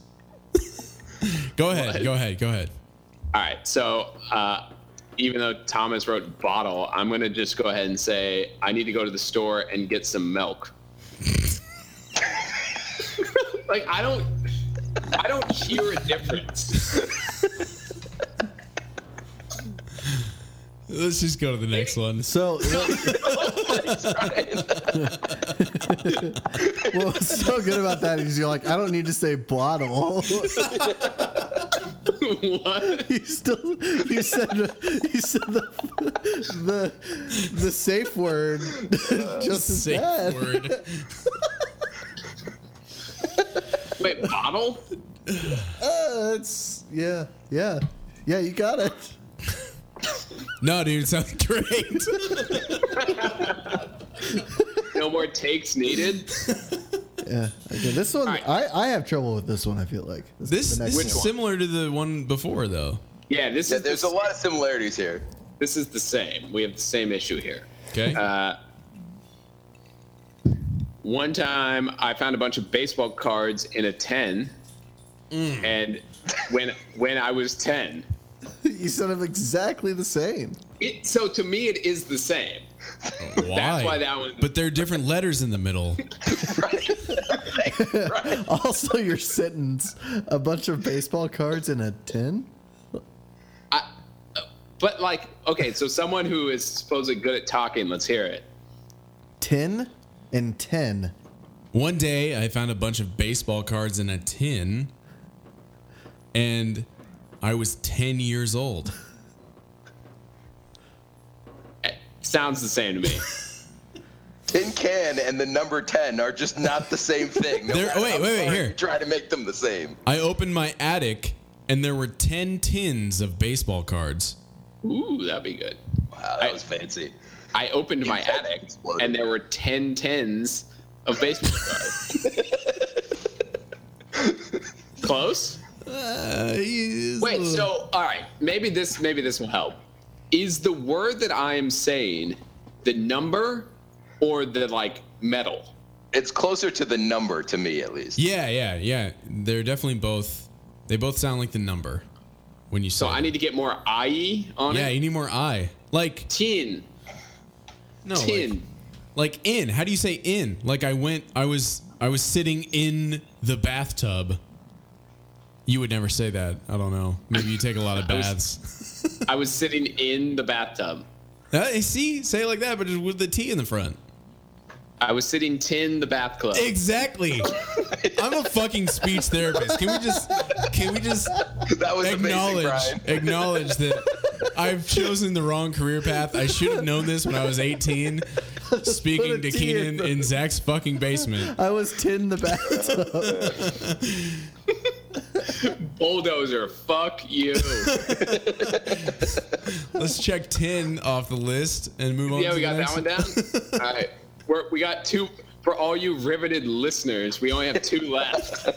go ahead. Go ahead. Go ahead. All right, so uh, even though Thomas wrote bottle, I'm gonna just go ahead and say I need to go to the store and get some milk. like I don't I don't hear a difference. Let's just go to the next one. So, well, what's so good about that is you're like, I don't need to say bottle. what? you still, you said, you said the, the, the safe word just as Safe bad. word. Wait, bottle? Uh, it's, yeah, yeah, yeah, you got it. No, dude, it sounds great. No more takes needed. Yeah, okay, this one, Alright. I, I have trouble with this one, I feel like. This, the this next is one. similar to the one before, though. Yeah, this Yeah, is there's the, a lot of similarities here. This is the same. We have the same issue here. Okay. Uh, one time, I found a bunch of baseball cards in a ten, and when when I was ten, You sound exactly the same. it, so to me it is the same. why? why that one- But there are different letters in the middle. Also, your sentence a bunch of baseball cards in a tin? But like, okay, so someone who is supposedly good at talking, let's hear it. Tin and ten. One day, I found a bunch of baseball cards in a tin, and I was 10 years old. Eh, Sounds the same to me. Tin can and the number ten are just not the same thing. No They're- matter wait, how wait, wait, hard here. you Try to make them the same. I opened my attic, and there were 10 tins of baseball cards. Ooh, that'd be good. Wow, that was fancy. I opened my had attic exploded. and there were 10 tens of baseball cards. Close? Uh, Wait, Hmm. so all right, maybe this maybe this will help. Is the word that I am saying the number or the like metal? It's closer to the number to me, at least. Yeah, yeah, yeah. They're definitely both. They both sound like the number when you So say. I need to get more IE on yeah, it. you need more I. Like Tin. no, tin. Oh, Like, like in. How do you say in? Like I went. I was. I was sitting in the bathtub. You would never say that. I don't know. Maybe you take a lot of was- baths. Uh, I was sitting in the bathtub. Hey, see, say it like that, but just with the T in the front. I was sitting tin the bath club. Exactly. I'm a fucking speech therapist. Can we just? Can we just? That was amazing, acknowledge Brian. acknowledge that I've chosen the wrong career path. I should have known this when I was 18, speaking Put a to T in Keenan the- in Zach's fucking basement. I was tin the bathtub. Bulldozer, fuck you. Let's check 10 off the list and move on. yeah, to we the got next that one down. All right, we're, we got two. For all you riveted listeners, we only have two left.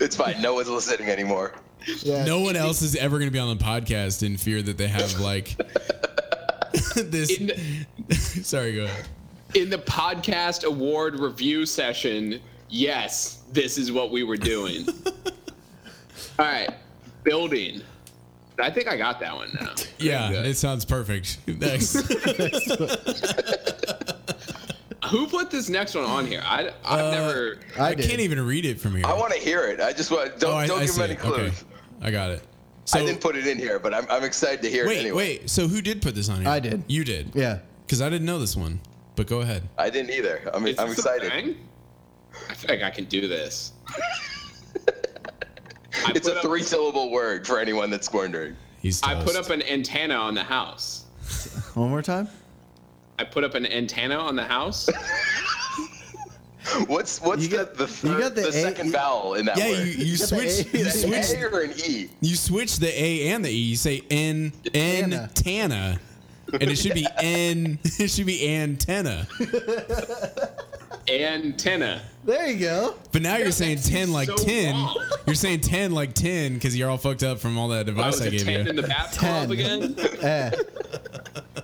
It's fine. No one's listening anymore. Yeah. No one else is ever going to be on the podcast in fear that they have like this. In the, Sorry, go ahead. in the podcast award review session, yes, this is what we were doing. All right, building. I think I got that one now. Yeah, it sounds perfect. Next. Who put this next one on here? I, I've Uh, never. I I did. can't even read it from here. I want to hear it. I just want don't Oh, I- don't I give see me any it. Okay. clues. I got it. So, I didn't put it in here, but I'm, I'm excited to hear wait, it anyway. wait. So who did put this on here? I did. You did. Yeah. Because I didn't know this one, but go ahead. I didn't either. I'm, Is I'm this a excited. thing? I feel like I can do this. I It's put a up- three syllable word for anyone that's wondering. He's. I put toast. up an antenna on the house. One more time. I put up an antenna on the house. What's what's You the, got- the, you third, got the the, A- second you- vowel in that Yeah, word? you, you got the switch A. you That's switch An A or an E? you switch the A and the E. You say N N Antenna. Tana, and it should be N. It should be antenna. antenna. There you go. But now you're saying ten like so ten. wrong. You're saying ten like ten because you're all fucked up from all that I advice was I, a gave ten in you. the bath Ten. club again. Eh.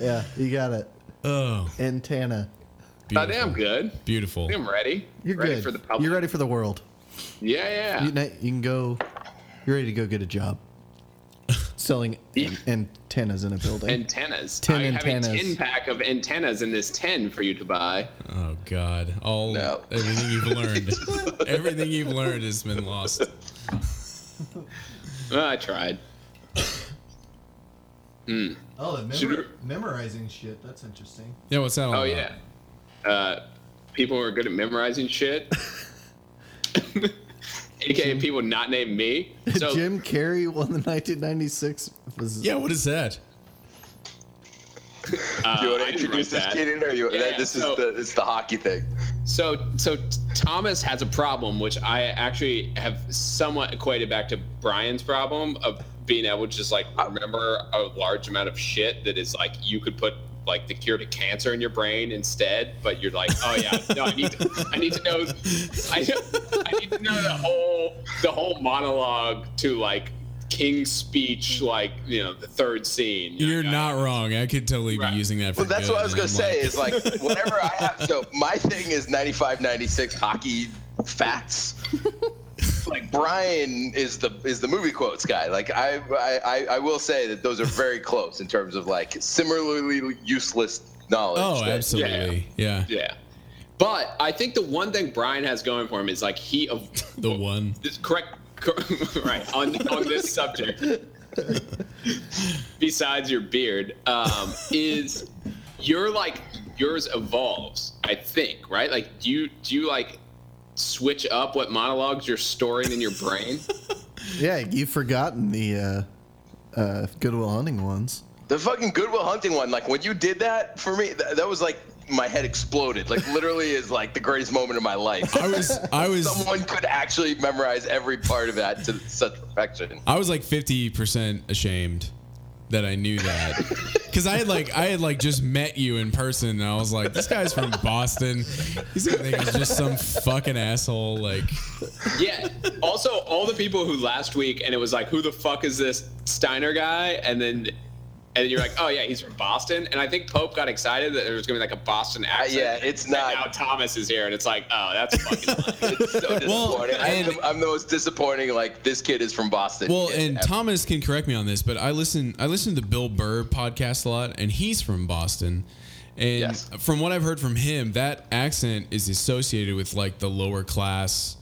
yeah, you got it. Oh, Antenna. Oh, beautiful. damn good. Beautiful. I think I'm ready. You're ready good. for the public. You're ready for the world. Yeah, yeah. You, you can go. You're ready to go get a job. selling an- antennas in a building. Antennas. Tin I antennas. have a tin pack of antennas in this tin for you to buy. Oh God! All No. everything you've learned, everything you've learned has been lost. Uh, I tried. oh, and Shooter. memorizing shit. That's interesting. Yeah, what's that all Uh-huh. Oh about? yeah. Uh, people who are good at memorizing shit. AKA people not named me. So Jim Carrey won the 1996. Was, Yeah, what is that? uh, you want I to didn't introduce write this that. kid in, or you, Yeah, that, this so- is the it's the hockey thing. So, so Thomas has a problem, which I actually have somewhat equated back to Brian's problem of being able to just like remember a large amount of shit that is like you could put like the cure to cancer in your brain instead, but you're like, oh yeah, no, I need to, I need to know, I, know- I need to know the whole the whole monologue to like King's speech, like you know the third scene. You're Like, I- not wrong. I could totally Right. be using that for. Well, that's good, what I was and gonna I'm say. like- Is like whenever I have so my thing is 95, 96 hockey facts. like Brian is the is the movie quotes guy. Like I I, I I will say that those are very close in terms of like similarly useless knowledge. oh, that- absolutely. Yeah. Yeah. But I think the one thing Brian has going for him is like he of The one. this correct cor- right on on this subject. Besides your beard, um, is your like yours evolves? I think right. Like do you do you like switch up what monologues you're storing in your brain? Yeah, you've forgotten the uh, uh, Goodwill Hunting ones. The fucking Goodwill Hunting one, like when you did that for me, th- that was like my head exploded. Like literally is like the greatest moment of my life. I was. I was. Someone could actually memorize every part of that to such perfection. I was like 50% ashamed that I knew that. Cause I had like I had like just met you in person and I was like, this guy's from Boston. He's gonna think I'm just some fucking asshole. Like yeah. Also, all the people who last week and it was like, who the fuck is this Steiner guy? And then. And then you're like, oh yeah, he's from Boston. And I think Pope got excited that there was gonna be like a Boston accent. Uh, yeah, it's And not- now Thomas is here, and it's like, oh, that's fucking. funny. It's so disappointing. I'm, and- the, I'm the most disappointing. Like this kid is from Boston. Well, kid and ever. Thomas can correct me on this, but I listen I listen to the Bill Burr podcast a lot and he's from Boston. And Yes. from what I've heard from him, that accent is associated with like the lower class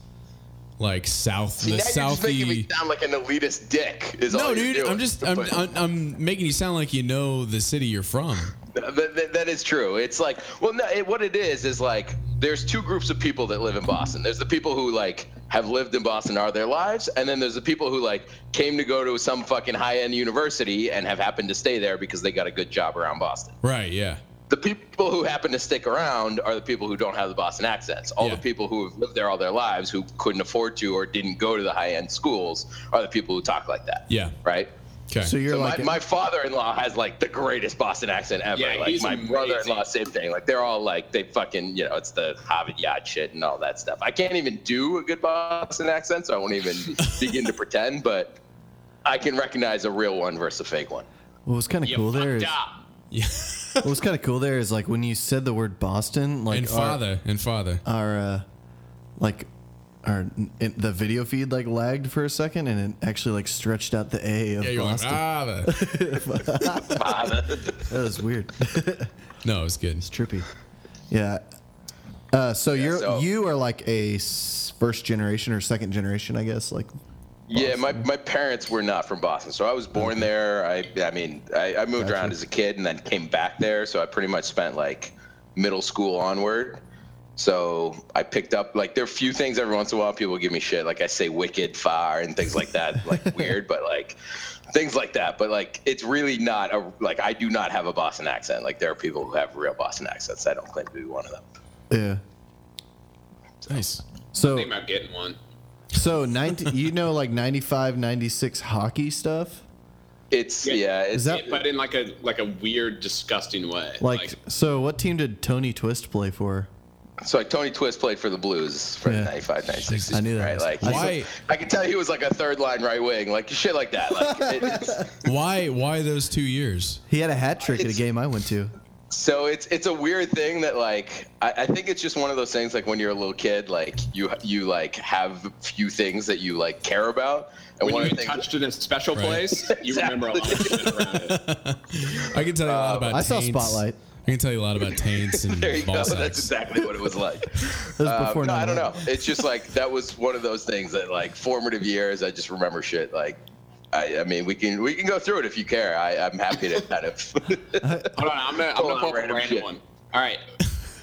like south See, the now you're just making me southie sound like an elitist dick. Is all No, you're dude, doing. I'm just I'm, But- I'm I'm making you sound like you know the city you're from. That, that- that is true. It's like, well, no, it, what it is is like there's two groups of people that live in Boston. There's the people who like have lived in Boston all their lives, and then there's the people who like came to go to some fucking high end university and have happened to stay there because they got a good job around Boston. Right, yeah. The people who happen to stick around are the people who don't have the Boston accents. All Yeah. the people who have lived there all their lives who couldn't afford to or didn't go to the high end schools are the people who talk like that. Yeah. Right? Okay. So you're So like, my, my father-in-law has like the greatest Boston accent ever. Yeah, like he's my amazing. brother-in-law, same thing. Like they're all like they fucking you know it's the Hobbit yacht shit and all that stuff. I can't even do a good Boston accent, so I won't even begin to pretend. But I can recognize a real one versus a fake one. what was kind of You cool there fucked is up. yeah. what was kind of cool there is like when you said the word Boston, like uh, and our- father and father. our uh, like our in, the video feed like lagged for a second and it actually like stretched out the A of Yeah, "Ah." you're like Boston. father. That was weird. no, it's good. Trippy. Yeah. Uh, so you're so- you are like a s- first generation or second generation, I guess. Like Yeah, my, my parents were not from Boston, so I was born there. I I mean I, I moved around as a kid and then came back there, so I pretty much spent like middle school onward. So I picked up like there are a few things every once in a while people give me shit like I say wicked fire and things like that like weird but like things like that but like it's really not a like I do not have a Boston accent like there are people who have real Boston accents I don't claim to be one of them. yeah. Nice. I So think about getting one. so 90 you know like 95 96 hockey stuff? It's yeah, it's, Is that Yeah, but in like a like a weird, disgusting way. like, so what team did Tony Twist play for? So like Tony Twist played for the Blues for Yeah. the 95, 96. I knew that Right? was- Like, I he's saw- like- I could tell he was like a third line right wing, like shit like that. Like, it- it's, Why why those two years? He had a hat trick at a It's- game I went to. So it's it's a weird thing that like I, I think it's just one of those things like when you're a little kid like you you like have few things that you like care about and When one of you the get things touched in a special Right. place, you remember a lot of shit around it. I can tell you a lot about. Uh, I saw taints. Spotlight. I can tell you a lot about taints and there you go ball that's sacks. exactly what it was like. That was Um, before no, I don't know. 9/11. It's just like that was one of those things that like formative years. I just remember shit like. I, I mean, we can we can go through it if you care. I, I'm happy to kind of. Hold on, I'm gonna, I'm Hold gonna on, pull up a random random shit. one. All right.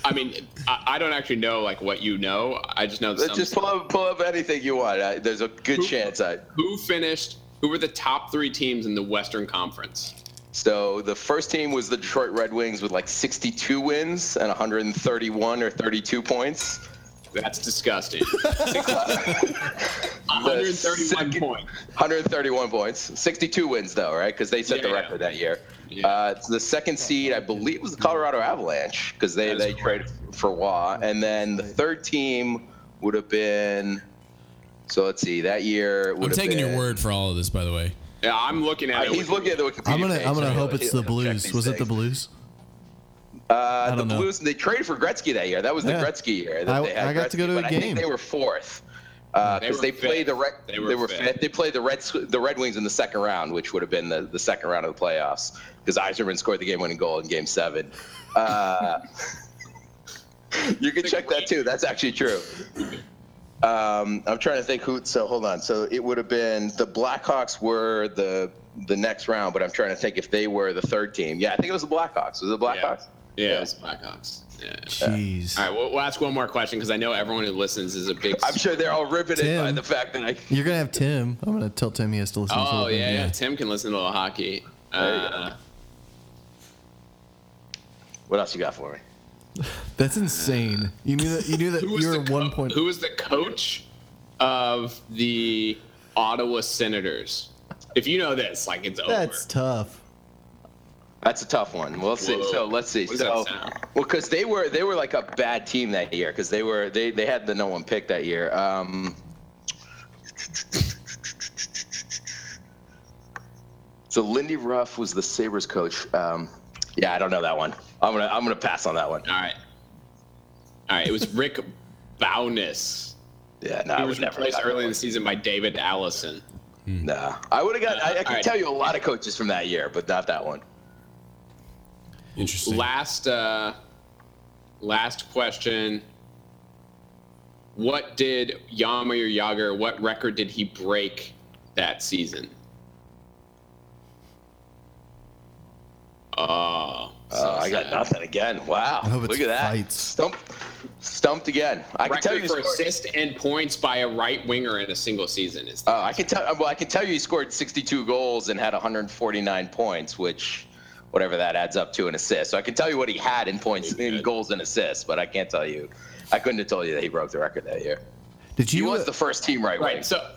I mean, I, I don't actually know like what you know. I just know Let's some just pull up pull up anything you want. I, there's a good chance I. who finished. Who were the top three teams in the Western Conference? So the first team was the Detroit Red Wings with like 62 wins and 131 or 32 points. That's disgusting. 131 second- points. 131 points, 62 wins though, right? Because they set the Yeah. record that year. Yeah. Uh, it's the second seed, I believe, was the Colorado Avalanche because they That is they traded for Waugh, and then the third team would have been. So let's see. That year would I'm have taking been, your word for all of this, by the way. Yeah, I'm looking at Uh, it. he's looking at the Wikipedia. I'm gonna page, I'm gonna so hope he'll- it's the he'll check Blues. these Was it the things. Blues? Uh, don't the know. Blues, they traded for Gretzky that year. That was the Yeah. Gretzky year. That I- they had I got to Gretzky, go to a but I game. think they were fourth because They they, were played the fifth. Red. They were, fifth. They played the Red the Red Wings in the second round, which would have been the, the second round of the playoffs because Eiserman scored the game-winning goal in Game Seven. Uh, you can check that too. That's actually true. Um, I'm trying to think who. So hold on. So it would have been the Blackhawks were the the next round, but I'm trying to think if they were the third team. Yeah, I think it was the Blackhawks. Was it the Yeah, Blackhawks? yeah, it was the Blackhawks. Yeah. Jeez. All right, we'll, we'll ask one more question because I know everyone who listens is a big. I'm sure they're all riveted by Tim. the fact that I. You're gonna have Tim. I'm gonna tell Tim he has to listen. to Oh the yeah, yeah. thing. Tim can listen to a little hockey. There you go. Uh, What else you got for me? That's insane. You knew that. You knew that Who was you were the co- one point. Who is the coach of the Ottawa Senators? If you know this, like it's over. That's tough. That's a tough one. Well, let's see. Whoa. So let's see. What does so, that sound? well, because they were they were like a bad team that year because they were they they had the no one pick that year. Um, so Lindy Ruff was the Sabres coach. Um, yeah, I don't know that one. I'm gonna I'm gonna pass on that one. All right. All right. It was Rick Bowness. Yeah, no, He I was would never. replaced early in the season by David Allison. Nah, I would have got. I, I can Alright. tell you a lot of coaches from that year, but not that one. Interesting. Last uh, last question. What did Yamir Yager? What record did he break that season? Oh, Oh, I got sad. nothing again. Wow. I hope it's Look at that. fights. Stumped, stumped again. I can record tell you. he for scored- assists and points by a right winger in a single season is Oh, I can tell. Well, I can tell you, he scored 62 goals and had 149 points, which, whatever that adds up to, an assist. So I can tell you what he had in points, in goals and assists, but I can't tell you. I couldn't have told you that he broke the record that year. Did He you? was the first team right wing. right. So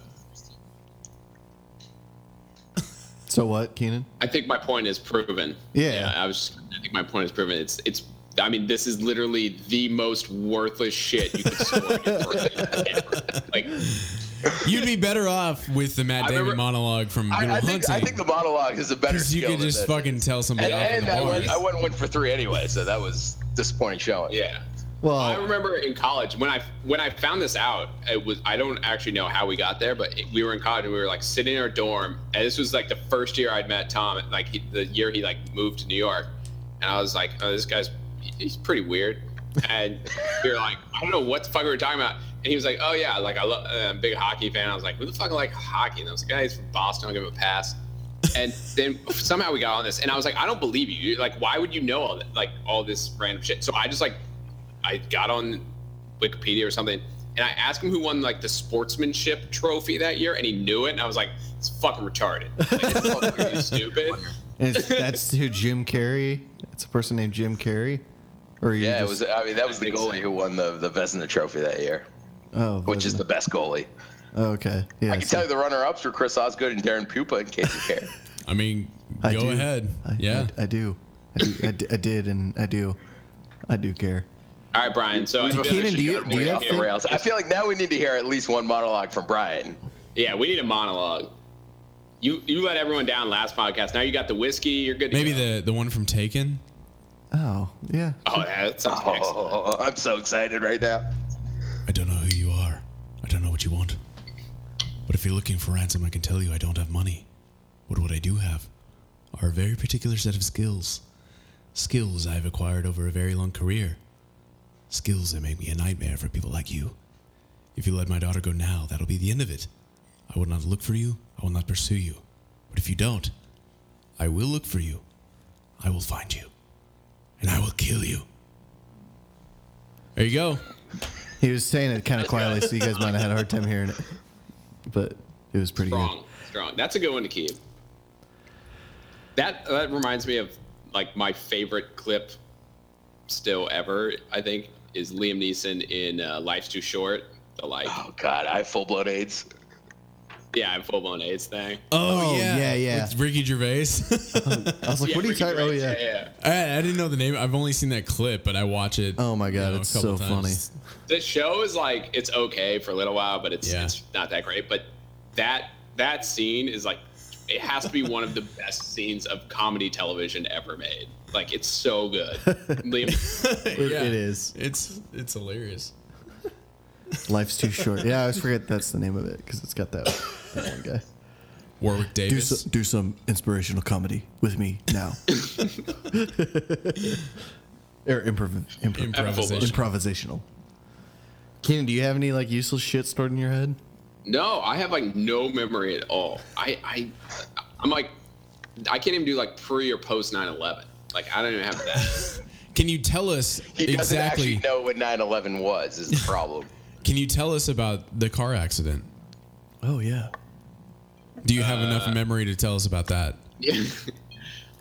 so what, Keenan? I think my point is proven. Yeah. I was. I think my point is proven. It's. It's. I mean, this is literally the most worthless shit you could score in your career ever. Like, You'd be better off with the Matt I Damon remember- monologue from Good I, I Will think, I think Hunting the monologue is a better because skill. you could than just this. fucking tell somebody And, off in and the I, bar. went, I went one for three anyway, so that was disappointing showing. yeah. Well, I remember in college when I when I found this out, it was I don't actually know how we got there, but we were in college and we were like sitting in our dorm, and this was like the first year I'd met Tom, like he, the year he like moved to New York, and I was like, oh, this guy's he's pretty weird, and we were like, I don't know what the fuck we were talking about, and he was like, oh yeah, like I love, uh, I'm a big hockey fan. I was like, who the fuck like hockey? And I was like, "Ah, he's from Boston, I'll give him a pass. And then somehow we got on this, and I was like, I don't believe you. You're Like, why would you know all that, like all this random shit? So I just like I got on Wikipedia or something, and I asked him who won like the sportsmanship trophy that year, and he knew it, and I was like, "It's fucking retarded, like, it's fucking really stupid." and it's- that's who Jim Carrey. It's a person named Jim Carrey. Or you Yeah, it just- was. I mean, that was the think so. goalie who won the the Vezina Trophy that year, Oh, which is the wasn't best goalie. it? Oh, okay. Yeah. I can tell you the runner-ups were Chris Osgood and Darren Pupa, in case you care. I mean, I go do. ahead. I, yeah. I, I do. I, do I, d- I did, and I do. I do care. All right, Brian. So Keenan, do you- do you Way have off the think- rails. I feel like now we need to hear at least one monologue from Brian. yeah, we need a monologue. You you let everyone down last podcast. Now you got the whiskey. You're good. To Maybe go. the the one from Taken. Oh, yeah. Oh, yeah, that sounds excellent. Oh, I'm so excited right now. I don't know who you are. I don't know what you want. But if you're looking for ransom, I can tell you I don't have money. But what I do have are a very particular set of skills. Skills I've acquired over a very long career. Skills that make me a nightmare for people like you. If you let my daughter go now, that'll be the end of it. I will not look for you. I will not pursue you. But if you don't, I will look for you. I will find you. And I will kill you. There you go. He was saying it kind of quietly, so you guys might have had a hard time hearing it. But it was pretty strong, strong. That's a good one to keep. That that reminds me of like my favorite clip, still ever. I think is Liam Neeson in uh, Life's Too Short. The like, Oh God, I have full blown AIDS. yeah, I'm full blown AIDS thing. Oh, Oh, yeah, yeah, yeah. With Ricky Gervais. good. I was like, what Yeah, are you Ricky talking? Oh Gervais, yeah. yeah. I, I didn't know the name. I've only seen that clip, but I watch it. Oh my God, a it's couple so funny. The show is like it's okay for a little while, but it's Yeah. it's not that great. But that that scene is like it has to be one of the best scenes of comedy television ever made. Like it's so good. Liam, It, Yeah. it is. It's it's hilarious. Life's too short. Yeah, I always forget that's the name of it because it's got that, that one guy. Warwick Do Davis. some, do some inspirational comedy with me now. or improv, improv, Improvisation. improvisational. Keenan, do you have any like useless shit stored in your head? No, I have like no memory at all. I, I I'm like I can't even do like pre or post 9/11. Like I don't even have that. Can you tell us He doesn't exactly? actually know what 9/11 was. Is the problem? Can you tell us about the car accident? Oh yeah. Do you have Uh, enough memory to tell us about that?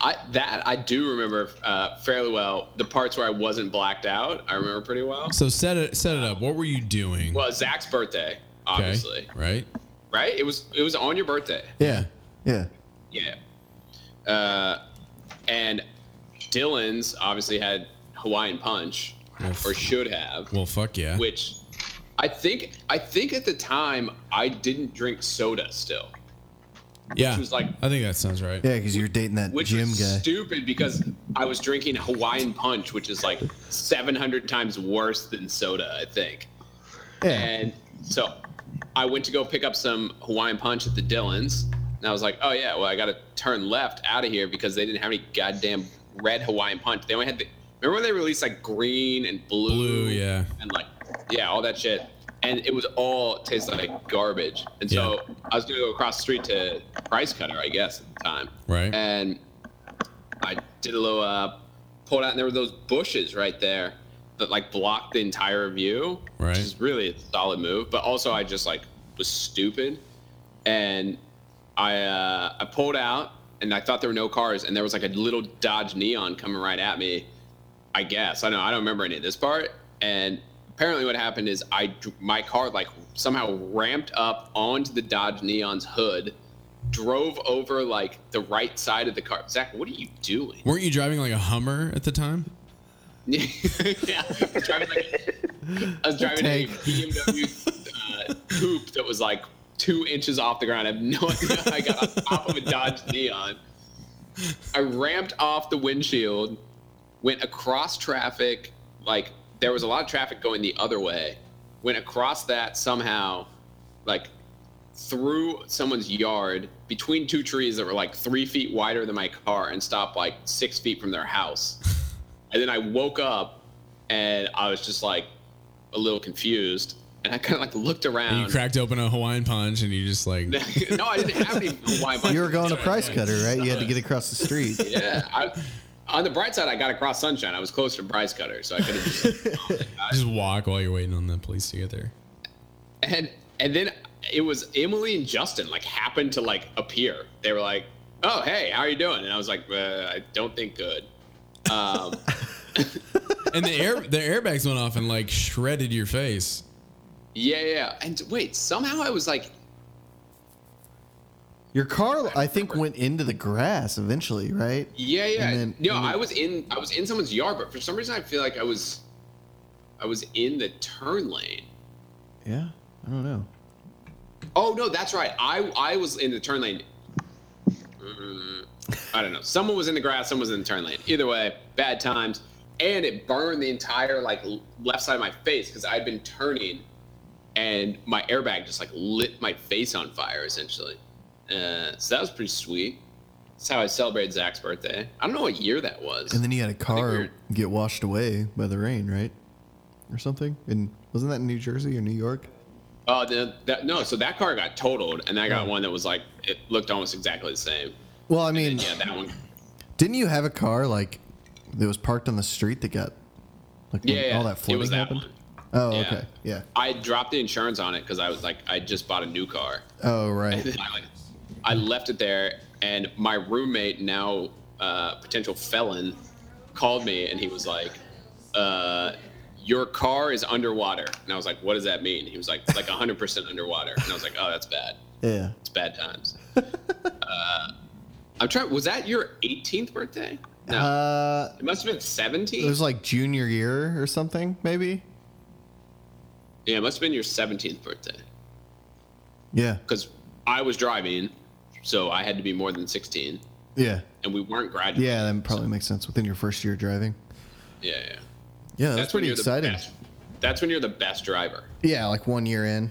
I that I do remember uh, fairly well. The parts where I wasn't blacked out, I remember pretty well. So set it set it up. What were you doing? Well, Zach's birthday, Okay, obviously, right? right? It was it was on your birthday. Yeah. Yeah. Yeah. Uh, and Dylan's obviously had Hawaiian Punch, Oof. or should have. Well, fuck yeah. which I think I think at the time I didn't drink soda still, yeah. was like- I think that sounds right. Yeah, because you're dating that which gym is guy. stupid because I was drinking Hawaiian Punch, which is like 700 times worse than soda, I think. yeah. And so I went to go pick up some Hawaiian Punch at the Dillons, and I was like, oh yeah, well I got to turn left out of here because they didn't have any goddamn red Hawaiian Punch. They only had the remember when they released like green and blue, Blue, yeah. and like yeah, all that shit. And it was all tasted like garbage. And so Yeah. I was gonna go across the street to Price Cutter, I guess, at the time. Right. And I did a little uh pulled out and there were those bushes right there that like blocked the entire view. Right. Which is really a solid move. But also I just like was stupid. And I uh I pulled out and I thought there were no cars and there was like a little Dodge Neon coming right at me. I guess I don't. I don't remember any of this part. And apparently, what happened is I dr- my car like somehow ramped up onto the Dodge Neon's hood, drove over like the right side of the car. Zach, what are you doing? Weren't you driving like a Hummer at the time? yeah, I was driving like I was driving a Tank. BMW uh, coupe that was like two inches off the ground. I have no idea how I got on top of a Dodge Neon. I ramped off the windshield, went across traffic. Like there was a lot of traffic going the other way. Went across that somehow, like through someone's yard between two trees that were like three feet wider than my car and stopped like six feet from their house. And then I woke up and I was just like a little confused. And I kind of like looked And around. you cracked open a Hawaiian punch and you just like Um, no, I didn't have any Hawaiian You were punches. going to Price Cutter, right? You had to get across the street. Yeah. I, on the bright side, I got across sunshine. I was close to Bryce Cutter, so I could have just just walk while you're waiting on the police to get there. and and then it was Emily and Justin like happened to like appear. They were like, "Oh hey, how are you doing?" And I was like, uh, "I don't think good." Um, And the air the airbags went off and like shredded your face. yeah, yeah. And wait, somehow I was like, Your car, I think, went into the grass eventually, right? "Yeah, yeah." And then- no, and then- I was in I was in someone's yard, but for some reason I feel like I was I was in the turn lane. Yeah. I don't know. Oh no, that's right. I I was in the turn lane. Mm, I don't know. Someone was in the grass, someone was in the turn lane. Either way, bad times. And it burned the entire like l- left side of my face because I'd been turning, and my airbag just like lit my face on fire essentially. Uh, so that was pretty sweet. That's how I celebrated Zach's birthday. I don't know what year that was. And then you had a car we're- get washed away by the rain, right? Or something? And wasn't that in New Jersey or New York? Oh, the, that, no! So that car got totaled, and I Oh. got one that was like it looked almost exactly the same. Well, I mean, And yeah, that one. didn't you have a car like that was parked on the street that got like when Yeah, yeah, all that flooding it was that happened? one. Oh, Yeah. okay. Yeah. I dropped the insurance on it because I was like, I just bought a new car. Oh, And right. then I, like, I left it there, and my roommate, now uh, potential felon, called me, and he was like, uh, "Your car is underwater." And I was like, "What does that mean?" He was like, "It's like 100% underwater." And I was like, "Oh, that's bad. Yeah. It's bad times." uh, I'm trying. Was that your 18th birthday? No, Uh, it must have been 17. it was like junior year or something, maybe. yeah, it must have been your 17th birthday Yeah. because I was driving, so I had to be more than 16, Yeah. and we weren't graduating. Yeah, that probably makes sense within your first year driving. Yeah, yeah. Yeah, that's, when pretty you're the exciting. best- that's when you're the best driver. Yeah, like one year in.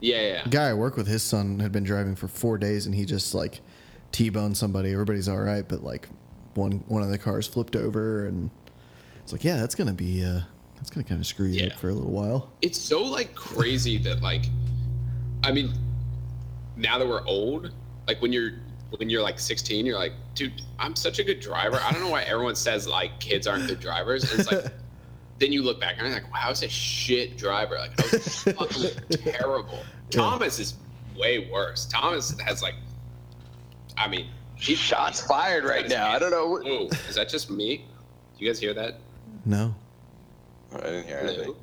Yeah, yeah. yeah. guy I work with, his son had been driving for four days, and he just like t-boned somebody. Everybody's all right, but like one one of the cars flipped over, and it's like, yeah, that's gonna be uh, that's gonna kind of screw you Yeah. up for a little while. It's so like crazy that like, I mean, now that we're old, like when you're when you're like 16, you're like, dude, I'm such a good driver. I don't know why everyone says like kids aren't good drivers. And it's like, then you look back and you're like, wow, I was a shit driver. Like I was fucking terrible. Thomas is way worse. Thomas has like, I mean, he Shots fired right now. I don't know. what- Whoa, is that just me? Do you guys hear that? No, I didn't hear anything. Hello?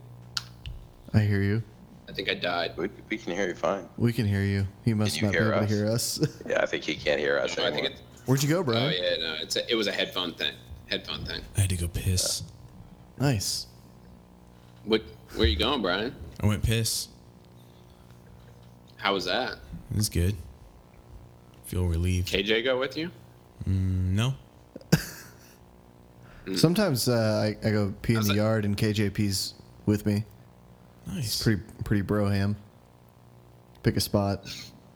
I hear you. I think I died. We, we can hear you fine. We can hear you. He must you not be hear able us? to hear us. Yeah, I think he can't hear us. No, I think anymore. it, Where'd you go, bro? oh yeah, no, it's a, it was a headphone thing. Headphone thing. I had to go piss. Nice. What? Where you going, Brian? I went piss. How was that? It's good. Feel relieved. KJ go with you? No. Hmm. Sometimes uh, I, I go pee in the like- yard, and KJP's with me. Nice. Pretty pretty bro ham. Pick a spot,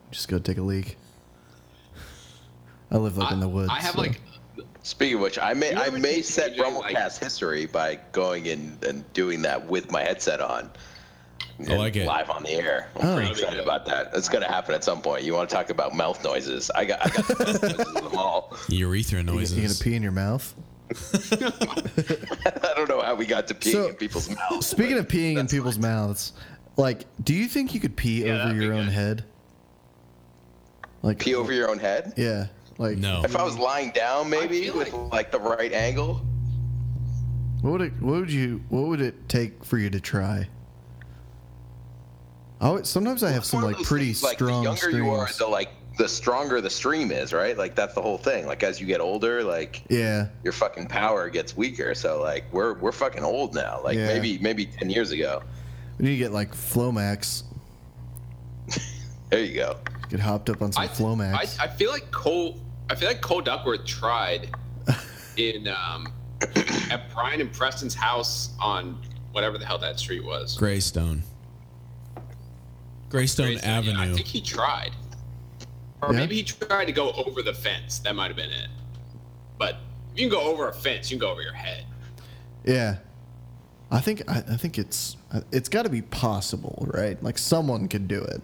just go take a leak. I live like in the woods. I have so- like Speaking of which, I may You I ever may think set KJ, like- Rumblecast history by going in and doing that with my headset on. I like it. Live on the air. I'm Oh. pretty excited about that. It's gonna happen at some point. You want to talk about mouth noises? I got I got the mouth noises of them all. Urethra noises. You gonna pee in your mouth? I don't know how we got to peeing So- in people's mouths. Speaking of peeing in people's mouths, like, do you think you could pee over that'd be your own good. head? Like, pee over your own head. yeah, like, no. If I was lying down, maybe feel with like- like the right angle. What would it? What would you? What would it take for you to try? I would, sometimes I have It's some one of like those pretty things, like, strong the younger you are, streams. the like the stronger the stream is, right? Like that's the whole thing. Like as you get older, like yeah, your fucking power gets weaker. So like we're we're fucking old now. Like Yeah. maybe maybe ten years ago. we need to get like Flomax. There you go. Get hopped up on some I, I Flomax. I feel like Cole I feel like Cole Duckworth tried in um at Brian and Preston's house on whatever the hell that street was. Greystone. Greystone, Grayson, yeah, Avenue. I think he tried. Or Yeah? maybe he tried to go over the fence. That might have been it. But if you can go over a fence, you can go over your head. yeah, I think I, I think it's uh, it's got to be possible, right? Like someone could do it.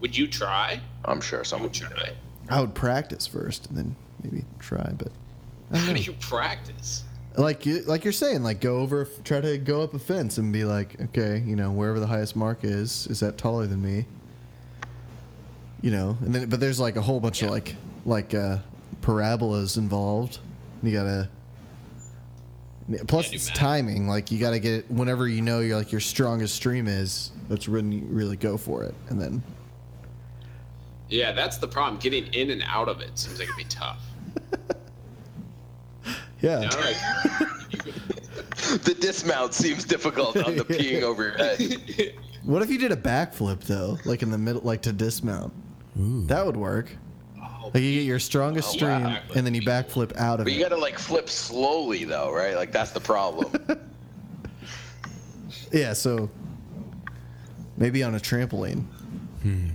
Would you try? I'm sure someone. Try. I would practice first and then maybe try, but How do you practice? like you like you're saying, like go over, try to go up a fence and be like, okay, you know, wherever the highest mark is, is that taller than me? You know, and then but there's like a whole bunch of like like uh, parabolas involved. You gotta. Plus, do it's math. timing. Like you gotta get it whenever you know you're like your strongest stream is. That's when you really go for it, and then Yeah, that's the problem. Getting in and out of it seems like it'd be tough. yeah, You know, like, The dismount seems difficult on the peeing over your head. What if you did a backflip though, like in the middle, like to dismount? That would work. Like you get your strongest Oh, stream, wow. and then you backflip out of Oh, But you it. gotta like flip slowly though, right? Like that's the problem. Yeah, so maybe on a trampoline. Hmm.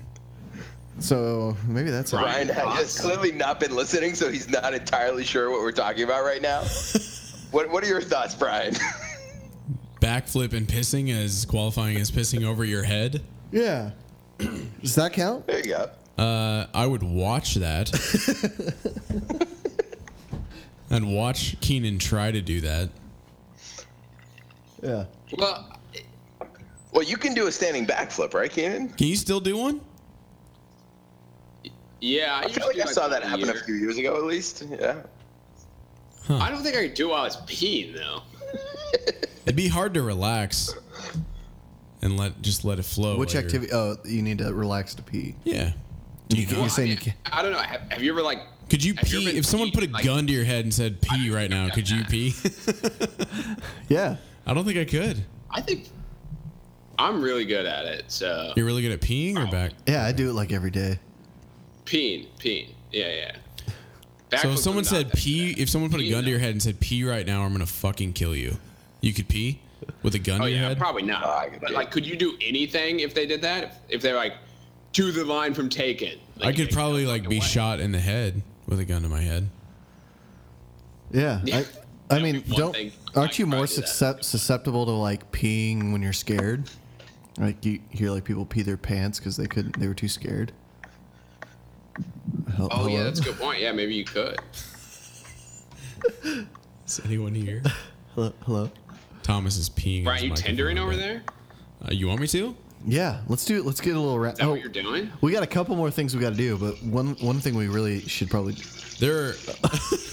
So maybe that's how- Ryan has clearly not been listening, so he's not entirely sure what we're talking about right now. what What are your thoughts, Brian? Backflip and pissing as qualifying as pissing over your head. Yeah. Does that count? there you go. Uh, I would watch that. I'd watch Keenan try to do that. Yeah. Well, Well, you can do a standing backflip, right, Keenan? Can you still do one? yeah, I feel like I saw that happen a few years ago, at least. Yeah. I don't think I could do it while I was peeing though. It'd be hard to relax and let just let it flow. while Which you're- activity? Oh, you need to relax to pee. Yeah. You, know? are I, saying you mean, can't. I don't know. Have, have you ever like? Could you Have you ever pee? been If someone put a peeing, like- gun to your head and said pee right now, could you pee? Yeah. I don't think I could. I think I'm really good at it. So You're really good at peeing or back? Yeah, I do it like every day. peeing, peeing. Yeah, yeah. So Backflips, I'm if someone not said that good pee, at. if someone put a Pee, gun to no. your head and said pee right now, I'm gonna fucking kill you. You could pee with a gun Oh to your yeah, head. probably not. Oh, I could but do like, could you do anything if they did that? If, if they're like, to the line from Taken. I Like, could they- probably like be way. shot in the head with a gun to my head. Yeah. Yeah. I, I mean, That'd be one don't. thing. Aren't you I'd more probably do that. suscep- susceptible to like peeing when you're scared? Like you hear like people pee their pants because they couldn't, they were too scared. Hel- Oh yeah, hello? that's a good point. Yeah, maybe you could. Is anyone here? Hello. hello? Thomas is peeing. Brian, you tendering tendering over there? Uh, you want me to? Yeah. Let's do. Let's get a little. Ra- oh, Is that Oh. what you're doing? We got a couple more things we got to do, but one one thing we really should probably. There. Are,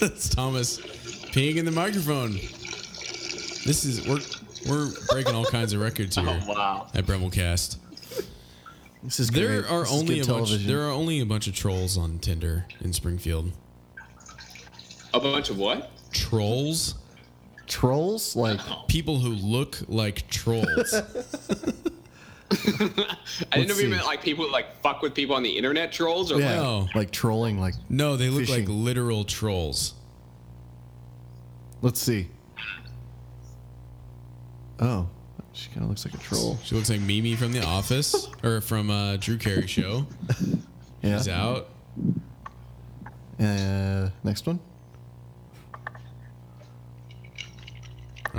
that's Thomas peeing in the microphone. This is we're we're breaking all kinds of Oh, records here Wow. at Bremblecast. This is There great. are This is good only a bunch. television. There are only a bunch of trolls on Tinder in Springfield. A bunch of what? Trolls, trolls like people who look like trolls. I didn't know if you see. meant like people that, like fuck with people on the internet trolls or yeah, like No. like trolling like. no, they look like Fishing. literal trolls. Let's see. Oh, she kind of looks like a troll. She looks like Mimi from The Office or from uh, Drew Carey Show. Yeah. She's out. Uh, next one. I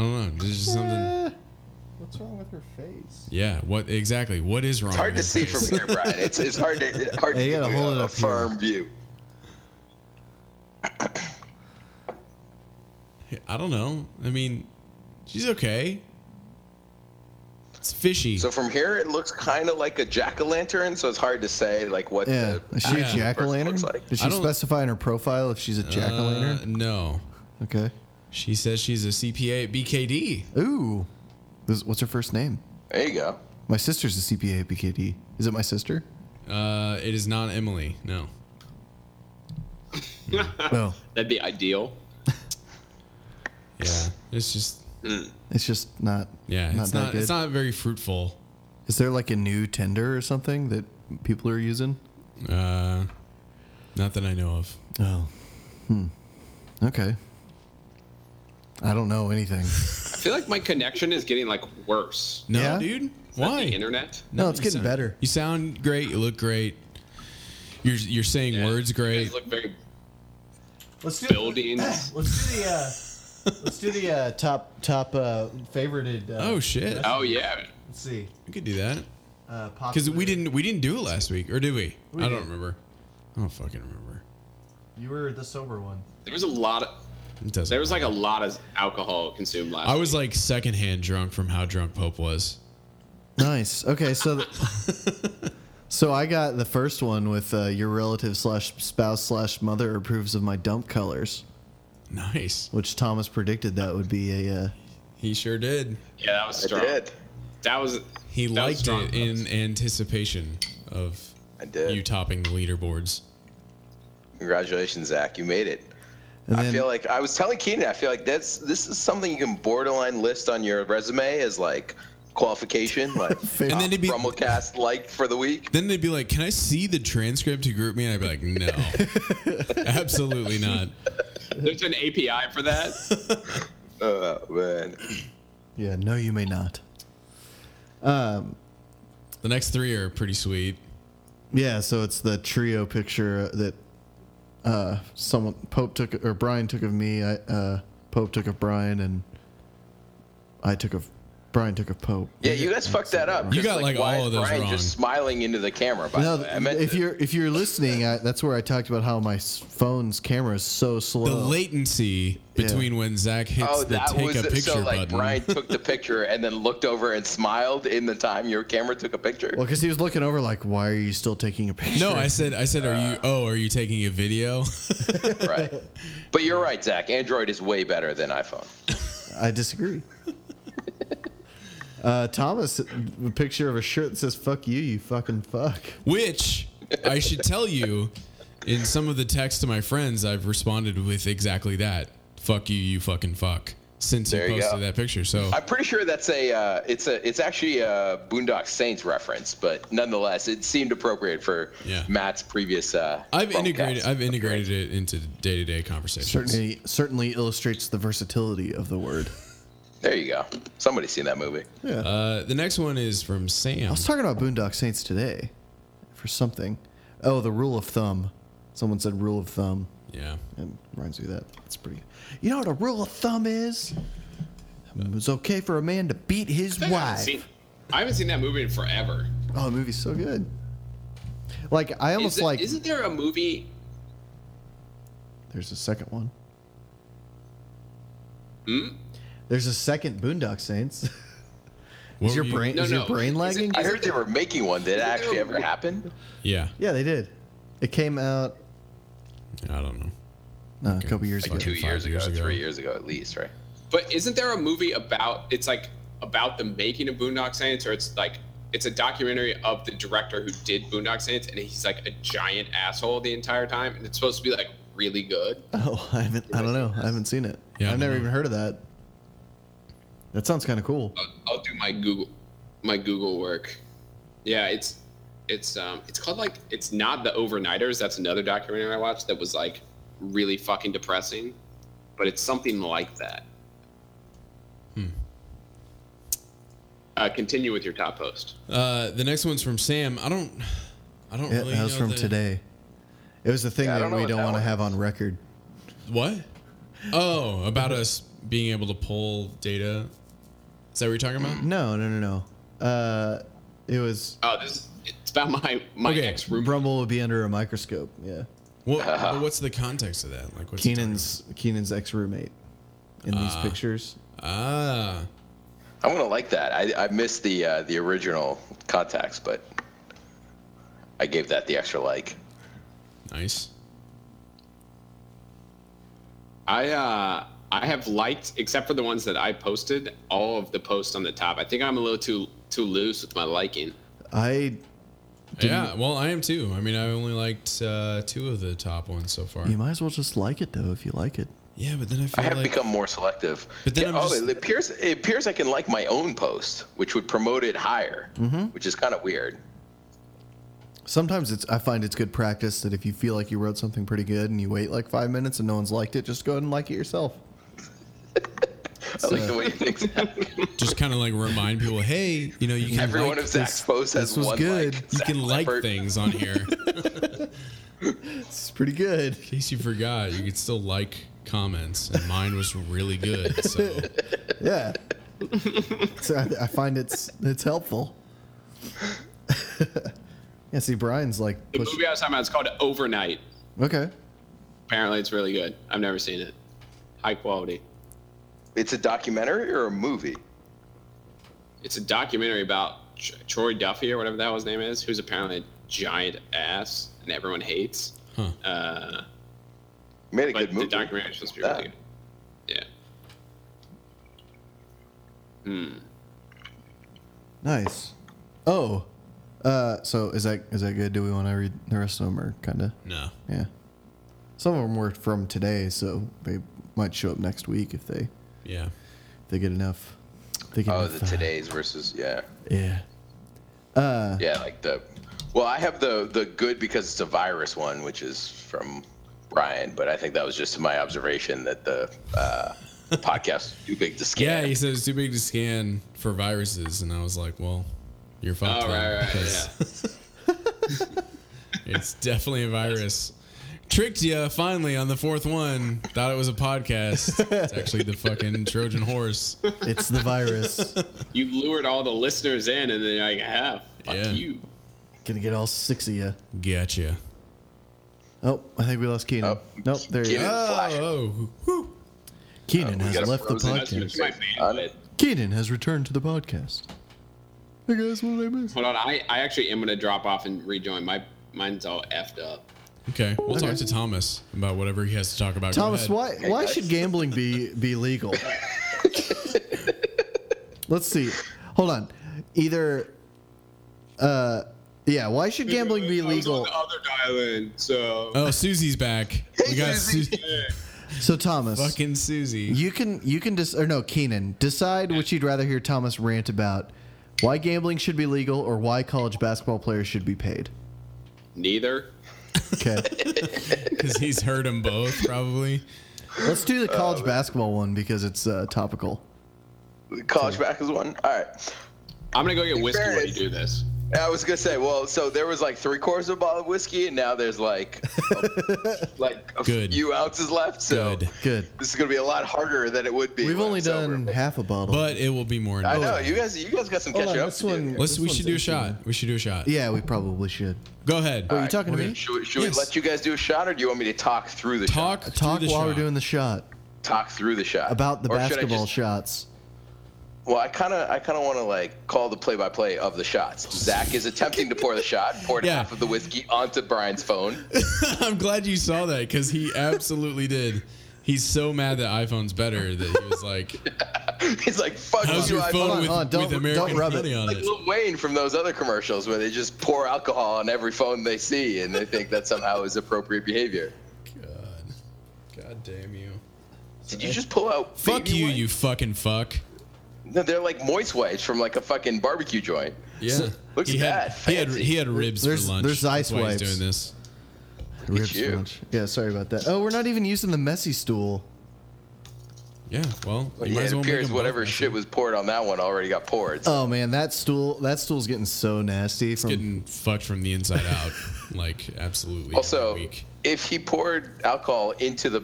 don't know. There's just something. What's wrong with her face? Yeah. What exactly? What is wrong? It's hard to with see this? from here, Brian. It's it's hard to it's hard Yeah, to you get gotta a, hold it a up here. firm view. I don't know. I mean, she's okay. It's fishy. Uh, So from here, it looks kind of like a jack o' lantern. So it's hard to say like what Yeah, the is she Yeah. a jack o' lantern? Looks like. Did I she don't- specify in her profile if she's a jack o' uh, lantern? no. okay. She says she's a CPA at BKD. Ooh, this, what's her first name? There you go. My sister's a CPA at BKD. Is it my sister? Uh, it is not Emily. No. No, that'd be ideal. Yeah. It's just. it's just not. Yeah. not it's that not. good. It's not very fruitful. Is there like a new Tinder or something that people are using? Uh, not that I know of. Oh. Hmm. Okay. I don't know anything. I feel like my connection is getting like worse. No, Yeah? dude. The Why? internet. No, it's you getting sound- better. You sound great. You look great. You're you're saying Yeah. words You great. guys look very Let's do buildings. Let's do the uh, let's do the uh, top top uh, favorited. Uh, oh shit. Oh yeah. Let's see. We could do that Uh, because we didn't we didn't do it last week, or did we? We I did. don't remember. I don't fucking remember. You were the sober one. There was a lot of It doesn't. there was like a lot of alcohol consumed last I was like secondhand drunk from how drunk Pope was. Nice. Okay, so the- so I got the first one with uh, your relative slash spouse slash mother approves of my dump colors, Nice. which Thomas predicted that would be a. Uh, He sure did. Yeah, that was I strong. did. That was He that was liked strong. it in anticipation of I did. you topping the leaderboards. Congratulations, Zach. You made it. and I then, feel like I was telling Keenan, I feel like that's this is something you can borderline list on your resume as like qualification, like And then it'd be- Rumblecast like for the week. Then they'd be like, "Can I see the transcript to group me?" And I'd be like, "No, absolutely not." There's an API for that. Oh man, Yeah, no, you may not. The next three are pretty sweet. Yeah, so it's the trio picture that uh, someone Pope took or Brian took of me. I, uh, Pope took of Brian, and I took of Brian took of Pope. yeah, you guys fucked that up. You Just, got, like, why all is of those Brian wrong. just smiling into the camera. By No, the way, I meant if to- you're if you're listening, I, that's where I talked about how my s- phone's camera is so slow. The latency between when Zach hits Oh, the that take was a picture so. Like button. Brian took the picture and then looked over and smiled in the time your camera took a picture. Well, because he was looking over, like, why are you still taking a picture? No, I said, I said, are Uh, you? Oh, are you taking a video? right. But you're right, Zach. Android is way better than iPhone. I disagree. uh, Thomas, a picture of a shirt that says "fuck you, you fucking fuck." Which I should tell you, in some of the texts to my friends, I've responded with exactly that. Fuck you, you fucking fuck. Since There you you go. posted that picture, so I'm pretty sure that's a uh, it's a it's actually a Boondock Saints reference, but nonetheless, it seemed appropriate for Yeah. Matt's previous. Uh, I've Chromecast. integrated, I've integrated it into day to day conversations. Certainly, certainly illustrates the versatility of the word. There you go. Somebody's seen that movie. Uh, the next one is from Sam. I was talking about Boondock Saints today for something. Oh, the rule of thumb. Someone said rule of thumb. Yeah. It reminds me of that. It's pretty. You know what a rule of thumb is? It's okay for a man to beat his I haven't, wife. seen, I haven't seen that movie in forever. Oh, the movie's so good. Like I almost Is it, like isn't there a movie? There's a second one. There's a second Boondock Saints. What is your were Oh, you- brain No, is your no. brain Is lagging? it- I heard they were making one. Did it actually ever happen? Yeah. yeah, they did. It came out I don't know. no, a couple years Like ago. two five years ago, years ago. three years ago at least, right? But isn't there a movie about? It's like about the making of Boondock Saints, or it's like it's a documentary of the director who did Boondock Saints, and he's like a giant asshole the entire time, and it's supposed to be like really good. Oh, I haven't. I don't know. I haven't seen it. Yeah, I've I don't never know. even heard of that. That sounds kind of cool. I'll do my Google my Google work. Yeah, it's it's um it's called like it's not the overnighters. That's another documentary I watched that was like really fucking depressing, but it's something like that. Hmm. Uh, continue with your top post. Uh, the next one's from Sam. I don't. I don't Yeah, really. that was know from the- today. It was the thing Yeah, I that don't know we what don't that want to one have on record. What? Oh, about us being able to pull data. Is that what you're talking about? No, no, no, no. Uh, it was Oh, this it's about my my Okay. ex room. Brumble would be under a microscope. Yeah, What, but what's the context of that? Like, what's it Keenan's Keenan's ex roommate in these Uh. pictures. talking- Ah, I'm gonna like that. I, I missed the uh, the original contacts, but I gave that the extra like. nice. I uh I have liked except for the ones that I posted all of the posts on the top. I think I'm a little too too loose with my liking. I yeah. Well, I am too. I mean, I only liked uh, two of the top ones so far. you might as well just like it though if you like it. Yeah, but then I feel I have like become more selective. But then I'm oh, just- it appears it appears I can like my own post, which would promote it higher, Mm-hmm. which is kind of weird. Sometimes it's I find it's good practice that if you feel like you wrote something pretty good and you wait like five minutes and no one's liked it, just go ahead and like it yourself. I like the way you think. Zach. just kind of like remind people, hey, you know, you can Every like, one of Zach's this- posts has this was one good. like. you Zach can like Leppard. things on here. In It's pretty good. case you forgot, you could still like comments, and mine was really good. So Yeah. so I, I find it's it's helpful. yeah. See, Brian's like The push- movie I was talking about is called Overnight. okay. Apparently, it's really good. I've never seen it. High quality. It's a documentary or a movie. It's a documentary about Tr- Troy Duffy or whatever the hell his name is, who's apparently a giant ass and everyone hates. Huh. Uh, You made a but good movie. the documentary is supposed to be Yeah. really good. Yeah. Hmm. Nice. Oh. Uh. So is that is that good? Do we want to read the rest of them or kind of? no. Yeah. Some of them were from today, so they might show up next week if they Yeah. they get enough. Thinking Oh, of, the uh, today's versus yeah, Yeah. yeah, like the. Well, I have the the good because it's a virus one, which is from Brian, but I think that was just my observation that the uh, podcast is too big to Yeah, scan. he said it's too big to scan for viruses, and I was like, well, you're fucked. Oh, man, right, right, because it's definitely a virus. Tricked you finally on the fourth one. Thought it was a podcast. It's actually the fucking Trojan horse. It's the virus. You lured all the listeners in, and then you're like, ah, fuck Yeah. you. Gonna get all six of you. Gotcha. Oh, I think we lost Keenan. Oh, nope, there you Keenan. go. Flash. Oh, whew. Keenan we has got a left the frozen podcast. That's my bandwidth. Keenan has returned to the podcast. Hey guys, what did I miss? Hold on, I, I actually am gonna drop off and rejoin. My mine's all effed up. okay. We'll talk to Thomas about whatever he has to talk about. Go Thomas, ahead. why Hey, why guys. should gambling be be legal? Let's see. Hold on. Either uh yeah, why should gambling be I was legal? on the other dial-in, so Oh, Susie's back. We got Susie. So Thomas, fucking Susie. you can you can just or no, Keenan, decide what you'd rather hear Thomas rant about. Why gambling should be legal or why college basketball players should be paid. neither. Okay. Because he's heard them both, probably. Let's do the college basketball one because it's uh, topical. College back is one. All right. I'm gonna go get whiskey fairness- while you do this. I was gonna say, well, so there was like three quarters of a bottle of whiskey, and now there's like, a, like a Good. few ounces left. So Good. Good. this is gonna be a lot harder than it would be. We've when only it's over. done half a bottle. But it will be more. I enjoyable. know you guys. You guys got some Hold catching on, up this to do. one- Let's. This We one's should do a shot. interesting. We should do a shot. yeah, we probably should. Go ahead. Are you talking to me? Should, we- should Yes. we let you guys do a shot, or do you want me to talk through the Talk. shot? Talk through while the we're shot. doing the shot talk through the shot about the Or should I basketball just- shots. Well, I kind of, I kind of want to like call the play-by-play of the shots. Zach is attempting to pour the shot, poured Yeah. half of the whiskey onto Brian's phone. I'm glad you saw that because he absolutely did. He's so mad that iPhone's better that he was like, He's like, "Fuck "How's you, your iPhone." phone on, with, hold on, don't- with American don't rub it. money on Like it?" Lil Wayne from those other commercials where they just pour alcohol on every phone they see and they think that somehow is appropriate behavior. God, God damn you! Did you just pull out? Fuck baby you, wipes? you fucking fuck. No, they're like moist wipes from like a fucking barbecue joint. Yeah. Look he had, at that, He had fancy. he had ribs There's- for lunch. there's ice That's why wipes. He's doing this. Ribs you. lunch. Yeah, sorry about that. Oh, we're not even using the messy stool. Yeah. Well, you yeah, might as it well make appears them whatever both. shit was poured on that one already got poured. Oh man, that stool that stool's getting so nasty from getting fucked from the inside out, like absolutely. also, every week. if he poured alcohol into the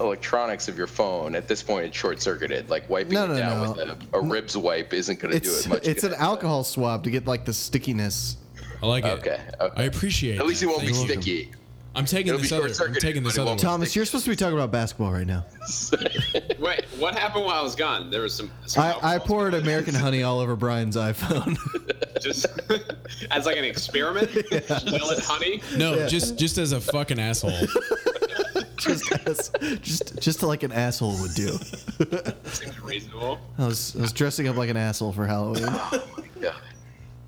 electronics of your phone, at this point it's short circuited. Like wiping No, it no, down no. with a, a ribs wipe isn't going to do it's it much. it's an good. alcohol swab to get like the stickiness. I like it. Okay, okay. I appreciate. At least that. it won't be Thank you. sticky. I'm taking It'll this be other. I'm short-circuited, taking this but it other. won't- one. Thomas, you're supposed to be talking about basketball right now. Wait, what happened while I was gone? There was some. some I, I alcohol. poured American honey all over Brian's iPhone. just as like an experiment. Will it honey? No, Yeah. just just as a fucking asshole. just, as, just just like an asshole would do. Seems reasonable. I was, I was dressing up like an asshole for Halloween. Yeah.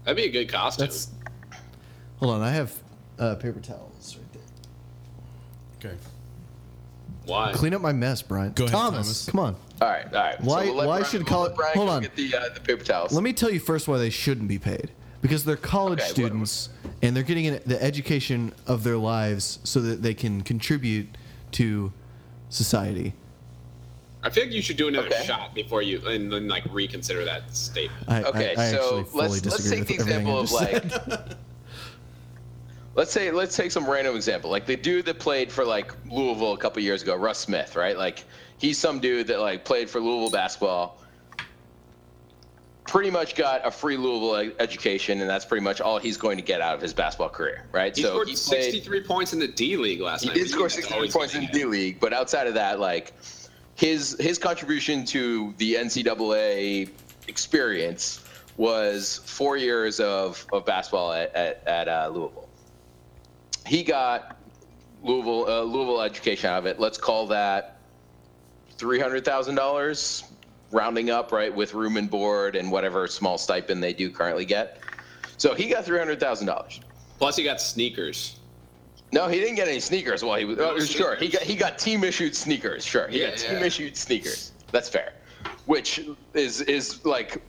That'd be a good costume. That's hold on. I have uh, paper towels right there. Okay. Why? Clean up my mess, Brian. Go ahead, Thomas. Come on. All right, all right. Why- let why Brian- should we'll col- let Brian hold go on. Get the, uh, the paper towels. Let me tell you first why they shouldn't be paid. Because they're college Okay, what- students and they're getting an, the education of their lives so that they can contribute to society. I feel like you should do another Okay. shot before you and then like reconsider that statement. I, I- Okay, I actually so fully let's let's disagree take the with everything example I of just like said. let's say let's take some random example. Like the dude that played for like Louisville a couple years ago, Russ Smith, right? Like he's some dude that like played for Louisville basketball. Pretty much got a free Louisville e- education, and that's pretty much all he's going to get out of his basketball career, right? He scored he played- 63 points in the D League last he night. did score That's 63 always points in gonna D League, but outside of that, like his his contribution to the NCAA experience was four years of, of basketball at at, at uh, Louisville. He got Louisville uh, Louisville education out of it. Let's call that three hundred thousand dollars, rounding up, right, with room and board and whatever small stipend they do currently get. So he got three hundred thousand dollars. happen. Plus, he got sneakers. No, he uh, didn't get any sneakers while he was. Oh, sure, he got he got team issued sneakers. Sure, he Yeah, got yeah. team issued sneakers. That's fair. which is is like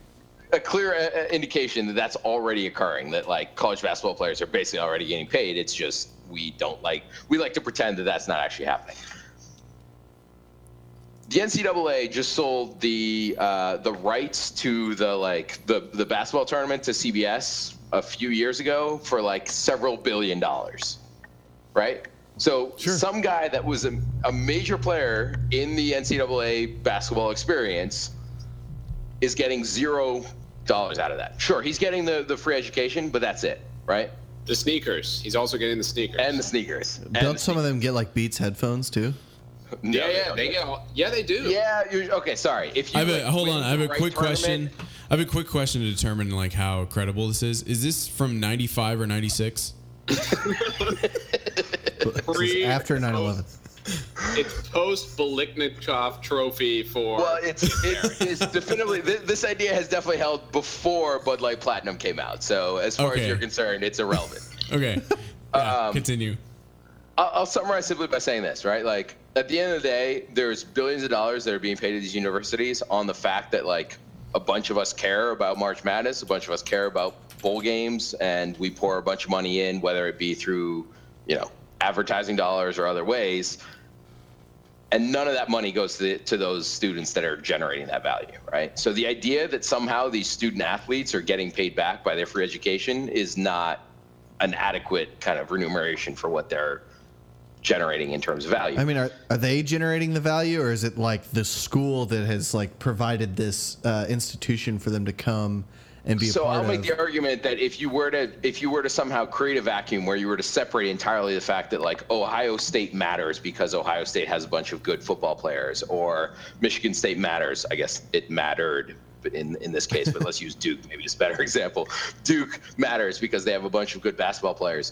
a clear uh, indication that that's already occurring. That like college basketball players are basically already getting paid. It's just we don't like we like to pretend that that's not actually happening. The NCAA just sold the uh, the rights to the like the the basketball tournament to CBS a few years ago for like several billion dollars right? So some guy that was a, a major player in the NCAA basketball experience is getting zero dollars out of that. Sure, he's getting the, the free education, but that's it, right? The sneakers. He's also getting the sneakers. And the sneakers. And Don't the some of them get like Beats headphones too? sneakers. yeah, No, yeah, don't they do get. All, yeah, they do. that. Yeah, you okay, sorry. If you I have like, a, hold win on. I have the a right quick question. tournament- I have a quick question to determine like how credible this is. Is this from ninety five or ninety six? This is after 9/11. It's post Boliknikov trophy for. Well, it's it's, it's definitely this, this idea has definitely held before Bud Light Platinum came out. So as far Okay. as you're concerned, it's irrelevant. Okay, Yeah, Um, continue. I'll, I'll summarize simply by saying this, right? Like at the end of the day, there's billions of dollars that are being paid to these universities on the fact that like a bunch of us care about March Madness, a bunch of us care about bowl games, and we pour a bunch of money in, whether it be through, you know, advertising dollars or other ways. And none of that money goes to, the, to those students that are generating that value, right? So the idea that somehow these student athletes are getting paid back by their free education is not an adequate kind of remuneration for what they're generating in terms of value. I mean, are, are they generating the value, or is it like the school that has like provided this uh, institution for them to come and be a so part I'll of? make the argument that if you were to if you were to somehow create a vacuum where you were to separate entirely the fact that like Ohio State matters because Ohio State has a bunch of good football players or Michigan State matters, I guess it mattered in in this case, but let's use Duke maybe it's a better example. Duke matters because they have a bunch of good basketball players.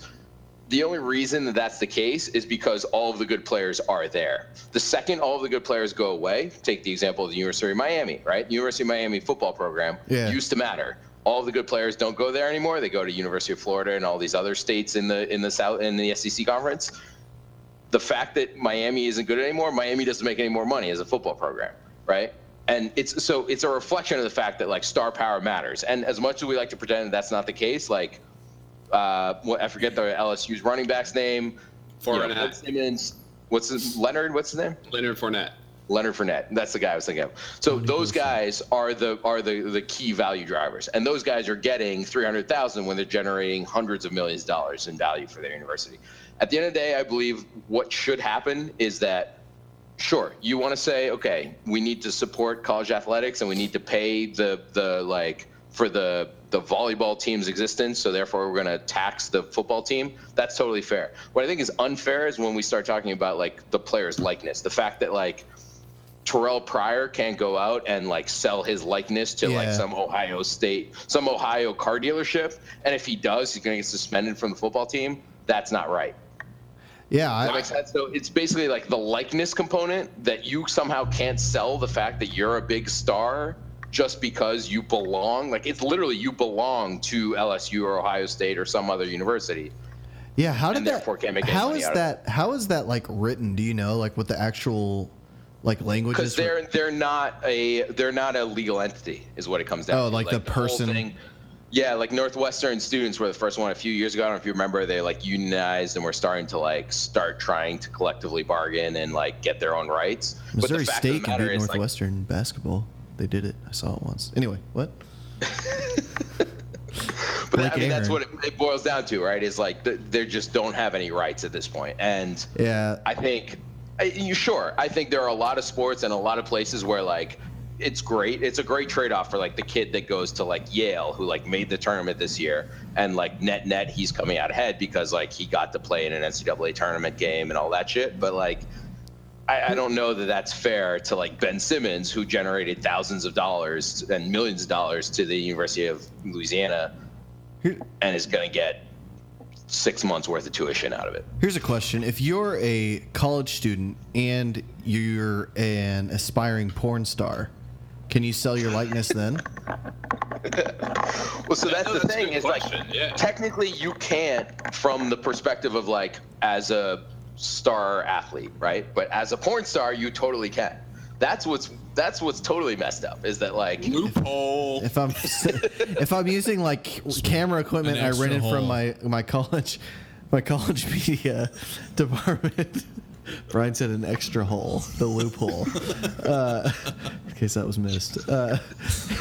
The only reason that that's the case is because all of the good players are there. The second all of the good players go away, take the example of the University of Miami, right? University of Miami football program Yeah. used to matter. All of the good players don't go there anymore. They go to University of Florida and all these other states in the in the South in the SEC conference. The fact that Miami isn't good anymore, Miami doesn't make any more money as a football program, right? And it's so it's a reflection of the fact that like star power matters. And as much as we like to pretend that that's not the case, like uh, what I forget the LSU's running back's name. Fournette. You know, Bill Simmons. What's his, Leonard? What's his name? Leonard Fournette. Leonard Fournette. That's the guy I was thinking of. So those guys are the are the the key value drivers, and those guys are getting three hundred thousand when they're generating hundreds of millions of dollars in value for their university. At the end of the day, I believe what should happen is that sure you want to say okay we need to support college athletics and we need to pay the the like for the the volleyball team's existence so therefore we're going to tax the football team that's totally fair what i think is unfair is when we start talking about like the player's likeness the fact that like terrell pryor can't go out and like sell his likeness to like Yeah. some ohio state some ohio car dealership and if he does he's going to get suspended from the football team that's not right yeah, that I, makes sense. So it's basically like the likeness component that you somehow can't sell the fact that you're a big star just because you belong. Like it's literally you belong to LSU or Ohio State or some other university. yeah. How did and that? therefore can't make any how money is out of that? How is that like written? Do you know like what the actual like language Because is? for- they're they're not a they're not a legal entity is what it comes down Oh, to. like the whole person- thing- Yeah, like Northwestern students were the first one a few years ago. I don't know if you remember, they like unionized and were starting to like start trying to collectively bargain and like get their own rights. but Missouri the fact of State the can matter beat is, like, Northwestern basketball. They did it. I saw it once. Anyway, what? But that- Blake I mean, that's what Ahern. it, it boils down to, right? Is like th- they just don't have any rights at this point. And Yeah, I think, I, you sure? I think there are a lot of sports and a lot of places where like it's great. It's a great trade-off for like the kid that goes to like Yale, who like made the tournament this year, and like net net, he's coming out ahead because like he got to play in an NCAA tournament game and all that shit. But like. I, I don't know that that's fair to like Ben Simmons, who generated thousands of dollars and millions of dollars to the University of Louisiana, Here- and is going to get six months worth of tuition out of it. Here's a question. If you're a college student and you're an aspiring porn star, can you sell your likeness then? Well, so that's No, the that's a thing good is question, like yeah. technically you can't from the perspective of like as a star athlete, right? But as a porn star, you totally can. That's what's that's what's totally messed up is that like Loophole. If I'm if I'm using like camera equipment an I extra rented from hole. my my college my college media department. Brian said an extra hole, the loophole. uh, in case that was missed. Uh,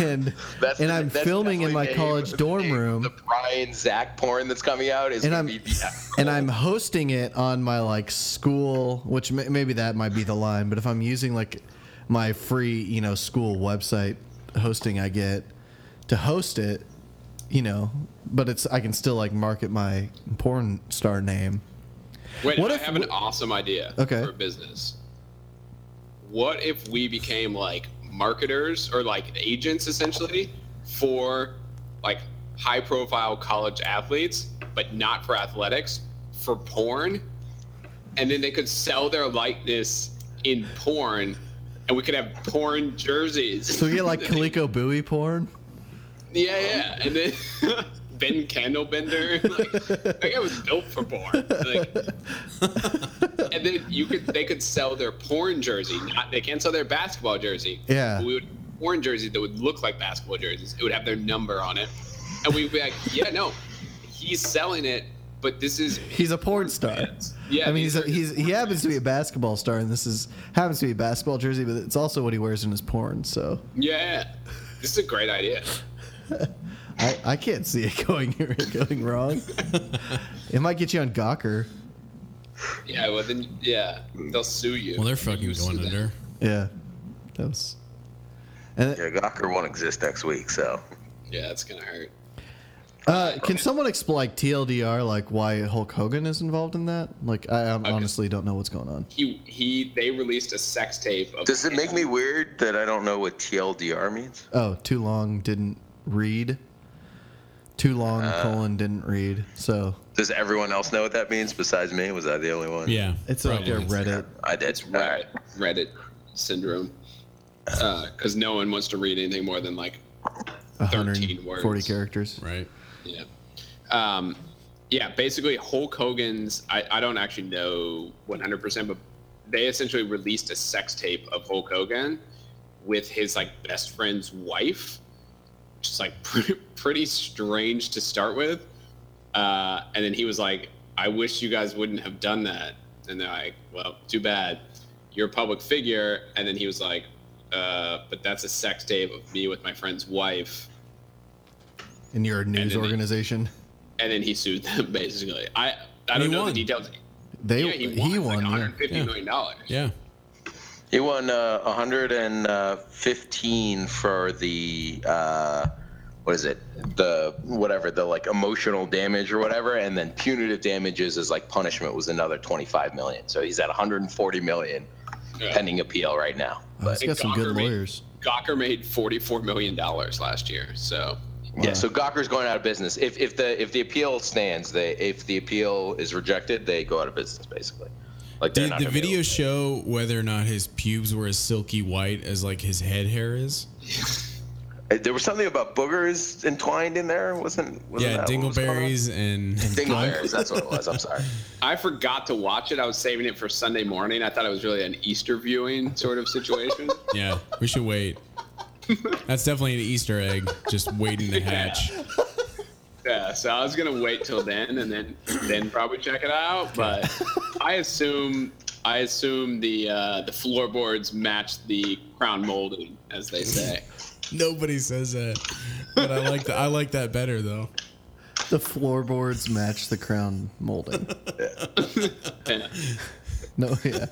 and that's and the- I'm that's filming in definitely my the college name- dorm the name of room. The Brian Zach porn that's coming out is And gonna I'm- be the- and I'm hosting it on my like school, which may, maybe that might be the line. But if I'm using like my free, you know, school website hosting, I get to host it, you know. But it's I can still like market my porn star name. Wait, What I if have an awesome idea Okay. for a business. What if we became like marketers or like agents essentially for like high profile college athletes, but not for athletics, for porn? And then they could sell their likeness in porn and we could have porn jerseys. So we get like Coleco Bowie porn. Yeah, yeah. And then Ben Candlebender, like, that guy was built for porn. Like, and then you could they could sell their porn jersey. Not they can't sell their basketball jersey. Yeah. But we would porn jerseys that would look like basketball jerseys. It would have their number on it, and we'd be like, yeah, no, he's selling it, but this is He's a porn star. Yeah, I mean, he's, these a, are his he's he happens to be a basketball star, and this is happens to be a basketball jersey, but it's also what he wears in his porn. So yeah. This is a great idea. I, I can't see it going going wrong. it might get you on Gawker. Yeah, well then, yeah, they'll sue you. Well, they're You fucking sue going them. under. Yeah, that was. And yeah, Gawker won't exist next week, so Yeah, it's gonna hurt. uh, can someone explain like TLDR, like why Hulk Hogan is involved in that? Like I um, honestly don't know what's going on. He he. They released a sex tape of. does it make me weird that I don't know what TLDR means? Oh, too long didn't read. Too long colon didn't read. So Does everyone else know what that means besides me? Was I the only one? Yeah. it's like a probably. Reddit. I did. It's Reddit, Reddit syndrome. Because no one wants to read anything more than like, 13 words. 140 characters. Right. yeah. Um, yeah, basically Hulk Hogan's, I, I don't actually know 100%, but they essentially released a sex tape of Hulk Hogan with his like best friend's wife, which is like pretty, pretty strange to start with. Uh, and then he was like, I wish you guys wouldn't have done that. And they're like, well, too bad. You're a public figure. And then he was like, uh, but that's a sex tape of me with my friend's wife. And you're a news then they- organization. And then he sued them, basically. I, I And he don't know won. the details. They yeah, he won. He won yeah. like $150 million dollars. Yeah. He won uh, 115 uh, for the uh, what is it? The whatever the like emotional damage or whatever, and then punitive damages as like punishment was another 25 million. So he's at 140 million Yeah. pending appeal right now. Oh, he's But got some good Gawker made- lawyers. Gawker made $44 million dollars last year. So yeah, so Gawker's going out of business. If if the if the appeal stands, they if the appeal is rejected, they go out of business basically. Like they're Did not the gonna be video able to- show whether or not his pubes were as silky white as like his head hair is? Uh, There was something about boogers entwined in there, wasn't? wasn't yeah, that what was going on? dingleberries and Dingleberries. That's what it was. I'm sorry. I forgot to watch it. I was saving it for Sunday morning. I thought it was really an Easter viewing sort of situation. yeah. We should wait. That's definitely an Easter egg just waiting to hatch. yeah, so I was gonna wait till then and then then probably check it out. But I assume I assume the uh, the floorboards match the crown molding, as they say. Nobody says that, but I like that. I like that better though. The floorboards match the crown molding. Yeah. No, yeah.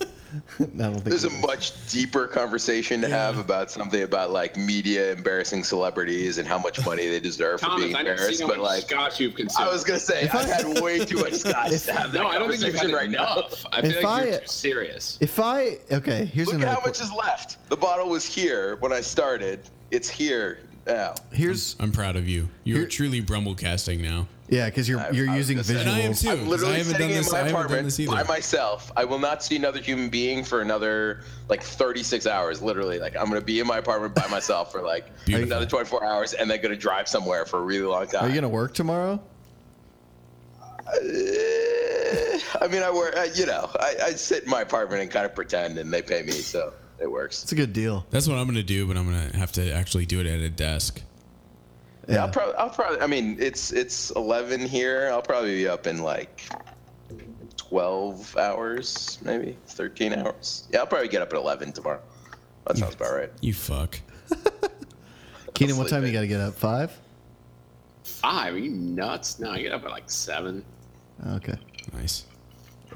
I don't think There's it a is. much deeper conversation to have about something about like media embarrassing celebrities and how much money they deserve for Thomas, being I never embarrassed. seen how But much like, scotch you've consumed. I was gonna say, I've had way too much scotch to have that no, I don't think you've had conversation right now. enough. I feel If like I- you're too serious. If I okay, here's Look at another. how much que- is left. The bottle was here when I started. It's here now. here's I'm proud of you. You're Here- truly Brumble casting now. yeah, because you're I- you're I was using gonna say- visuals. And I am too. I'm Hmm, 'cause I literally haven't sitting done in this. my I haven't done apartment this either. by myself. I will not see another human being for another like 36 hours. Literally, like I'm gonna be in my apartment by myself for like Beautiful. another 24 hours, and then gonna drive somewhere for a really long time. Are you gonna work tomorrow? Uh, I mean, I wear, uh, you know, I, I sit in my apartment and kind of pretend, and they pay me, so It works. It's a good deal. That's what I'm gonna do, but I'm gonna have to actually do it at a desk. Yeah, I'll probably, I'll probably. I mean, it's it's eleven here. I'll probably be up in like twelve hours, maybe thirteen hours. Yeah, I'll probably get up at eleven tomorrow. That sounds about right. You fuck. Keenan, what sleep time you in. got to get up? Five. Five? Are you nuts? No, I get up at like seven. Okay. Nice.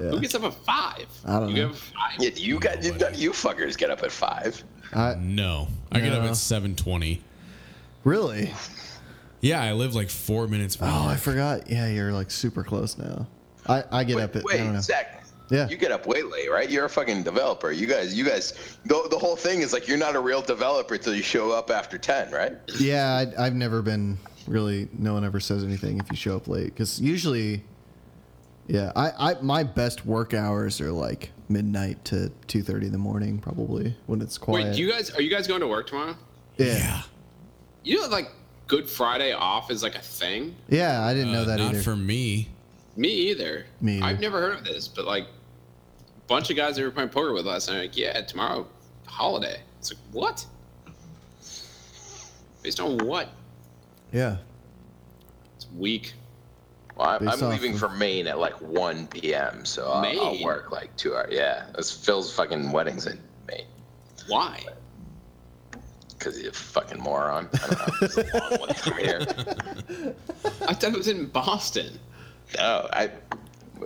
Yeah. Who gets up at five? I don't you know. Get up at Yeah, five? you got you, none of you fuckers get up at five. I No, I get up No. at 7:20. really. Yeah, I live like four minutes. From Oh, I work. forgot. Yeah, you're like super close now. I I get up at. I don't know. Wait, Zach. Yeah. You get up way late, right? You're a fucking developer. You guys, you guys, the, the whole thing is like you're not a real developer till you show up after ten, right? Yeah, I, I've never been really. No one ever says anything if you show up late because usually, yeah, I, I my best work hours are like midnight to two thirty in the morning probably when it's quiet. Wait, you guys are you guys going to work tomorrow? yeah, You know, like Good Friday off is like a thing. yeah, I didn't Uh, know that not either. for me. Me either. Me either. I've never heard of this, but like a bunch of guys I were playing poker with last night, like, yeah, tomorrow holiday. It's like what? Based on what? yeah, It's weak. Well, I'm, Based I'm off leaving of- for Maine at like 1 p.m., so I'll, I'll Maine? work like two hours. Yeah, that's Phil's fucking weddings in Maine Why? because he's a fucking moron. I don't know. It's a long way from here. I thought it was in Boston. No, I.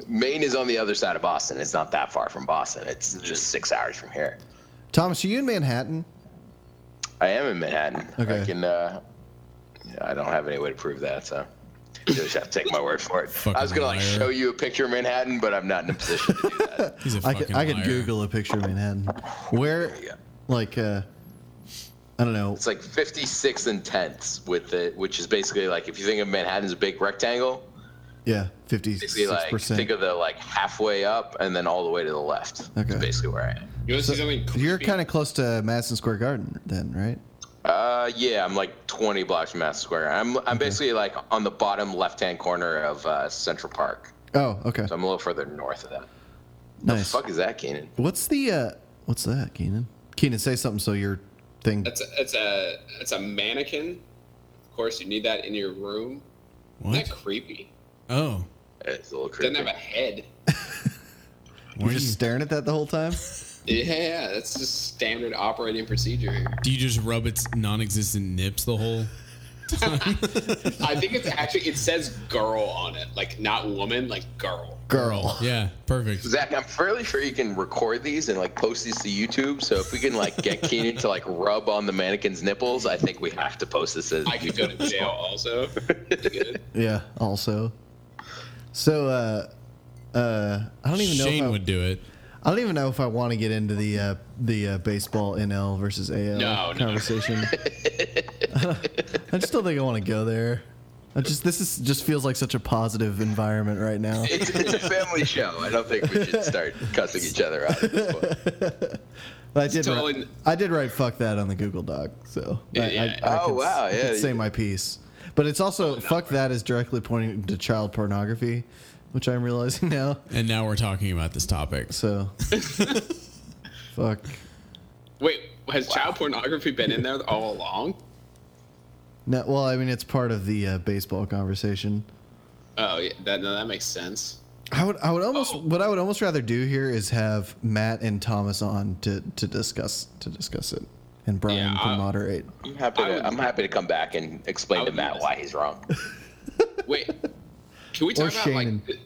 Maine is on the other side of Boston. It's not that far from Boston. It's just six hours from here. Thomas, are you in Manhattan? I am in Manhattan. Okay. I can. Uh, yeah, I don't have any way to prove that, so you just have to take my word for it. I was gonna like Fucking liar. show you a picture of Manhattan, but I'm not in a position to do that. He's a I fucking could I could liar. Google a picture of Manhattan. Where, Yeah. like, uh, I don't know. It's like 56 and tenths with it, which is basically like if you think of Manhattan's a big rectangle, Yeah, fifty basically six like think percent. of the like halfway up and then all the way to the left. That's Okay. basically where I am. You want to see something creepy? You're kind of close to Madison Square Garden, then, right? Uh, yeah, I'm like 20 blocks from Madison Square. I'm I'm basically like on the bottom left-hand corner of uh, Central Park. Oh, okay, So I'm a little further north of that. The nice. fuck is that, Keenan? What's the uh what's that, Keenan? Keenan, say something so your thing That's a, that's a that's a mannequin. Of course, you need that in your room. Isn't What? that creepy? Oh, It's a little creepy. Doesn't have a head. You're why just you, staring at that the whole time? Yeah, that's just standard operating procedure. Here. do you just rub its non-existent nips the whole? I think it's actually it says girl on it, like not woman, like girl. Girl. Yeah, perfect. Zach, I'm fairly sure you can record these and like post these to YouTube. So if we can like get Keenan to like rub on the mannequin's nipples, I think we have to post this. As I could go to jail also. Good. Yeah, also. So uh uh I don't even know if Shane I, would do it. I don't even know if I want to get into the uh the uh, baseball NL versus AL No, no. conversation. I just don't think I want to go there. I just this is just feels like such a positive environment right now. it's, it's a family show. I don't think we should start cussing each other out. At this point. But I did totally- write, I did write fuck that on the Google Doc, so I- I, Yeah. I Oh, could, wow, I could yeah, say you- my piece. But it's also fuck that is directly pointing to child pornography, which I'm realizing now. And now we're talking about this topic. So fuck Wait, has child pornography been in there all along? no, well, I mean it's part of the uh, baseball conversation. Oh yeah, that no, that makes sense. I would I would almost Oh. what I would almost rather do here is have Matt and Thomas on to, to discuss to discuss it. And Brian Yeah, can I- moderate. I'm happy. To, I'm happy to come back and explain to Matt why he's wrong. Wait, can we Or talk about Shannon. like th-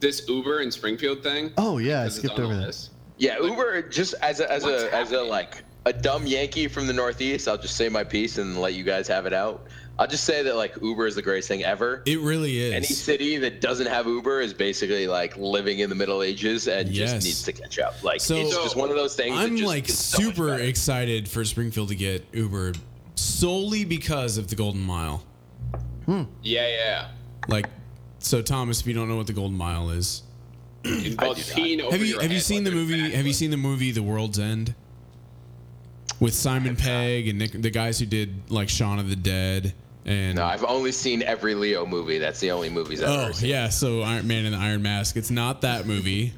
this Uber and Springfield thing? Oh yeah, I 'Cause it's skipped on over the that. list. Yeah, Uber. Just as a, as a as a like a dumb Yankee from the Northeast, I'll just say my piece and let you guys have it out. I'll just say that like Uber is the greatest thing ever. It really is. Any city that doesn't have Uber is basically like living in the Middle Ages and Yes. just needs to catch up. Like So- it's just one of those things. that I'm just like gets so much super better. excited for Springfield to get Uber solely because of the Golden Mile. Yeah, Like, so Thomas, if you don't know what the Golden Mile is, yeah. Involves peeing over have you your have you head seen the like movie? there's Have you backflip. seen the movie The World's End with Simon Pegg and Nick, the guys who did like Shaun of the Dead and No, I've only seen every Leo movie. That's the only movies I've oh ever seen. yeah, so Iron Man and the Iron Mask. It's not that movie.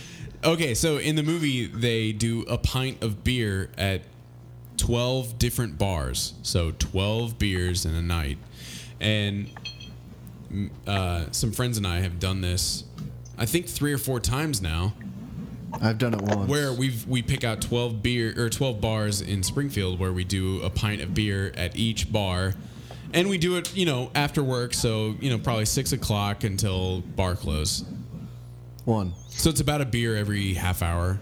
Okay, so in the movie, they do a pint of beer at 12 different bars. So 12 beers in a night. And mm, uh, some friends and I have done this, I think, three or four times now, I've done it once. where we've, we pick out 12 beer or 12 bars in Springfield where we do a pint of beer at each bar. And we do it, you know, after work. So, you know, probably six o'clock until bar close. one? So it's about a beer every half hour.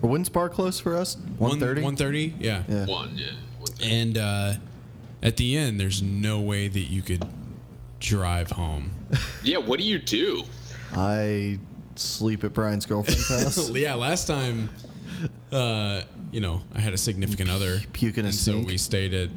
When's bar close for us? One thirty. One thirty. Yeah. Yeah. One, yeah. One thing. And uh, at the end, there's no way that you could drive home. Yeah, what do you do? I sleep at Brian's girlfriend's house. yeah. Last time, uh, you know, I had a significant other, Puke in a and so sink. we stayed at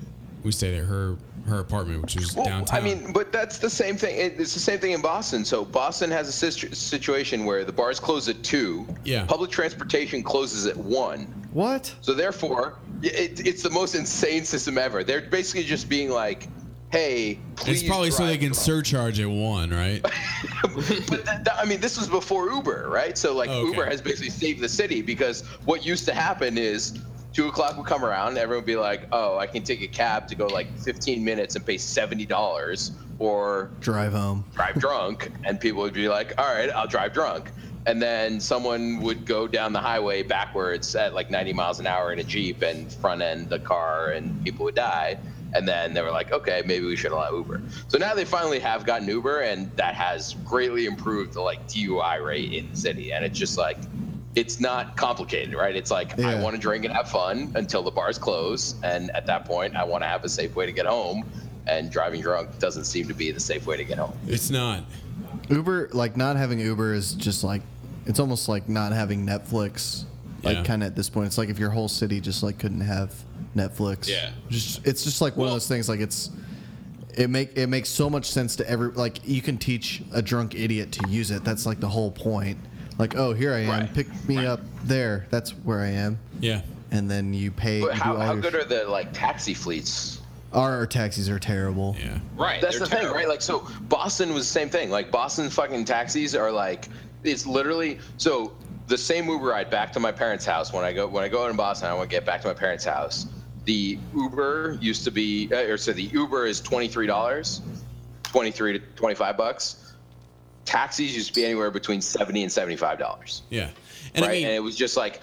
we stayed at her her apartment, which was Well, downtown. I mean, but that's the same thing. It, it's the same thing in Boston. So Boston has a situ- situation where the bars close at two. Yeah. Public transportation closes at one. what? So therefore, y- it, it's the most insane system ever. They're basically just being like, "Hey, please." it's probably so they drive can drunk. surcharge at one, right? but th- th- I mean, this was before Uber, right? So like Okay. Uber has basically saved the city because what used to happen is two o'clock would come around, everyone would be like, "Oh, I can take a cab to go like 15 minutes and pay seventy dollars," or Drive home. drive drunk, and people would be like, "All right, I'll drive drunk." And then someone would go down the highway backwards at like 90 miles an hour in a jeep and front end the car, and people would die. And then they were like, "Okay, maybe we should allow Uber." So now they finally have gotten Uber, and that has greatly improved the like DUI rate in the city. And it's just like, it's not complicated, right? It's like I Yeah. want to drink and have fun until the bars close, and at that point, I want to have a safe way to get home. And driving drunk doesn't seem to be the safe way to get home. it's not. Uber, like not having Uber is just like it's almost like not having Netflix. Like Yeah. kind of at this point, it's like if your whole city just like couldn't have Netflix. Yeah. Just, it's just like one of Well- those things. Like it's it make it makes so much sense to every like you can teach a drunk idiot to use it. That's like the whole point. Like oh here I am, Right. pick me up there. That's where I am. Yeah. And then you pay. But you how, do all how your- good are the like taxi fleets? our taxis are terrible. Yeah. Right. That's they're the thing, terrible. right? Like so Boston was the same thing. Like Boston fucking taxis are like it's literally so the same Uber ride back to my parents' house when I go when I go out in Boston, I want to get back to my parents' house. The Uber used to be uh, or so the Uber is twenty three dollars, twenty three to twenty five bucks. Taxis used to be anywhere between seventy and seventy five dollars. Yeah. And right? I mean, eh, and it was just like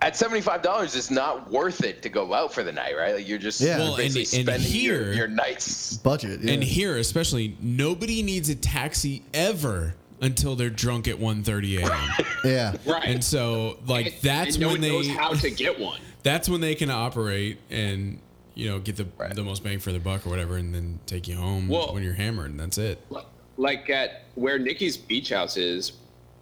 at seventy five dollars, it's not worth it to go out for the night, right? Like you're just Yeah. you're Well, and- basically and spending here- your, your nights. Budget. Yeah. and here especially, nobody needs a taxi ever until they're drunk at 1.30 a.m. yeah. Right. and so like that's and no when one they knows how to get one. that's when they can operate and you know get the the most bang for their buck or whatever, and then take you home Well- when you're hammered, and that's it. like at where Nikki's beach house is,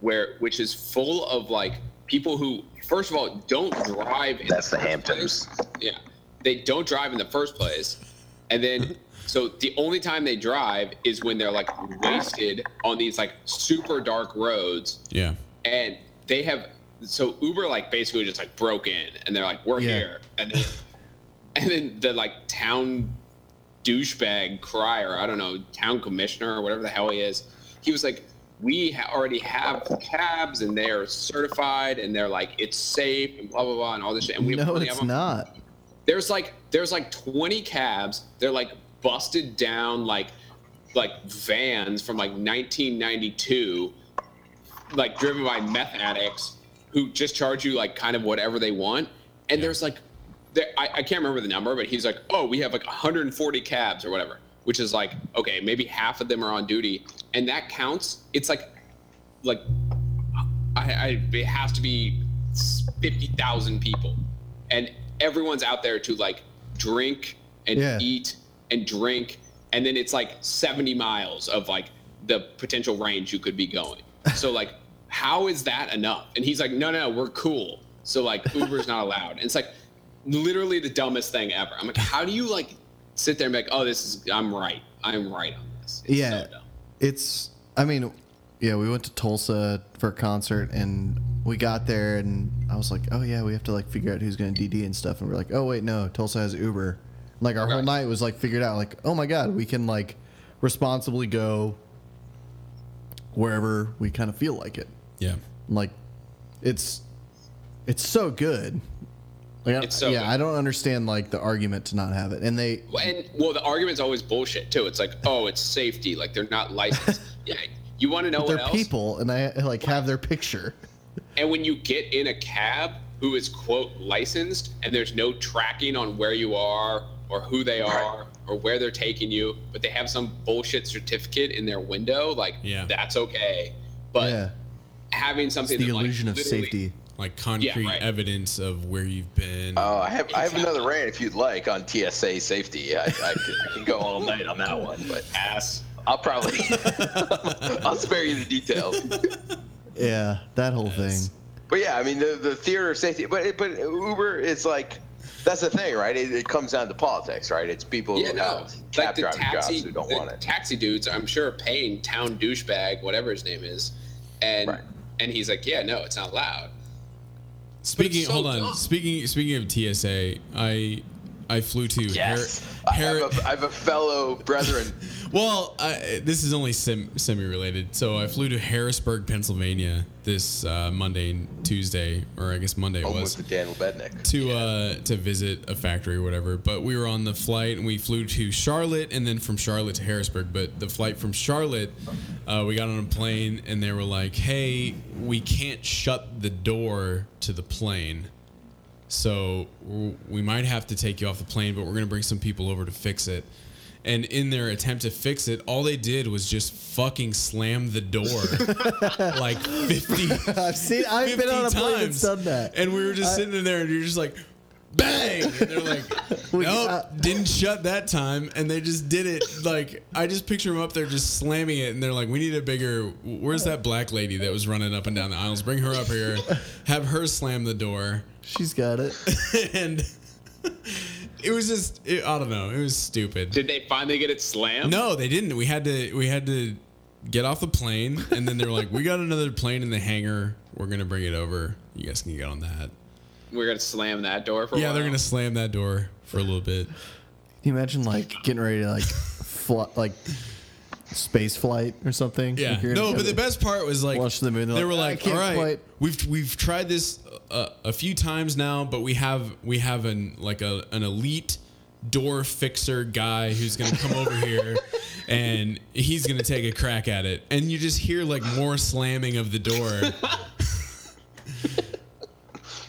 where which is full of like people who first of all don't drive. In That's the first Hamptons. place. Yeah, they don't drive in the first place, and then so the only time they drive is when they're like wasted on these like super dark roads, Yeah, and they have so Uber like basically just like broke in, and they're like we're Yeah. here, and then and then the like town douchebag crier, I don't know, town commissioner or whatever the hell he is, he was like, we ha- already have cabs and they're certified and they're like it's safe and blah blah blah and all this shit. And we No, already have it's them." not. There's like there's like 20 cabs. They're like busted down like like vans from like 1992, like driven by meth addicts who just charge you like kind of whatever they want. And Yeah. there's like, there, I, I can't remember the number, but he's like, oh, we have like 140 cabs or whatever, which is like, okay, maybe half of them are on duty, and that counts. It's like, like, I, I it has to be 50,000 people, and everyone's out there to like drink and Yeah. eat and drink, and then it's like 70 miles of like the potential range you could be going. So like, how is that enough? And he's like, no, no, we're cool. So like, Uber's not allowed. And it's like, literally the dumbest thing ever. I'm like, how do you like sit there and be like, oh, this is I'm right, I'm right on this. It's so yeah dumb. it's i mean yeah we went to tulsa for a concert and we got there and i was like oh yeah we have to like figure out who's going to dd and stuff and we're like oh wait no tulsa has uber like our whole Right. night was like figured out like oh my god we can like responsibly go wherever we kind of feel like it yeah, like it's it's so good. Like, I- It's so yeah, good. I don't understand like the argument to not have it. And they Well, And well, the argument's always bullshit too. It's like, oh, it's safety. Like they're not licensed. yeah, you want to know they're what else? people and I like have their picture. And when you get in a cab who is quote licensed and there's no tracking on where you are or who they are or where they're taking you, but they have some bullshit certificate in their window, like Yeah. that's okay. But yeah. having something The that, like, illusion of literally- safety. like concrete right. evidence of where you've been. Oh, I have I have another rant if you'd like on TSA safety. I, I, could, I could go all night on that one, but ass. I'll probably I'll spare you the details. Yeah, that whole thing. But yeah, I mean the the theater of safety, but it, but Uber is like that's the thing, right? It, it comes down to politics, right? It's people Yeah, who no. have Like cab the driving taxi, jobs who don't the want it. taxi dudes, I'm sure, are paying town douchebag, whatever his name is, and Right. and he's like, yeah, no, it's not loud. Speaking, But it's so hold on. dumb. Speaking, speaking of TSA, I, I flew to Yes, I Har- Har- have, a, I have a fellow brethren. Well, I, this is only sim, semi-related. So I flew to Harrisburg, Pennsylvania, this uh, Monday and Tuesday, or I guess Monday it Home was. Oh, with the Daniel Bednick. to uh to visit a factory or whatever but we were on the flight and we flew to charlotte and then from charlotte to harrisburg but the flight from charlotte uh, we got on a plane and they were like hey we can't shut the door to the plane so w- we might have to take you off the plane but we're going to bring some people over to fix it and in their attempt to fix it all they did was just fucking slam the door like 50 I've seen I've been 50 on a plane that's times. done that. And we were just sitting there, and you're just like, bang! And they're like, We- nope, uh, didn't shut that time. And they just did it. Like, I just picture them up there just slamming it, and they're like, we need a bigger. Where's that black lady that was running up and down the aisles? Bring her up here, have her slam the door. She's got it. And it was just, it, I don't know, it was stupid. Did they finally get it slammed? No, they didn't. We had to we had to get off the plane, and then they're like, "We got another plane in the hangar. We're gonna bring it over. You guys can get on that." We're gonna slam that door for. a Yeah, they're while. gonna slam that door for a little bit. Can you imagine like getting ready to like fly, like space flight or something? Yeah. Like, you're No, gonna but go the to- best part was like Watch the moon, they're like, "Ah, They "I were like, "All can't right, quite." we've we've tried this a, a few times now, but we have we have an like a an elite door fixer guy who's gonna come over here." And he's gonna take a crack at it, and you just hear like more slamming of the door,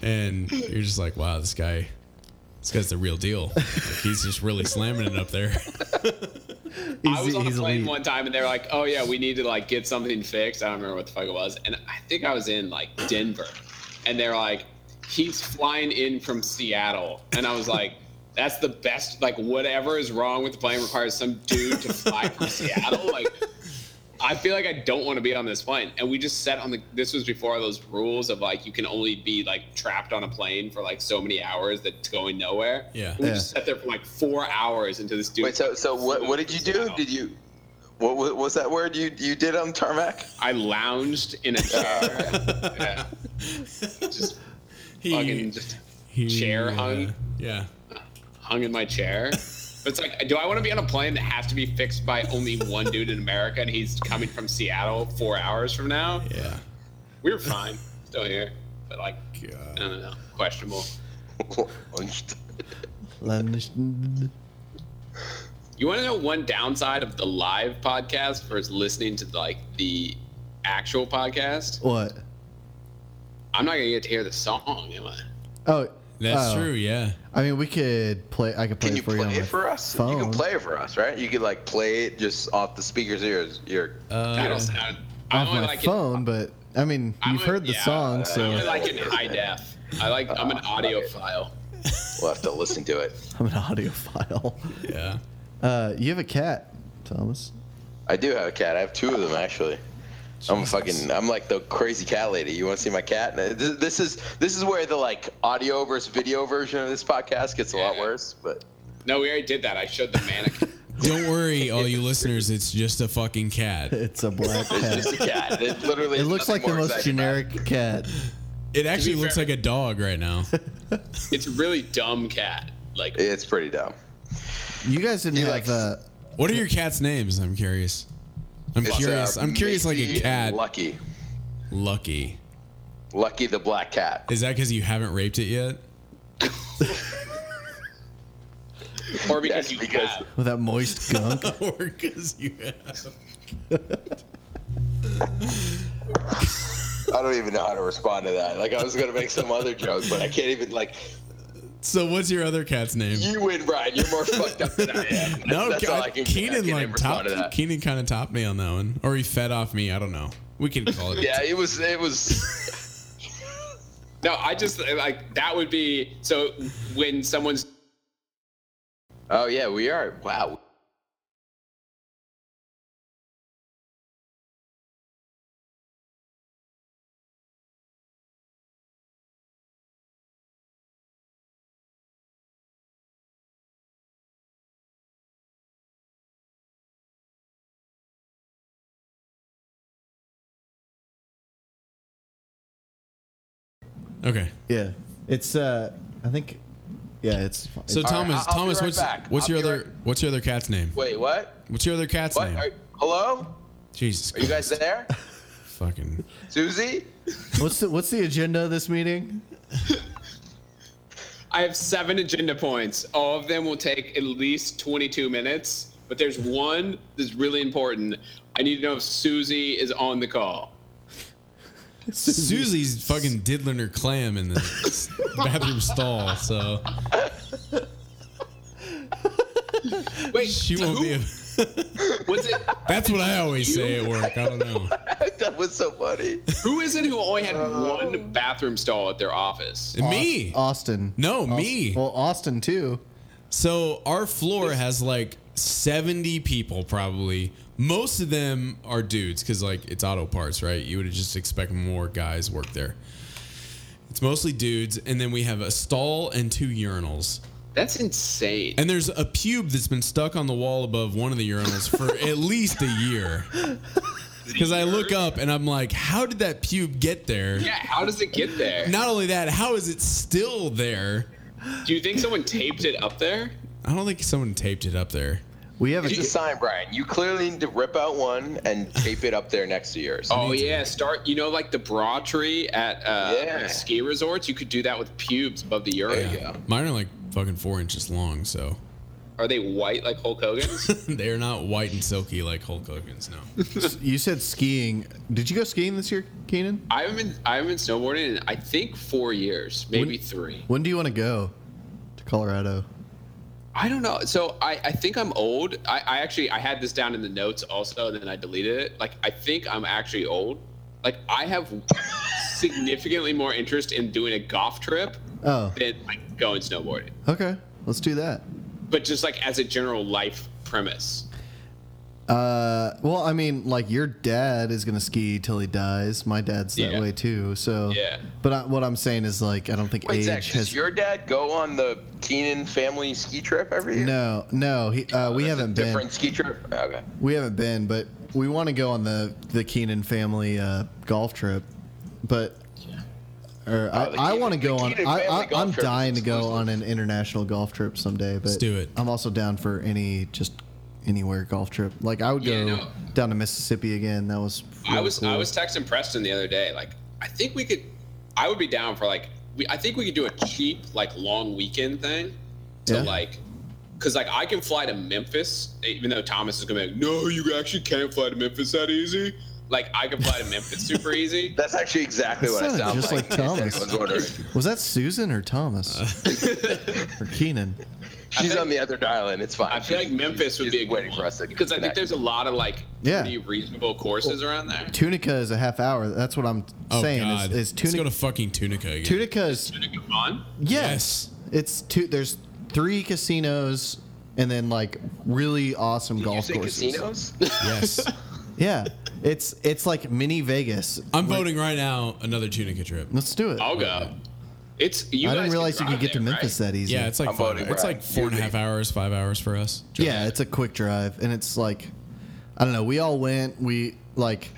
and you're just like, "Wow, this guy, this guy's the real deal. Like, he's just really slamming it up there." I was He's- on a he's plane elite. one time and they were like, "Oh yeah, we need to like get something fixed." I don't remember what the fuck it was, and I think I was in like Denver, and they're like, "He's flying in from Seattle," and I was like, "That's the best. Like whatever is wrong with the plane requires some dude to fly from Seattle." Like, I feel like I don't want to be on this plane, and we just set on the. This was before those rules of like you can only be like trapped on a plane for like so many hours that's going nowhere. Yeah. we Yeah. just sat there for like four hours into this dude. Wait, so so what what did you do? Did you what what was that word you you did on tarmac? I lounged in a chair. Yeah. Just He, fucking just he, chair uh, hung. Yeah. hung in my chair. But it's like, do I want to be on a plane that has to be fixed by only one dude in America and he's coming from Seattle four hours from now? Yeah. We were fine. Still here. But like, I God. don't know. Questionable. You want to know one downside of the live podcast versus listening to like the actual podcast? What? I'm not going to get to hear the song, am I? Oh, That's oh. true. Yeah. I mean, we could play. I could play Can you it for you. play on my it for us? Phone. You can play it for us, right? You could like play it just off the speaker's ears. Your I Uh, don't sound. I off only my like it phone, but I mean, I'm you've a- heard the yeah, song, so Uh, I like it in high def. I like. I'm an audiophile. we'll have to listen to it. I'm an audiophile. yeah. Uh, you have a cat, Thomas. I do have a cat. I have two of them actually. I'm fucking. I'm like the crazy cat lady. You want to see my cat? Th- This, is this is where the like audio versus video version of this podcast gets a lot Yeah. worse. But No, we already did that. I showed the mannequin. Don't worry, all you listeners. It's just a fucking cat. It's a black it's cat. just a cat. It literally. It is looks like nothing the more most exciting about it. generic cat. It actually be looks fair- like a dog right now. it's a really dumb cat. Like It's pretty dumb. You guys didn't He have. likes- Uh, What are your cat's names? I'm curious. I'm It's, curious. uh, I'm curious like Macy a and cat. Lucky. Lucky. Lucky the Black Cat. Is that because you haven't raped it yet? Or because Yes, you because- have. With that moist gunk. or because you have? I don't even know how to respond to that. Like I was gonna make some other joke, but I can't even. Like So what's your other cat's name? you win, Brian. You're more fucked up than I am. no, that's all I can. I Keenan can't like even top respond to that. Keenan kind of topped me on that one, or he fed off me. I don't know. We can call it. Yeah, it was. It was. No, I just like that would be so when someone's Oh yeah, we are. Wow. Okay. Yeah. It's uh I think yeah, it's fine. So It's- All right, Thomas, I'll- I'll be Thomas, right what's back. what's I'll your be other what's your other cat's name? Wait, what? What's your other cat's What? name? Are, hello? Jesus, Are you guys there? fucking. Susie? what's the what's the agenda of this meeting? I have seven agenda points. All of them will take at least 22 minutes, but there's one that's really important. I need to know if Susie is on the call. Susie's fucking diddling her clam in the bathroom stall, so Wait, she so won't who be. A, was it? that's what I always say at work. I don't know. that was so funny. Who is it who only had one bathroom stall at their office? me. Austin. No, Aus- me. Well, Austin too. So our floor has like 70 people probably. Most of them are dudes because like it's auto parts, right? You would just expect more guys work there. It's mostly dudes, and then we have a stall and two urinals. That's insane. And there's a pube that's been stuck on the wall above one of the urinals for at least a year. Because I look up and I'm like, how did that pube get there? Yeah, how does it get there? Not only that, how is it still there? Do you think someone taped it up there? I don't think someone taped it up there. We have a It's a sign, Brian. You clearly need to rip out one and tape it up there next to yours. Oh yeah, start. You know, like the bra tree at uh, Yeah. ski resorts. You could do that with pubes above the urinal. Yeah. Mine are like fucking four inches long, so Are they white like Hulk Hogan's? they're not white and silky like Hulk Hogan's. No, you said skiing. Did you go skiing this year, Keenan? I haven't been I haven't been snowboarding in I think four years, maybe three. When do you want to go to Colorado? I don't know. So I, I think I'm old. I, I actually I had this down in the notes also, and then I deleted it. Like I think I'm actually old. Like I have significantly more interest in doing a golf trip Oh, than like going snowboarding. okay. Let's do that. But just like as a general life premise. Uh, well, I mean, like your dad is gonna ski till he dies. My dad's that Yeah. way too. So Yeah. But I, what I'm saying is, like, I don't think Wait, age Zach, has. does your dad go on the Keenan family ski trip every year? no, no, he, uh, we That's a haven't been. different ski trip. Okay. We haven't been, but we want to go on the the Keenan family uh, golf trip. But or Oh, the I, I Keenan- want to the go on. Keenan I, I, family golf I'm trip is dying to go exclusive. on an international golf trip someday. But do it. I'm also down for any just anywhere golf trip. Like I would go Yeah, no. down to Mississippi again. That was. I really was I cool. was texting Preston the other day. Like, I think we could. I would be down for like. We, I think we could do a cheap like long weekend thing. To Yeah. like, because like I can fly to Memphis, even though Thomas is gonna be like, no, you actually can't fly to Memphis that easy. Like I can fly to Memphis super easy. That's actually exactly That what I sounded sound just like. like if Thomas. anyone's wondering. Was that Susan or Thomas Uh. or Keenan? She's on the other island. It's fine. I feel like She's- Memphis would she's be a good waiting one, for us to because I think connect. there's a lot of like Yeah. pretty reasonable courses around there. Tunica is a half hour. That's what I'm oh saying. god, Is, is let's Tunica? go to fucking Tunica again. Tunica is Should it go on? Yes. It's two there's three casinos and then like really awesome Did you golf say courses. casinos? Yes, Yeah. It's it's like mini Vegas. I'm voting right now. Another Tunica trip. Let's do it. I'll go. It's Oh, you. I guys didn't can realize you drive could get to there, right? Memphis that easy. Yeah, it's like I'm five, voting it's Brad. like four and a half hours, five hours for us. Yeah, it's a quick drive and it's like I don't know, we all went, we like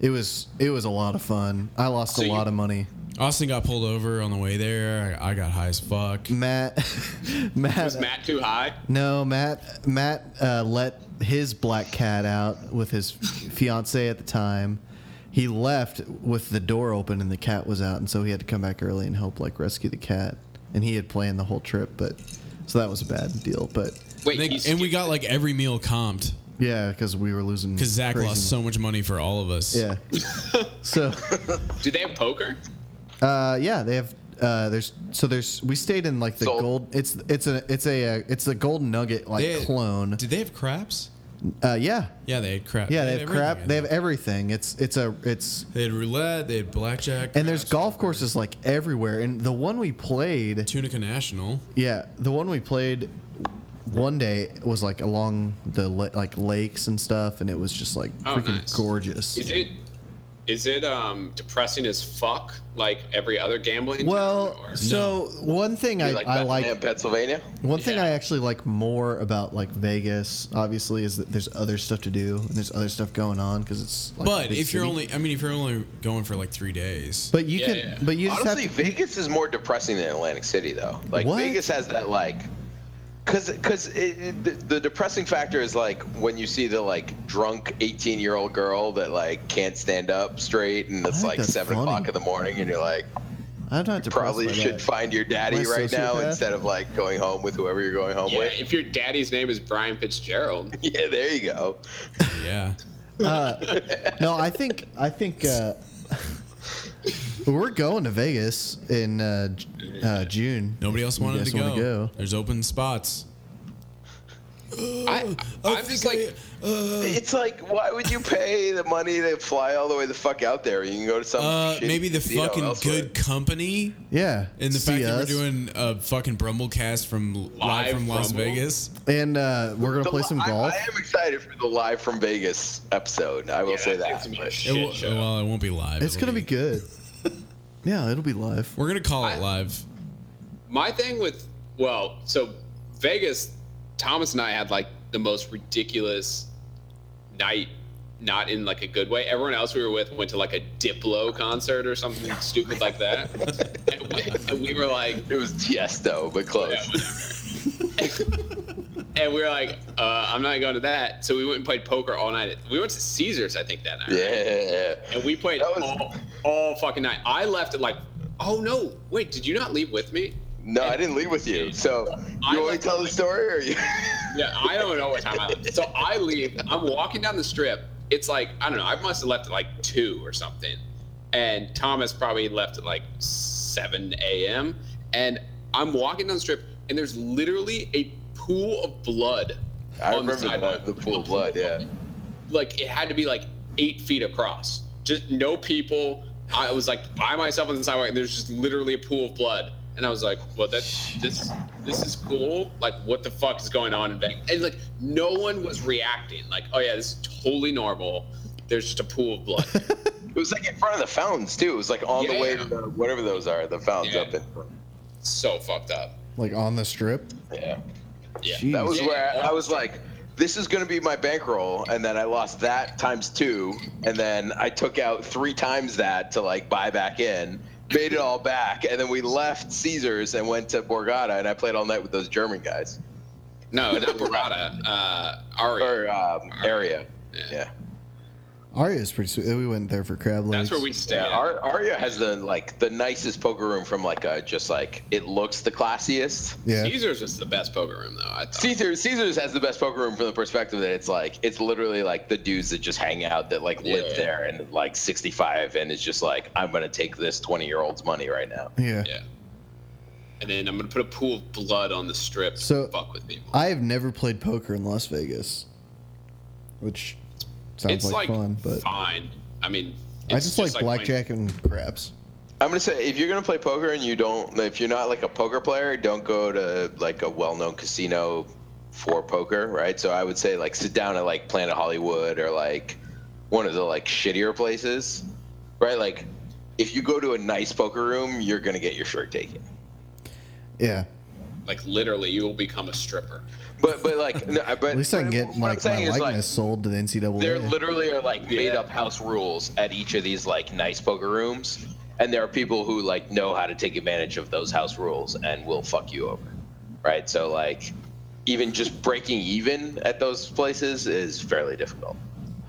it was it was a lot of fun. I lost a you- lot of money. Austin got pulled over on the way there. I, I got high as fuck. Matt Matt, Was Matt too high? No, Matt. Matt uh, let his black cat out with his fiance at the time. he left with the door open and the cat was out, and so he had to come back early and help like rescue the cat. And he had planned the whole trip, but so that was a bad deal. But Wait, And, they- he's and we got like every meal comped yeah, because we were losing because Zach crazy lost so much money for all of us. Yeah. so, do they have poker? uh, yeah, they have. Uh, there's so there's we stayed in like the So- gold. It's it's a it's a uh, it's the golden nugget like They- clone. Did they have craps? Uh, yeah, Yeah, they had crap. yeah. They had have everything, crap. I They have think. everything. It's it's a it's They had roulette. They had blackjack. and there's craps, golf courses like everywhere. And the one we played, Tunica National. yeah, the one we played one day was like along the la- like lakes and stuff, and it was just like Oh, freaking nice. gorgeous. Is it is it um depressing as fuck like every other gambling? town, Well, or- so one thing I like I Bethlehem, like Pennsylvania. One thing Yeah. I actually like more about like Vegas, obviously, is that there's other stuff to do and there's other stuff going on because it's. Like, a But big if you're city. only, I mean, if you're only going for like three days, but you Yeah, can, yeah. but you just Honestly, have to. Vegas is more depressing than Atlantic City, though. Like What? Vegas has that like, because because the, the depressing factor is like when you see the like drunk eighteen year old girl that like can't stand up straight, and it's think like that's seven funny. o'clock in the morning, and you're like, I'm not depressed probably by should that. find your daddy Am I a right now sociopath? instead of like going home with whoever you're going home yeah, with. if your daddy's name is Brian Fitzgerald, Yeah, there you go. yeah, No, I think I think uh, we're going to Vegas in uh, J- uh, June. nobody else wanted guys to wanna go. go? There's open spots. I, I'm just like Uh, It's like, why would you pay the money to fly all the way the fuck out there? You can go to some. Uh, shitty maybe the casino fucking elsewhere. good company Yeah, and the see fact that we're us. doing a fucking Brumblecast from live, Live from Las Rumble? Vegas. and uh, we're gonna The play li- some I- golf. I, am excited for the live from Vegas episode. I will yeah, say it's that. gonna be a but- It shit will, show. well, it won't be live. it's It'll gonna be good. yeah, it'll be live. We're gonna call it live. My thing with well, so Vegas, Thomas and I had like the most ridiculous night, not in like a good way. Everyone else we were with went to like a Diplo concert or something stupid like that. And we, and we were like, It was Tiesto, but close. yeah, whatever. and we were like, uh, I'm not going to that. So we went and played poker all night. We went to Caesars, I think, that night. right? Yeah. And we played That was- all, all fucking night. I left at like, oh no, wait, did you not leave with me? No, I didn't leave with you. So I you want like- to tell the story, or you? Yeah, I don't know what time I left. So I leave. I'm walking down the strip. It's like I don't know. I must have left at like two or something, and Thomas probably left at like seven a.m. And I'm walking down the strip, and there's literally a pool of blood. I on the remember sidewalk. the, the pool of blood. Yeah. Like it had to be like eight feet across. Just no people. I was like by myself on the sidewalk, and there's just literally a pool of blood. And I was like, "Well, that this this is cool. Like, what the fuck is going on in Vegas?" And like, no one was reacting. Like, "Oh yeah, this is totally normal. There's just a pool of blood." It was like in front of the fountains too. It was like on the way to Yeah. the, whatever those are, the fountains Yeah. up in. so fucked up. Like on the strip. Yeah. Yeah. Jeez. That was Yeah. where I was like, this is going to be my bankroll. And then I lost that times two. And then I took out three times that to like buy back in, made it all back. And then we left Caesars and went to Borgata. And I played all night with those German guys No, not Barada. Uh, Aria. or um, Area. Yeah. Aria's pretty sweet. We went there for crab legs. That's where we stayed. Yeah, Ar- Aria has the like the nicest poker room from like a just like it looks the classiest. Yeah. Caesars was the best poker room though. I thought. Caesars Caesars has the best poker room from the perspective that it's like it's literally like the dudes that just hang out that like live Yeah. there and like 65 and it's just like I'm gonna take this 20 year old's money right now. Yeah. Yeah. And then I'm gonna put a pool of blood on the strip So- to fuck with people. I have never played poker in Las Vegas, which sounds it's like, like, fun, but fine. I mean, I it's just, like, blackjack and craps. I'm gonna say if you're gonna play poker and you don't if you're not like a poker player, don't go to like a well known casino for poker, right? So I would say like sit down at like Planet Hollywood or like one of the like shittier places. Right? Like if you go to a nice poker room, you're gonna get your shirt taken. Yeah. playing- Like literally, you will become a stripper. But but like no, but At least I can but get what I'm like my saying is, likeness like, sold to the NCAA. There literally are like made up house rules at each of these like nice poker rooms, and there are people who like know how to take advantage of those house rules and will fuck you over, right? So like, even just breaking even at those places is fairly difficult.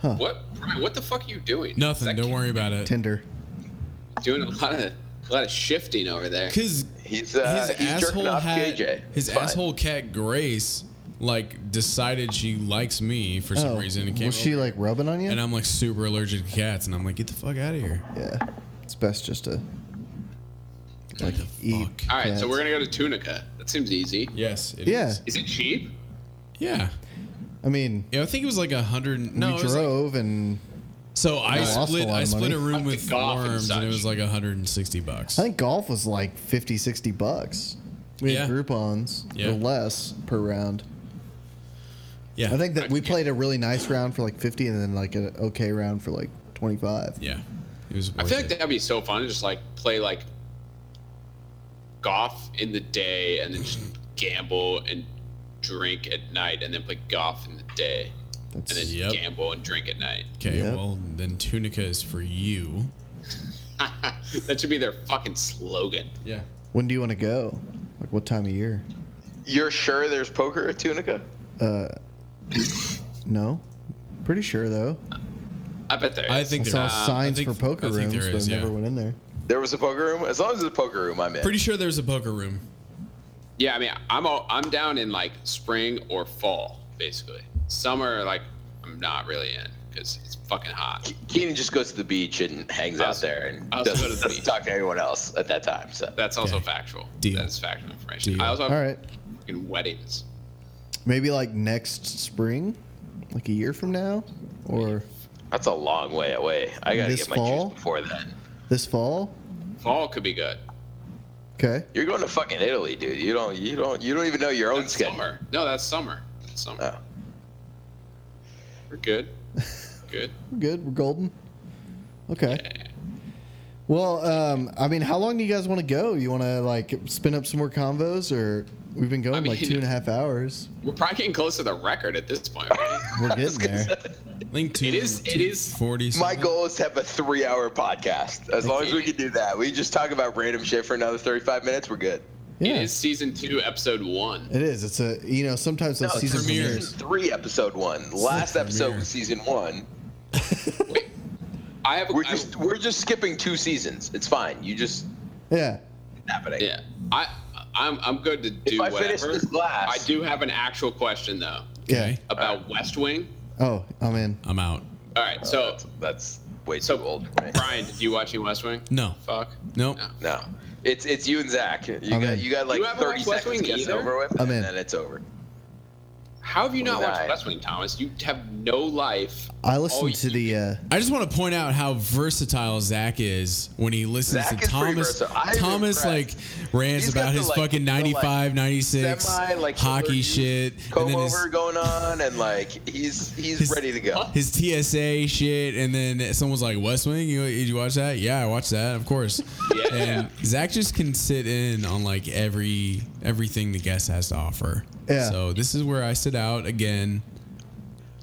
What? Brian, What the fuck are you doing? Is Nothing. that Don't worry about it. Tinder. kid Doing a lot of a lot of shifting over there. Because He's, uh, his he's asshole jerking off hat, JJ. his It's fine. asshole cat Grace, like decided she likes me for some Oh, reason. And came Was she over. like rubbing on you? and I'm like super allergic to cats, and I'm like, get the fuck out of here. yeah. It's best just to like eat. Fuck. All right, cats. so we're gonna go to Tunica. That seems easy. Yes. it Yeah. is. Is it cheap? Yeah. I mean, Yeah. I think it was like a hundred. No. we it was, like- drove and so I lost a split. lot I of split money. a room with golf and worms, and it such. was like 160 bucks. I think golf was like 50, 60 bucks. We had Yeah. Groupons Yeah. or less per round. Yeah. I think that we played a really nice round for like 50 and then like an okay round for like 25. Yeah. It was. Worth I feel like it. that'd be so fun to just like play like golf in the day and then just gamble and drink at night and then play golf in the day and That's, then Yep. gamble and drink at night. Okay. Yeah. Well, then Tunica is for you. that should be their fucking slogan. Yeah. when do you want to go? Like what time of year? You're sure there's poker at Tunica? No? Pretty sure though. I bet there is. I think I there saw is. signs I think- for poker I think rooms, there but is, I never yeah. went in there. There was a poker room. As long as it's a poker room, I'm in. Pretty sure there's a poker room. Yeah, I mean, I'm all, I'm down in like spring or fall, basically. Summer, like, I'm not really in because it's fucking hot. Keenan just goes to the beach and hangs out Awesome. there and I'll doesn't, go to the doesn't beach. talk to anyone else at that time. So That's also Okay. factual. Deal. That's factual information. Deal. I also have All right. fucking weddings. Maybe like next spring, like a year from now, or that's a long way away. I gotta This get my fall? juice before then. this fall. Fall could be good. Okay. You're going to fucking Italy, dude. You don't. You don't. You don't even know your own That's schedule. summer. No, that's summer. That's summer. Oh. We're good. Good. We're good. We're golden. Okay. Well, um, I mean, how long do you guys want to go? You want to like spin up some more convos, or we've been going I like mean- two and a half hours. We're probably getting close to the record at this point. right? We're getting there. Link two. It is- it is- 40. My goal is to have a three-hour podcast. As long as we can do that, we just talk about random shit for another 35 minutes. We're good. Yeah, It is season two, episode one. It is. It's a you know sometimes those No, season premiere. premieres. Season three, episode one. Last episode was season one. I have. a We're I- just we're just skipping two seasons. It's fine. You just Yeah. happening. Yeah, I I'm I'm good to do If I finish whatever. this glass- I do have an actual question though Yeah. Okay. about West Wing. Oh, I'm in. I'm out. All right, so Oh, That's way So- too old. For me. Brian, did you watch any West Wing? No. Fuck. Nope. No. No, it's it's you and Zach. You I'm got in. you got like You haven't 30 watched West seconds Wing to get it either? over with, I'm and in. then it's over. How have you not Nine. watched West Wing, Thomas? You have no life. I Oh, listened to you- the. Uh, I just want to point out how versatile Zach is when he listens Zach to is pretty Thomas. versatile. I am Thomas like impressed. rants He's got about the, his like, fucking the, like, 95, 96 Semi like hockey shit, and comb then his, over going on, and like he's he's His- ready to go. his TSA shit, and then someone's like West Wing. You did you watch that? Yeah, I watched that, of course. Yeah. And Zach just can sit in on like every everything the guest has to offer. Yeah. So this is where I sit out again.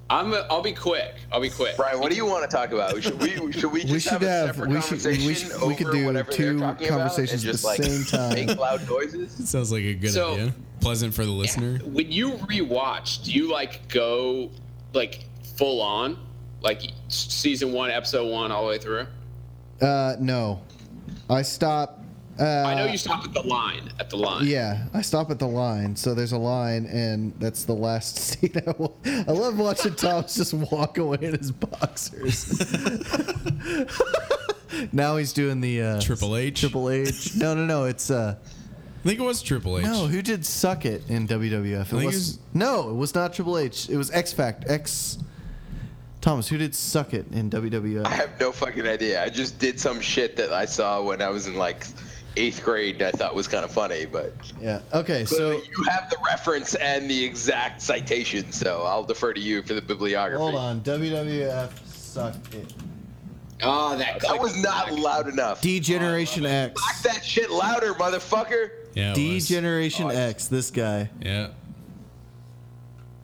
I'm. A, I'll be quick. I'll be quick. Brian, what do you want to talk about? Should we should we just we should have, a have. separate We should. conversation We, should, we could over do whatever they're two talking about and conversations at the just, like, same time. Make loud noises. Sounds like a good So- idea. Pleasant for the listener. When you rewatch, do you like go like full on, like season one, episode one, all the way through? Uh, no, I stop. Uh, I know you stopped at the line. At the line. Yeah, I stop at the line. So there's a line, and that's the last scene. I, wa- I love watching Thomas just walk away in his boxers. now he's doing the uh, Triple H. Triple H. No, no, no. It's uh, I think it was Triple H. no. Who did suck it in WWF? It think it was, was- no. It was not Triple H. It was X Factor. X. Thomas, who did suck it in I WWF? have no fucking idea. I just did some shit that I saw when I was in like eighth grade. and I thought was kind of funny, but Yeah. Okay. So So you have the reference and the exact citation, so I'll defer to you for the bibliography. hold on. WWF sucked it. Oh, that. That was not loud enough. D Generation X. Knock that shit louder, motherfucker. Yeah. it D was. oh, Generation X. This guy. Yeah.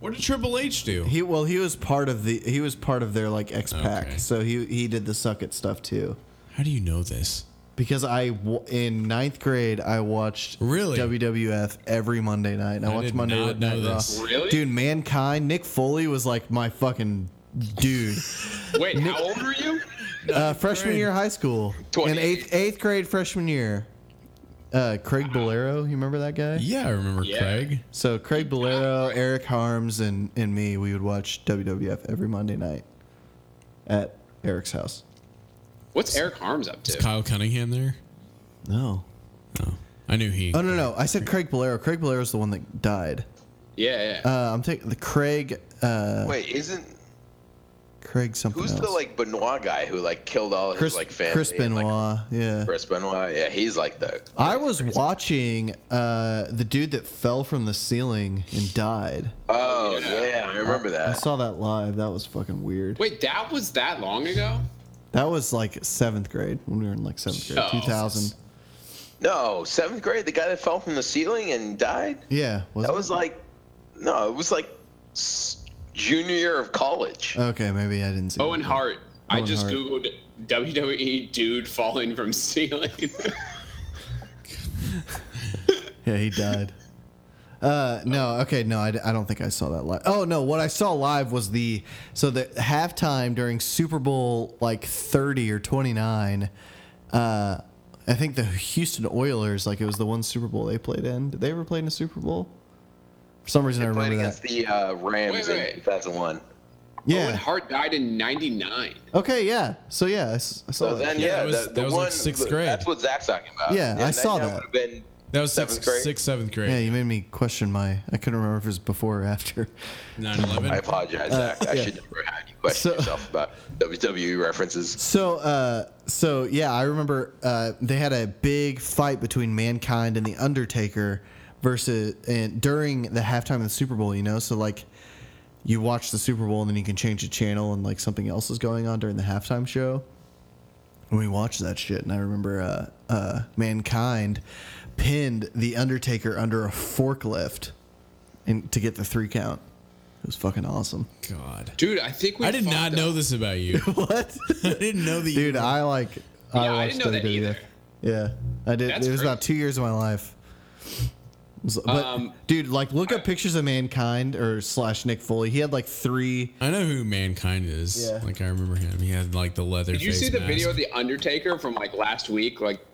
What did Triple H do? He well, he was part of the he was part of their like X pack, Okay. so he he did the suck it stuff too. How do you know this? Because I wa- in ninth grade I watched Really? WWF every Monday night. And I, I watched did Monday not Night know Raw. this. Really? Dude, mankind. Nick Foley was like my fucking dude. Wait, how old were you? Uh, freshman year of high school, in 28. eighth eighth grade freshman year. Uh, Craig Bolero, you remember that guy? Yeah, I remember Yeah. Craig. So Craig Bolero, Eric Harms, and and me, we would watch WWF every Monday night at Eric's house. What's Eric Harms up to? Kyle Cunningham there. No. Oh, I knew he. Oh no no! I said Craig Bolero. Craig Bolero's the one that died. Yeah, yeah. Uh, I'm taking the Craig. Uh, Wait, isn't Craig something. who's else. the like Benoit guy who like killed all of Chris, his like family? Chris and, Benoit? like, yeah. Chris Benoit. Yeah, he's like the. I was watching uh, the dude that fell from the ceiling and died. Oh yeah, I remember I that. saw that live. That was fucking weird. Wait, that was that long ago? That was like seventh grade when we were in like seventh grade, Oh. two thousand. No, seventh grade, the guy that fell from the ceiling and died. Yeah, was That it? was like, no, it was like s- junior year of college. okay. Maybe I didn't see. Owen that. Hart. I Owen just Hart. googled WWE dude falling from ceiling. Yeah, he died. Uh, no, okay, no, I, d- I don't think I saw that live. Oh no, what I saw live was the so the halftime during Super Bowl like thirty or twenty nine. Uh, I think the Houston Oilers, like it was the one Super Bowl they played in. Did they ever play in a Super Bowl? For some reason, I Played remember that. against the uh, Rams Wait, wait. in 2001. Owen yeah. Hart died in '99. Okay. Yeah. So yeah, I, s- I saw So that. then, Yeah, yeah, that was- the, that the was, like, one sixth the- grade. That's what Zach's talking about. Yeah, I saw guy that. would've Been, That was Seventh sixth, grade? sixth, seventh yeah, grade. you made me question my. I couldn't remember if it was before or after. Nine eleven. I apologize, Zach. I should never have had you question uh, So- yourself about WWE references. So, uh, so yeah, I remember uh, they had a big fight between Mankind and the Undertaker versus and during the halftime of the Super Bowl. You know, so like you watch the Super Bowl and then you can change the channel and like something else is going on during the halftime show. And we watched that shit, and I remember uh, uh, Mankind pinned the Undertaker under a forklift and to get the three count. It was fucking awesome. God. Dude, I think we. I did fucked not up. know this about you. What? I didn't know that you. Dude, I like. I, Yeah, I watched didn't know that WWE. either. Yeah, I did. That's it was about crazy. two years of my life. It was- But, Um, dude, like, look up pictures of mankind or slash Nick Foley. He had like three. I know who Mankind is. Yeah. Like I remember him. He had like the leather. Did you face see the mask. video of the Undertaker from like last week? Like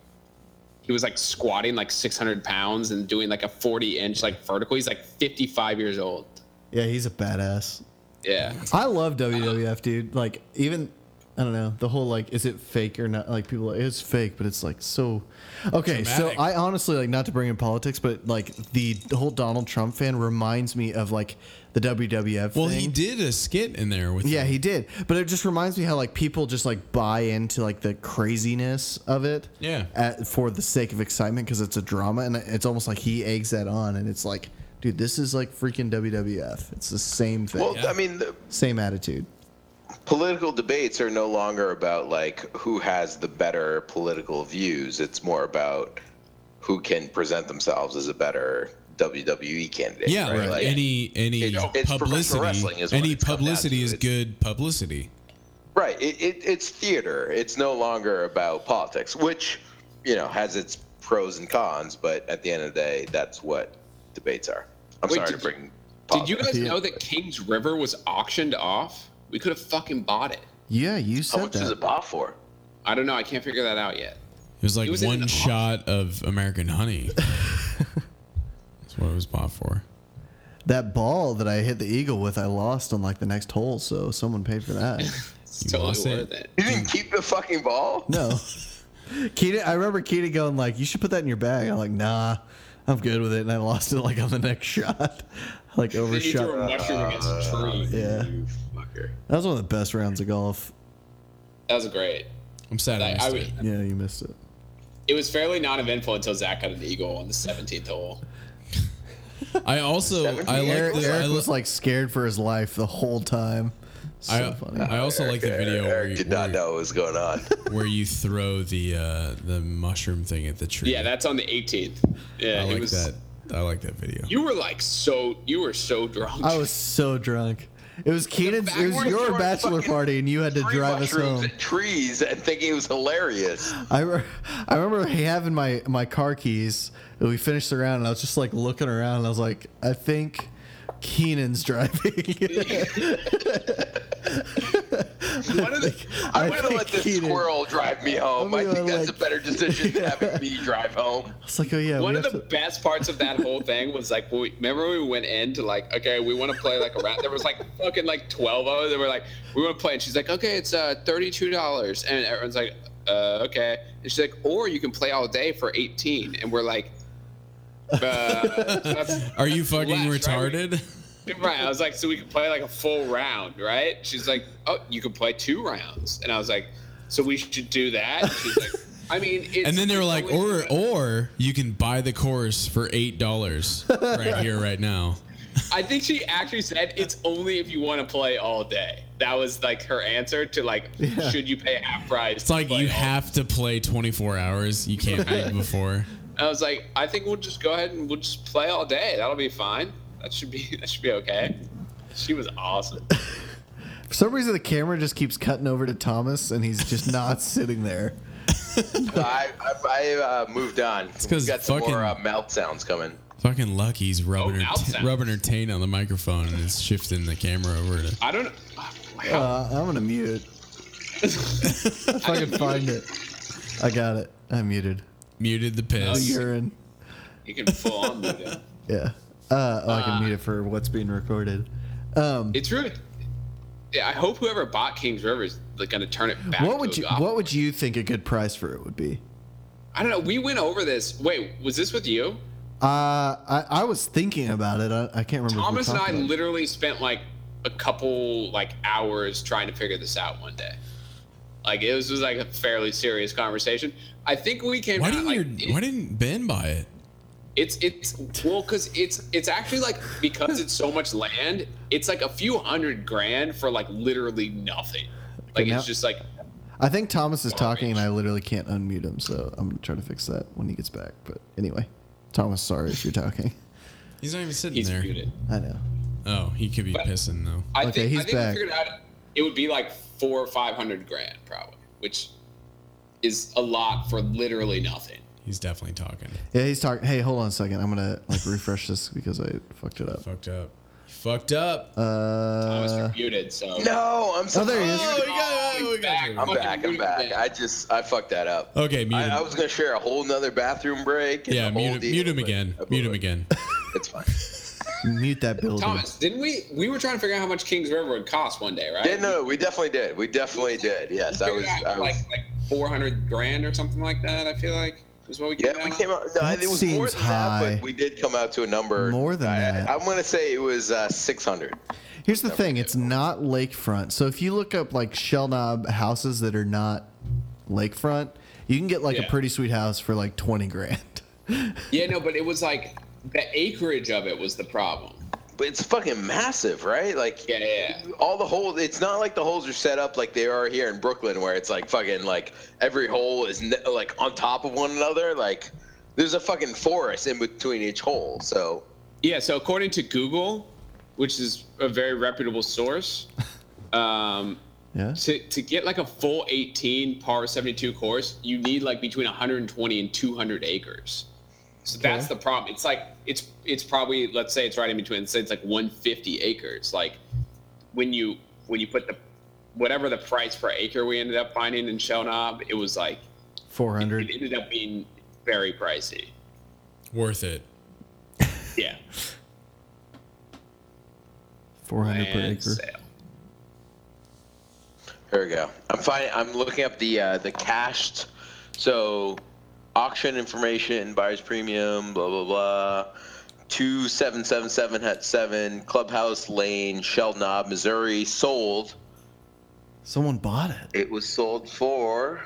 he was like squatting like 600 pounds and doing like a 40 inch like vertical. He's like 55 years old. Yeah, he's a badass. Yeah. I love WWF, dude. Like, even I don't know the whole like, is it fake or not? Like, people, are like, it's fake, but it's like so. Okay, so Dramatic. I honestly like not to bring in politics, but like the whole Donald Trump fan reminds me of like the WWF. Well, thing. he did a skit in there with. Yeah, him. he did. But it just reminds me how like people just like buy into like the craziness of it. Yeah. At, for the sake of excitement because it's a drama and it's almost like he eggs that on and it's like, dude, this is like freaking WWF. It's the same thing. Well, Yeah. I mean, the same attitude. political debates are no longer about like who has the better political views. It's more about who can present themselves as a better WWE candidate. Yeah, right. like, Like, any any It's- it's professional publicity, wrestling is what any it's come down publicity to. is It's- good publicity. Right. It, it, it's theater. It's no longer about politics, which, you know, has its pros and cons, but at the end of the day, that's what debates are. I'm Wait, sorry to did you- bring Did you politics. guys know that Kings River was auctioned off? We could have fucking bought it. Yeah, you how said much is that. it bought for? I don't know. I can't figure that out yet. It was like It was in one an shot of American Honey. That's what it was bought for. That ball that I hit the eagle with, I lost on like the next hole, so someone paid for that. It's You totally lost it? worth it. You didn't Hmm. keep the fucking ball? no. Keita, I remember Keita going like, "You should put that in your bag." I'm like, "Nah, I'm good with it," and I lost it like on the next shot, like Then you threw a overshot. mushroom against a tree. Uh, Yeah. You fucker. That was one of the best rounds of golf. That was great. I'm sad I, Like, missed I it. would- Yeah, you missed it. it was fairly non-eventful until Zach got an eagle on the 17th hole. I also I like Seventeen Eric, the I, Eric li- was like scared for his life the whole time. So I, funny. I also like the video where Eric you, did where, not know what was going on. where you throw the uh, the mushroom thing at the tree. Yeah, that's on the 18th. Yeah, I it like was. that. I like that video. You were like so. You were so drunk. I was Oh, so drunk. It was Keenan's. It was Backwards your throwing bachelor fucking party, and you had to three drive us mushrooms home. at trees and thinking it was hilarious. I, re- I remember having my my car keys. And we finished the round, and I was just like looking around, and I was like, I think Keenan's driving. Why do they- I'm going to let think this he did. squirrel drive me home. I'm I think gonna, that's a like- better decision than having me drive home. It's like, oh yeah, One we of have the to- best parts of that whole thing was like, we, remember when we went in to like, okay, we want to play like a round. There was like fucking like twelve of us, and we're like, we want to play. And she's like, okay, it's uh thirty two dollars, and everyone's like, uh, okay. And she's like, or you can play all day for eighteen, and we're like, uh, that's, Are you fucking Last, right? retarded? Right. I was like, so we could play like a full round, right? She's like, oh, you could play two rounds. And I was like, so we should do that? And She's like, I mean, it's, And then they were it's like, always- or or you can buy the course for eight dollars right here, right now. I think she actually said it's only if you want to play all day. That was like her answer to like, should you pay half price? It's like you have to play 24 hours. You can't play it before. I was like, I think we'll just go ahead and we'll just play all day. That'll be fine. That should be that should be okay. She was awesome. For some reason, the camera just keeps cutting over to Thomas, and he's just not sitting there. I, I, I uh, moved on. because We've got some fucking- more uh, mouth sounds coming. Fucking Lucky's rubbing Oh, her mouth t- sounds. rubbing her taint on the microphone and it's shifting the camera over to. I don't. Wow. Uh, I'm gonna mute. if I can find it, I got it. I muted. Muted the The piss. urine. You can full on move it. Yeah. Uh, oh, I can mute it for what's being recorded. Um, It's really. Yeah, I hope whoever bought Kings River is like, going to turn it back. what to would a you golf What would you think a good price for it would be? I don't know. We went over this. Wait, was this with you? Uh, I, I was thinking about it. I, I can't remember. if we Thomas and talked I about it. literally spent like a couple like hours trying to figure this out one day. Like it was, was like a fairly serious conversation. I think we came. Why out, didn't like, your, Why didn't Ben buy it? It's it's well, cause it's it's actually like because it's so much land, it's like a few hundred grand for like literally nothing. Like now- it's just like I think Thomas is talking, and I literally can't unmute him, so I'm gonna try to fix that when he gets back. But anyway, Thomas, sorry if you're talking. He's not even sitting he's there. muted. I know. Oh, he could be pissing though. I Okay, think he's I think back. we figured out it would be like four or five hundred grand probably, which is a lot for literally nothing. He's definitely talking. Yeah, he's talking. Hey, hold on a second. I'm gonna like refresh this because I fucked it up. Fucked up. Fucked up. I was Uh, muted, so No, I'm so. oh, there he is. we got- Oh, we got you. I'm Fucking back. I'm muted back. again. I just I fucked that up. okay, mute him. I, I was gonna share a whole nother bathroom break. and yeah, the whole mute, him- deal, mute him but again. I blew Mute him it. again. It's fine. mute that building. Thomas, didn't we? We were trying to figure out how much Kings River would cost one day, right? Yeah, no, we definitely did. We definitely did. Yes, I Figured was. out I was. like like four hundred grand or something like that. I feel like is what we Yeah, we came out. No, That it was more seems than high. that, but we did come out to a number. More than I- that. I, am gonna say it was uh, 600. Here's the thing: it's not lakefront. So if you look up like Shell Knob houses that are not lakefront, you can get like a Yeah. pretty sweet house for like twenty grand. Yeah, no, but it was like the acreage of it was the problem. But it's fucking massive, right? Like, Yeah, yeah, yeah. all the holes. It's not like the holes are set up like they are here in Brooklyn, where it's like fucking like every hole is ne- like on top of one another. Like, there's a fucking forest in between each hole. So Yeah, so according to Google, which is a very reputable source, um, Yeah. to, to get like a full 18 par 72 course, you need like between 120 and 200 acres. So that's the problem. It's like it's it's probably let's say it's right in between. Say it's like 150 acres. Like when you when you put the whatever the price per acre we ended up finding in Shell Knob, it was like Four it hundred. ended up being very pricey. Worth it. Yeah, Four hundred per and acre. sale. here we go. I'm finding. I'm looking up the uh, the cached. So auction information, buyer's premium, blah blah blah. Two seven seven seven hat seven Clubhouse Lane, Shell Knob, Missouri. Sold. Someone bought it. It was sold for.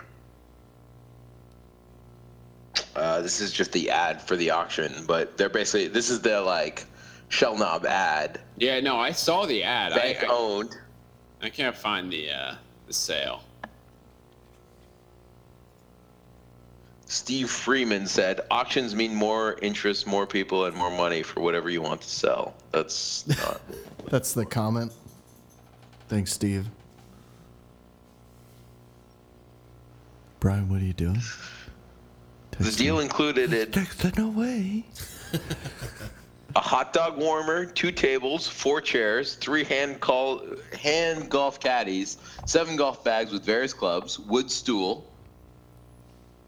Uh, this is just the ad for the auction, but they're basically this is their like shell knob ad. Yeah, no, I saw the ad. I, Bank I, owned. I can't find the uh, the sale. Steve Freeman said, "Auctions mean more interest, more people, and more money for whatever you want to sell." That's not. That's the comment. Thanks, Steve. Brian, what are you doing? the deal included it. Text no way. a hot dog warmer, two tables, four chairs, three hand call hand golf caddies, seven golf bags with various clubs, wood stool.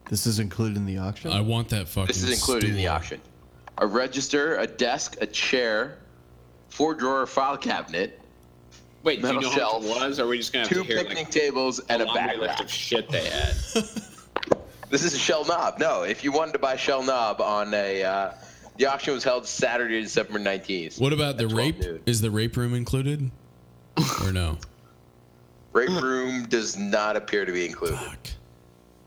This is included in the auction. I want that fucking. This is included in the stool. auction. A register, a desk, a chair, four drawer file cabinet, Wait, do you Metal know shelf. how much it was? Or are we just gonna have two to hear picnic like tables, and a a laundry bag list rack. of shit they had? This is a Shell Knob. No, if you wanted to buy Shell Knob on a, uh, the auction was held Saturday, December nineteenth. What about the 12 rape? noon. Is the rape room included? Or no? Rape room does not appear to be included. Fuck.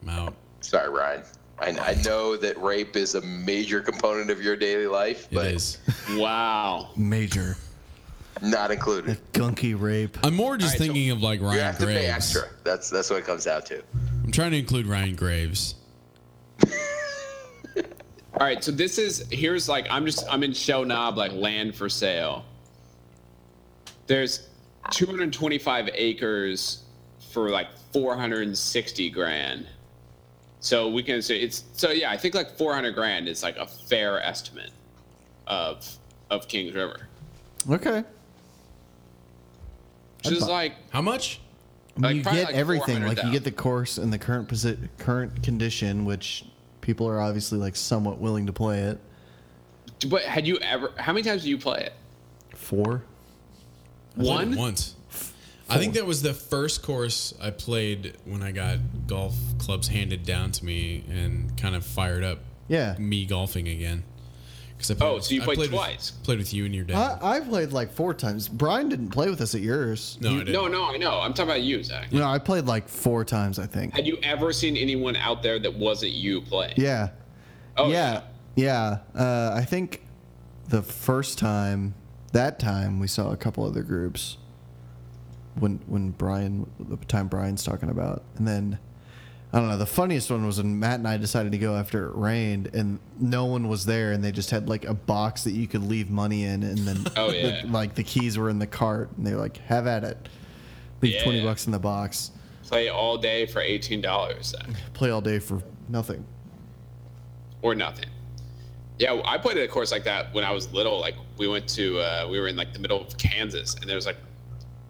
I'm out. Sorry, Ryan. I, I know that rape is a major component of your daily life, It but is. Wow. Major not included. gunky rape. I'm more just thinking of like You Ryan have to Graves. pay extra. That's that's what it comes out to. I'm trying to include Ryan Graves. All right, so this is here's like I'm just I'm in Shell Knob like land for sale. There's 225 acres for like 460 grand. So we can say it's so yeah, I think like 400 grand is like a fair estimate of of Kings River. Okay. Which is like How much? I mean, Like, you probably get like everything. Like you 400,000. get the course and the current posi- current condition, which people are obviously like somewhat willing to play it. but had you ever how many times do you play it? Four. One? Once. I think that was the first course I played when I got golf clubs handed down to me and kind of fired up Yeah. me golfing again. 'Cause I Oh, so you I played with- twice. played with you and your dad. I, I played like four times. Brian didn't play with us at yours. no, I didn't. No, no, I know. I'm talking about you, Zach. No, I played like four times. I think. Had you ever seen anyone out there that wasn't you playing? Yeah. Oh, yeah. Yeah. Uh, I think the first time, that time, we saw a couple other groups. When when Brian, the time Brian's talking about, and then I don't know. The funniest one was when Matt and I decided to go after it rained, and no one was there, and they just had like a box that you could leave money in, and then Oh, the- yeah. like the keys were in the cart, and they were like, "Have at it." Leave twenty Yeah. bucks in the box. play all day for eighteen dollars Play all day for nothing. or nothing. Yeah, I played at a course like that when I was little. Like we went to, uh, we were in like the middle of Kansas, and there was like,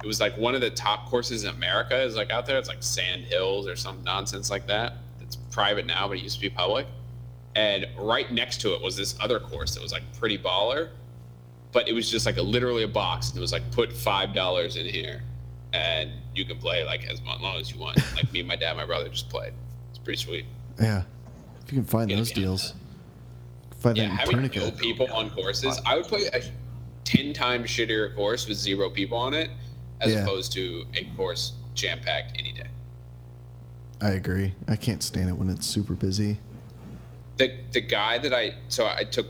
it was like one of the top courses in America. Is like out there. It's like Sand Hills or some nonsense like that. It's private now, but it used to be public. And right next to it was this other course that was like pretty baller, but it was just like a, literally a box, and it was like put five dollars in here, and you can play like as long as you want. Like me, my dad, my brother just played. It's pretty sweet. Yeah. If you can find Yeah, those yeah. deals. Find Yeah, that in having no Tourniquet. people on courses, I would play a ten times shittier course with zero people on it, as Yeah. opposed to a course jam packed any day. I agree. I can't stand it when it's super busy. The the guy that I so I took,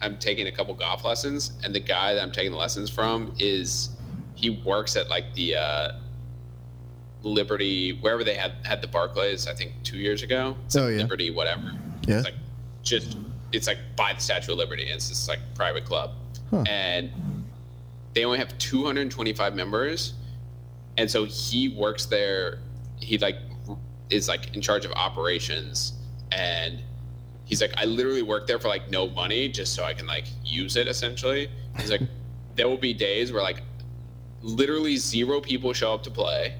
I'm taking a couple golf lessons, and the guy that I'm taking the lessons from is, he works at like the uh, Liberty wherever they had had the Barclays, I think two years ago. It's Oh, like yeah. Liberty whatever. Yeah. It's like just it's like by the Statue of Liberty. It's this like private club, Huh. and they only have 225 members, and so he works there. He like is like in charge of operations, and he's like, I literally work there for like no money just so I can like use it essentially. He's like, there will be days where like literally zero people show up to play,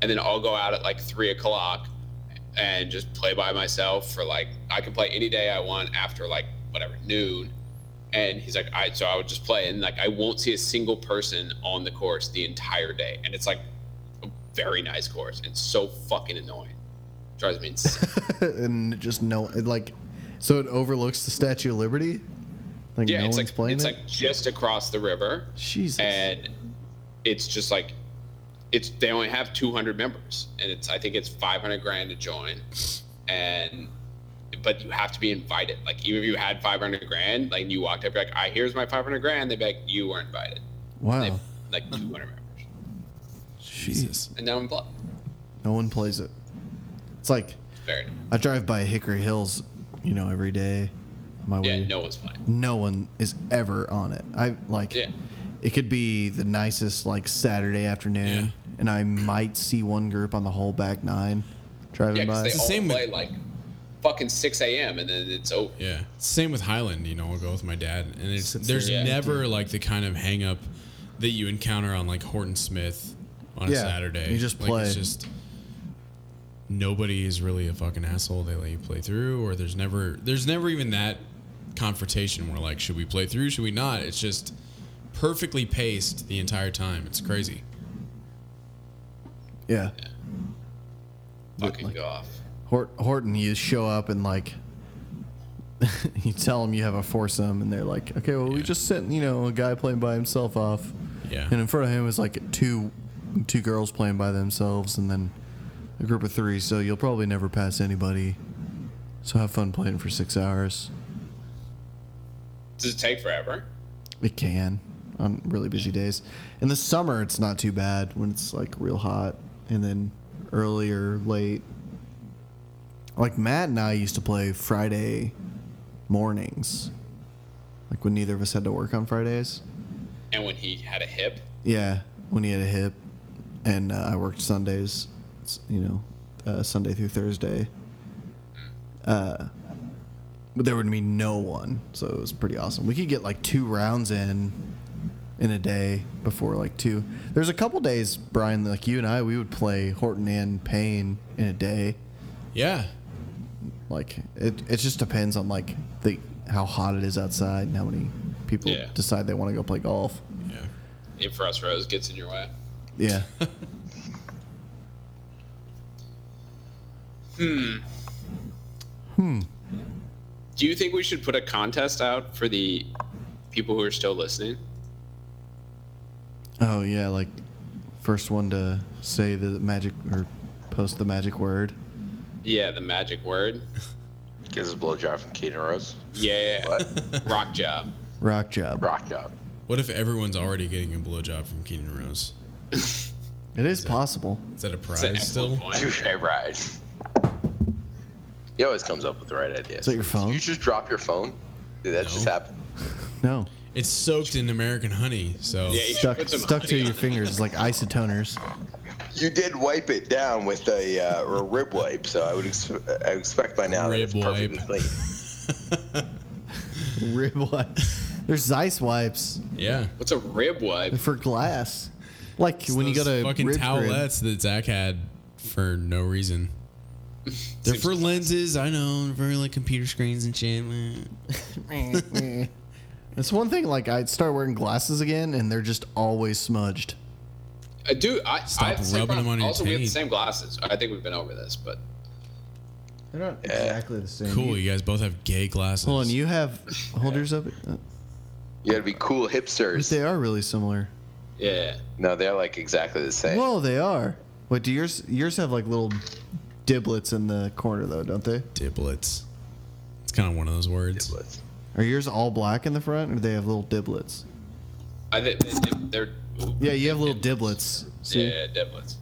and then I'll go out at like three o'clock and just play by myself for like I can play any day I want after like whatever noon. And he's like, I so I would just play, and like I won't see a single person on the course the entire day, and it's like a very nice course. It's so fucking annoying. Drives me insane. and just no, it like, so it overlooks the Statue of Liberty. Like yeah, no it's one's like playing it's it. like just across the river, Jesus. and it's just like it's they only have 200 members and it's i think it's 500 grand to join and but you have to be invited like even if you had 500 grand like you walked up you're like i here's my 500 grand they'd be like you were invited Oh. wow. like 200 members Jesus. and now i'm blocked No one plays it. It's like very nice. I drive by Hickory Hills, you know, every day. On my yeah way. no one's fine no one is ever on it. I like Yeah. it could be the nicest like Saturday afternoon and I might see one group on the whole back nine driving yeah by. because they all same with- play like fucking 6 a.m. and then it's over. Yeah. Same with Highland, you know, I'll go with my dad. And it's Sits there's there empty. never like the kind of hang up that you encounter on like Horton Smith on a Yeah, Saturday. you just Like, play. It's just nobody is really a fucking asshole. They let you play through or there's never there's never even that confrontation where like should we play through, should we not? It's just perfectly paced the entire time. It's crazy. Yeah. Fucking go off. Hort- Horton, you show up and like you tell them you have a foursome, and they're like, okay, well, we just sent you know a guy playing by himself off, Yeah. and in front of him is like two two girls playing by themselves, and then a group of three. So you'll probably never pass anybody. So have fun playing for six hours. Does it take forever? It can on really busy days. In the summer, it's not too bad when it's like real hot, and then early or late. Like Matt and I used to play Friday mornings, like when neither of us had to work on Fridays. And when he had a hip, Yeah, when he had a hip, and uh, I worked Sundays, s- you know, uh, Sunday through Thursday. Uh, but there would be no one, so it was pretty awesome. We could get like two rounds in in a day before like two. There's a couple days, Brian, like you and I, we would play Horton and Payne in a day. Yeah. Like it, it just depends on like the how hot it is outside and how many people Yeah. decide they want to go play golf. Yeah. Infrost Rose gets in your way. Yeah. Do you think we should put a contest out for the people who are still listening? Oh yeah, like first one to say the magic or post the magic word. Yeah, the magic word. Gives us a blowjob from Keenan Rose. Yeah. Rock job. Rock job. Rock job. What if everyone's already getting a blowjob from Keenan Rose? It is possible. Is that a It's an prize excellent still? point. Touche, Brian. He always comes up with the right ideas. Is that your phone? You just drop your phone. Did that just No. happen? No. It's soaked in American honey, so Yeah, you should Stuck put some stuck to honey your on it. fingers. It's like isotoners. You did wipe it down with a, uh, or a rib wipe, so I would ex- I expect by now Rib that it's perfectly wipe. clean. Rib wipes. There's Zeiss wipes. yeah. What's a rib wipe? They're for glass. Like when you go Those to fucking rib grid. towelettes that Zach had for no reason. They're for lenses, I know, for like computer screens and shit. It's one thing. Like I start wearing glasses again, and they're just always smudged. Uh, dude, I, Stop I have the same rubbing problem. them on your Also, we have the taint. same glasses. I think we've been over this, but They're not exactly the same. Cool, you guys both have gay glasses. Hold on, you have hold yours up. Uh, You gotta be cool hipsters. They are really similar. yeah. No, they're like exactly the same. Whoa, they are. Wait, do yours yours have like little diblets in the corner though, don't they? diblets. It's kind of one of those words. Are yours all black in the front, or they have little diblets? I think they're. ooh, Yeah, you have little diblets. See? Yeah, diblets.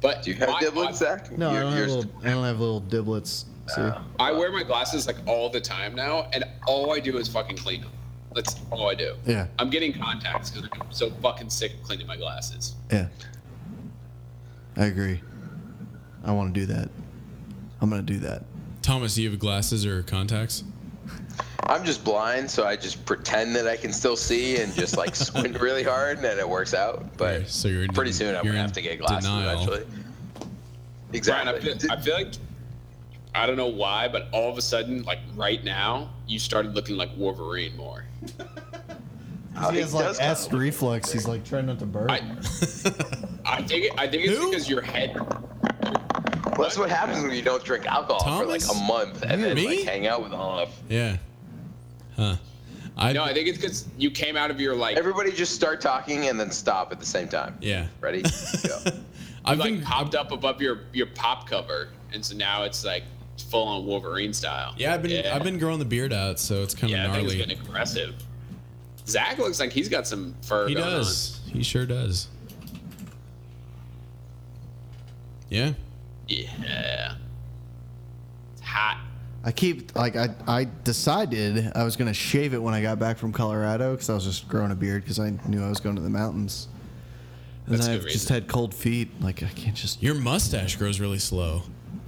But Do you have my- diblets, Zach? No, I Your- don't, have yours- Oh. little, I don't have little diblets. See? I wear my glasses like all the time now, and all I do is fucking clean them. That's all I do. Yeah. I'm getting contacts because I'm so fucking sick of cleaning my glasses. Yeah. I agree. I want to do that. I'm gonna do that. Thomas, do you have glasses or contacts? I'm just blind, so I just pretend that I can still see and just like squint really hard, and then it works out. But Okay, so you're in- pretty soon I'm you're gonna in have to get glasses denial. eventually. Brian, Exactly. I feel, I feel like I don't know why, but all of a sudden, like right now, you started looking like Wolverine more. Oh, He has does like kinda S look- reflex. He's like trying not to burn. I, I think it, I think it's because your head. Well, that's what happens when you don't drink alcohol for Thomas? like a month and then Me? like hang out with all of. Yeah. Huh. I, No, I think it's because you came out of your like Everybody just start talking and then stop at the same time. yeah. Ready? Go. I've like been popped up above your your pop cover, and so now it's like full on Wolverine style. Yeah, I've been I've been growing the beard out, so it's kind of yeah, I think gnarly. it's been aggressive. Zach looks like he's got some fur. He going on. does. He sure does. Yeah. Yeah. It's hot. I keep like I I decided I was gonna shave it when I got back from Colorado because I was just growing a beard because I knew I was going to the mountains. And That's a then I've good just reason. had cold feet. Like I can't just. Your mustache grows really slow.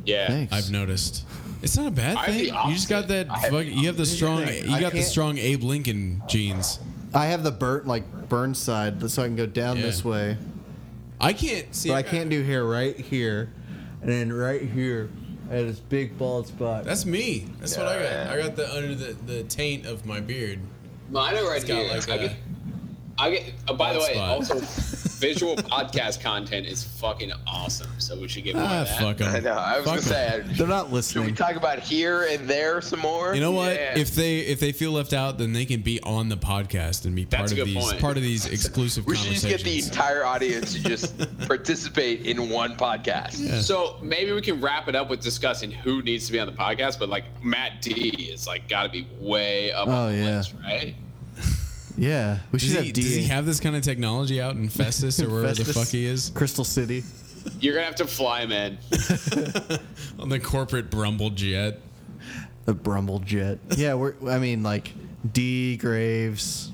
Yeah. Thanks. I've noticed. It's not a bad I have thing. the You just got that. opposite. I have Fuck, the you have the strong. thing. You I got the can't- strong Abe Lincoln genes. I have the burnt like burn side, so I can go down Yeah. this way, I can't see. But I can't do hair right here, and then right here. I had this big bald spot. That's me. That's what I got. Yeah. I got the under the, the taint of my beard. Mine are right It's got here. like I a- get, I get. Oh, by the Bald way, spot. also, visual podcast content is fucking awesome. So we should get more Ah, of that. fuck 'em. I know. I Fuck was gonna 'em. say. they're not Should we listening. talk about here and there some more? You know what? Yeah. If they if they feel left out, then they can be on the podcast and be part That's a of good these point. part of these exclusive we should just conversations. get the entire audience to just participate in one podcast. Yeah. So maybe we can wrap it up with discussing who needs to be on the podcast. But like Matt D is like got to be way up Oh on the yeah, list, right? yeah. We should does, have he, D. does he have this kind of technology out in Festus or wherever the fuck he is Crystal City. You're gonna have to fly him in. on the corporate Brumble jet? The Brumble Jet. Yeah, we're. I mean, like D Graves.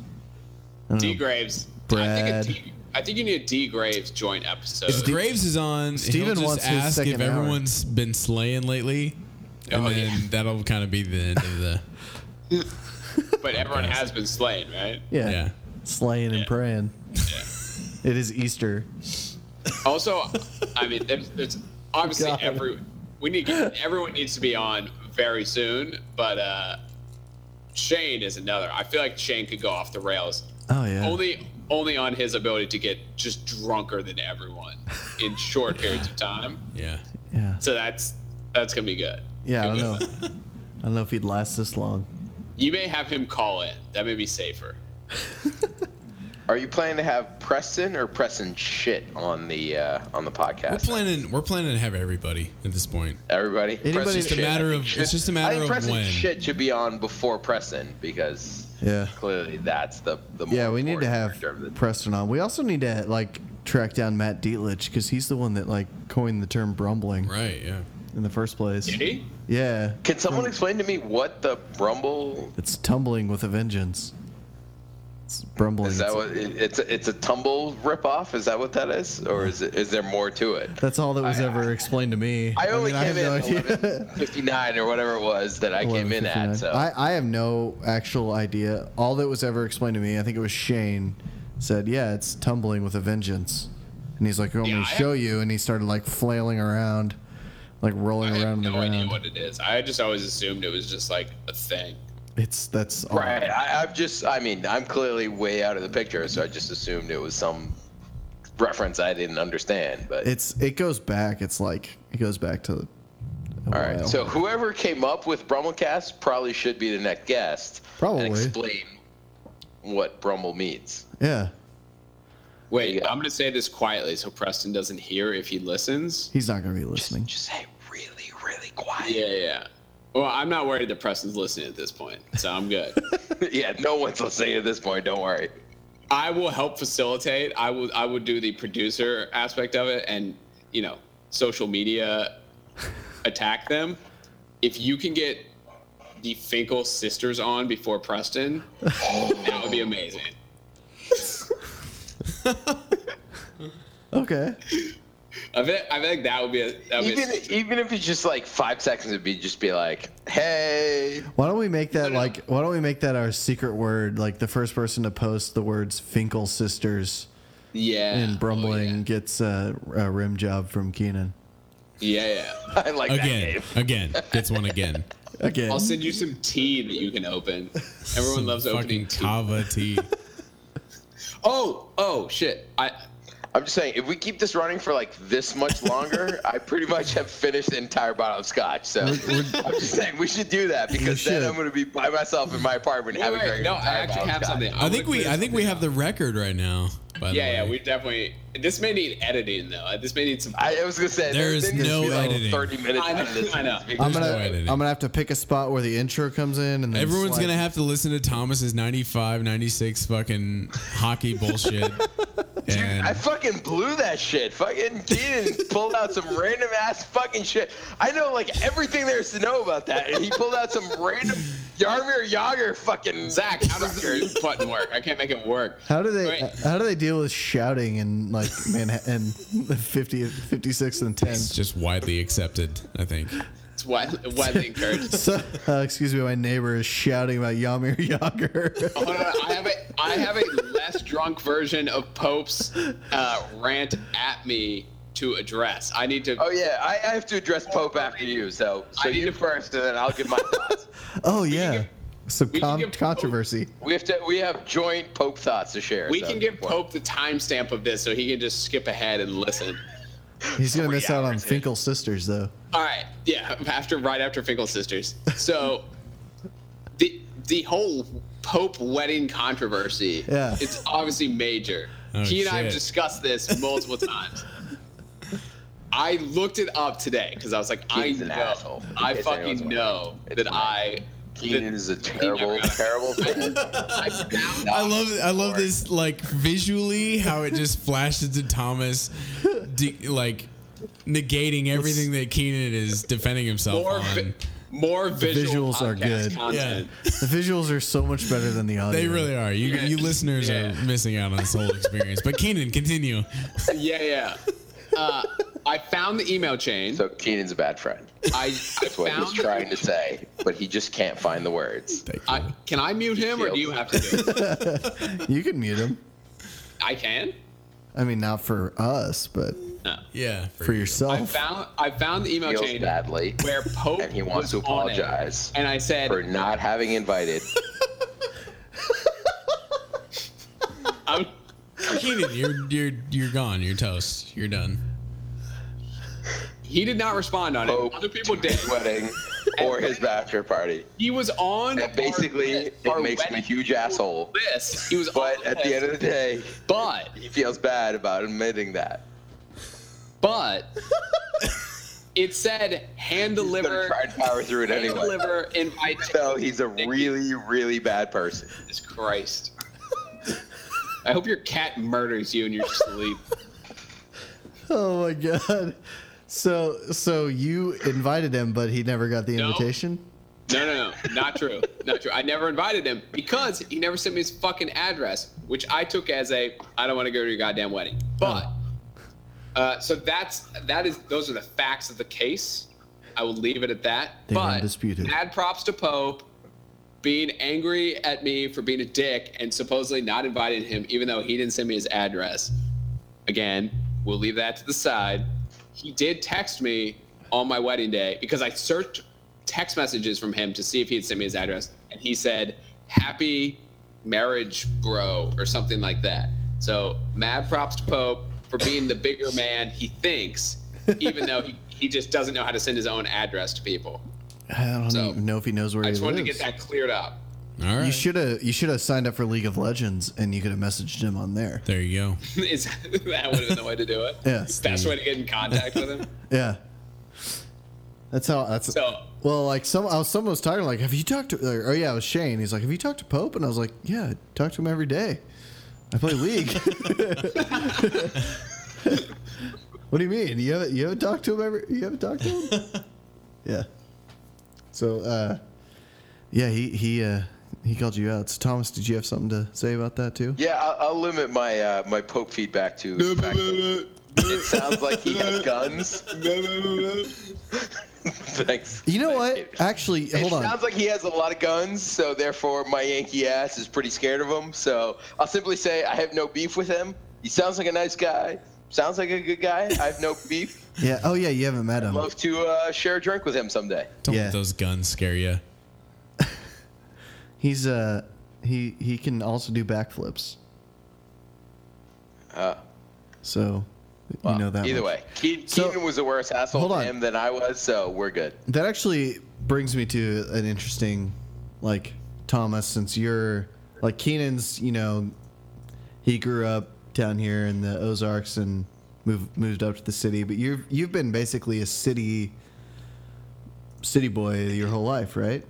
I don't D know. Graves. I Brad. think, a D, I think you need a D Graves joint episode. If Graves is on, Steven he'll just wants his ask if second hour. everyone's been slaying lately, and Oh, then that'll kind of be the end of the but everyone has been slain, right? Yeah. yeah. Slaying and praying. it is Easter. Also, I mean, there's, there's obviously God. every we need everyone needs to be on very soon, but uh, Shane is another. I feel like Shane could go off the rails. Oh yeah. Only only on his ability to get just drunker than everyone in short periods of time. Yeah. yeah. So that's that's gonna be good. Yeah. I don't Good know. one. I don't know if he'd last this long. You may have him call in. That may be safer. Are you planning to have Preston or Preston shit on the uh, on the podcast? We're planning. We're planning to have everybody at this point. Everybody. It's Preston It's just a shit. matter of. Shit- It's just a I matter think of Preston when. shit should be on before Preston because Yeah. clearly that's the the. Yeah, more we need to important have term that- Preston on. We also need to like track down Matt Dietlich because he's the one that like coined the term brumbling Right. Yeah. in the first place. Ready? Yeah, Can someone explain to me what the rumble? it's tumbling with a vengeance. It's brumbling. Is that It's- what it- it's a, it's a tumble ripoff? Is that what that is, or is it is there more to it? That's all that was I- ever explained to me. I only mean, came have no in idea. 59 or whatever it was that I came in at. 11:59. So I, I have no actual idea. All that was ever explained to me, I think it was Shane, said, "Yeah, it's tumbling with a vengeance," and he's like, "Oh, "I'm Yeah, going I to show you," and he started like flailing around, like rolling I have around. in the no ground. idea what it is. I just always assumed it was just like a thing. It's that's all. right, I, I've just I mean I'm clearly way out of the picture, so I just assumed it was some reference I didn't understand. But It's it goes back. It's like it goes back to. all right, so whoever came up with Brumblecast probably should be the next guest. Probably. and explain what Brumble means. yeah, Wait, Yeah. I'm gonna say this quietly so Preston doesn't hear if he listens. he's not gonna be listening. Just say really, really quiet. Yeah, yeah. Well, I'm not worried that Preston's listening at this point, so I'm good. Yeah, no one's listening at this point. Don't worry. I will help facilitate. I will. I would do the producer aspect of it, and you know, social media attack them. If you can get the Finkel sisters on before Preston, that would be amazing. Okay. I think I think that would be a that would Even be a, even if it's just like five seconds, it'd be just be like, hey. Why don't we make that No, no. like? Why don't we make that our secret word? Like the first person to post the words Finkel sisters yeah in Brumbling Oh, gets a, a rim job from Keenan. yeah. yeah, yeah. I like that Again. game. Again. Gets one again. Again. I'll send you some tea that you can open. Everyone Some loves fucking opening tea. kava tea. Oh, oh shit! I I'm just saying, if we keep this running for like this much longer, I pretty much have finished the entire bottle of scotch. So I'm just saying we should do that because then should. I'm going to be by myself in my apartment wait, having wait, drinking no, an entire I actually bottle of have scotch. something. I wanna think we. clear I think we something have up. the record right now. By the Yeah, yeah, way. we definitely. This may need editing though. This may need some. I, I was going to say, There is there's been no just be, like, editing. 30 minutes I know, of this. I know. I'm there's gonna no editing. I'm gonna have to pick a spot where the intro comes in and then Everyone's slide- gonna have to listen to Thomas's 95, 96 fucking hockey bullshit. I and fucking blew that shit. Fucking Keenan pulled out some random ass fucking shit. I know like everything there is to know about that, and he pulled out some random Yarmir Yager fucking Zach, how does the mute button work? I can't make it work. How do they Wait. how do they deal with shouting in like Manhattan 50th, 56th and 10th? it's just widely accepted, I think. It's It's widely, widely encouraged. So, uh, excuse me, my neighbor is shouting about Yamir Yager. Hold on, I have a I have a less drunk version of Pope's uh, rant at me to address. I need to. Oh yeah, I, I have to address Pope after you, so so I need you to- first, and then I'll give my thoughts. oh yeah, some we can con- give Pope- controversy. We have to we have joint Pope thoughts to share. we so can it's give important. Pope the timestamp of this so he can just skip ahead and listen. He's gonna miss out on hours in. Finkel's sisters though. All right, yeah, after right after Finkel Sisters. So the the whole Pope wedding controversy. Yeah. it's obviously major. Oh, he and I have shit. discussed this multiple times. I looked it up today because I was like, Keenan's I an know, asshole, in I case anyone's fucking wondering. know It's that mine. I. Keenan that- is a terrible, never- terrible fan. I found I love I love this like visually how it just flashes to Thomas, de- like negating everything that Keenan is defending himself more on. vi- more visual visuals are podcast good. yeah, Content. The visuals are so much better than the audio. they really are. You you listeners Yeah. are missing out on this whole experience. But Keenan, continue. Yeah, yeah. Uh, I found the email chain. So Keenan's a bad friend. I, I That's what he's found trying to say, but he just can't find the words. I, can I mute him or do you have to do it? You can mute him. I can. I mean, not for us, but Yeah, for I yourself. found I found the email Feels chain badly, where Pope and he wants was to on it. apologize and I said for not having invited. I'm, Keenan, you're you're you're gone. You're toast. You're done. he did not respond on it. Pope Other people to did. his wedding or his bachelor party. He was on. And basically, our, it list, our makes him a wedding huge asshole. list. He was But on at the end of the day, but he feels bad about admitting that. but it said hand He's gonna deliver. try and power through it Hand anyway. deliver invite. So he's a really, really bad person. Jesus Christ. I hope your cat murders you in your sleep. oh my god. So so you invited him, but he never got the No. invitation. No, no, no, not true, not true. I never invited him because he never sent me his fucking address, which I took as a I don't want to go to your goddamn wedding. Oh. But uh, so that's that is those are the facts of the case. I will leave it at that. They are but undisputed. mad props to Pope being angry at me for being a dick and supposedly not inviting him, even though he didn't send me his address. Again, we'll leave that to the side. He did text me on my wedding day because I searched text messages from him to see if he had sent me his address, and he said, "Happy marriage, bro," or something like that. So, mad props to Pope for being the bigger man he thinks, even though he, he just doesn't know how to send his own address to people. I don't So, even know if he knows where I he just lives. wanted to get that cleared up. All right. You should have you should have signed up for League of Legends, and you could have messaged him on there. there you go. Is that would have been the way to do it? Yeah. Best way to get in contact with him. Yeah. That's how. That's So well, like some. I was, someone was talking like, "Have you talked to?" Or, oh yeah, it was Shane. He's like, "Have you talked to Pope?" And I was like, "Yeah, I talk to him every day. I play League." what do you mean? You haven't you haven't talked to him ever? You haven't talked to him? yeah. So, uh, yeah, he he uh, he called you out. So Thomas, did you have something to say about that too? Yeah, I'll, I'll limit my uh, my Pope feedback to. the fact that It sounds like he has guns. Thanks. You know what? Thanks, Gator. Actually, hold it on. sounds like he has a lot of guns, so therefore my Yankee ass is pretty scared of him. So I'll simply say I have no beef with him. He sounds like a nice guy. Sounds like a good guy. I have no beef. yeah. Oh yeah, you haven't met him. Love to uh, share a drink with him someday. Don't Yeah. let those guns scare you. He's uh he he can also do backflips. Uh, So you know that. Either much. way, Ke- So- Keaton was a worse asshole Hold to on. him than I was, so we're good. That actually brings me to an interesting like Thomas since you're like Keenan's, you know, he grew up down here in the Ozarks and moved moved up to the city, but you've you've been basically a city city boy your whole life, right?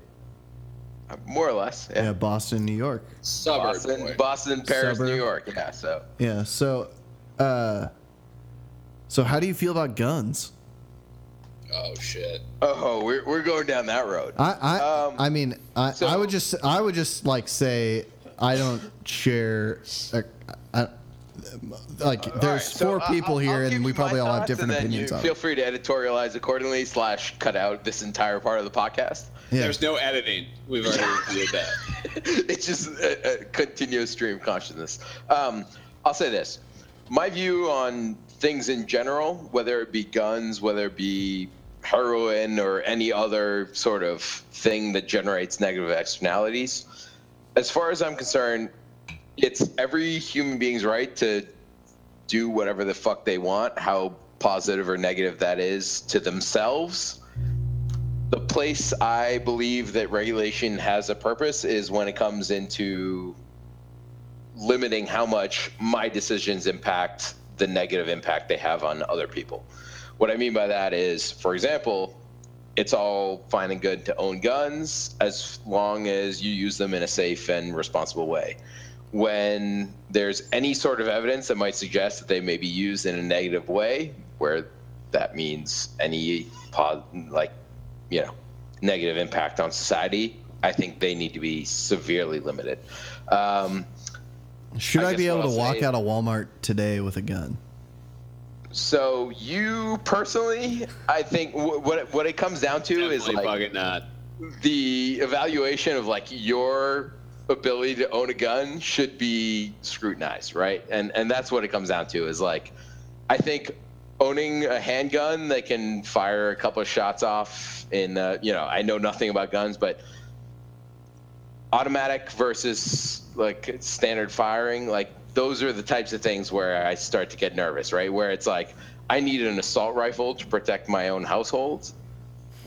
Uh, More or less. Yeah, Yeah. Boston, New York. suburb. Boston, boy. Boston, Paris, Suburb. New York. Yeah, so. Yeah, so uh so how do you feel about guns? Oh shit. Oh, we're, we're going down that road. Uh, I I, Um, I mean I, so- I would just uh, I would just like say I don't share I, I, like there's right, so four I- people I'll- here, I'll give and we you my probably all have thoughts, and different then opinions you on Feel it. free to editorialize accordingly slash cut out this entire part of the podcast. Yeah. There's no editing. We've already reviewed that. it's just a, a continuous stream of consciousness. Um, I'll say this: my view on things in general, whether it be guns, whether it be heroin, or any other sort of thing that generates negative externalities, as far as I'm concerned, it's every human being's right to do whatever the fuck they want, how positive or negative that is to themselves the place I believe that regulation has a purpose is when it comes into limiting how much my decisions impact the negative impact they have on other people. What I mean by that is, for example, it's all fine and good to own guns as long as you use them in a safe and responsible way. When there's any sort of evidence that might suggest that they may be used in a negative way, where that means any pod, like you know negative impact on society, I think they need to be severely limited. Um, Should I I, be guess what able to I'll walk say- out of Walmart today with a gun? So you personally, I think wh- what it- what it comes down to is Definitely like fucking not. the evaluation of like your ability to own a gun should be scrutinized, right? And and that's what it comes down to is like I think owning a handgun that can fire a couple of shots off in uh, you know, I know nothing about guns, but automatic versus like standard firing like those are the types of things where i start to get nervous right where it's like i need an assault rifle to protect my own household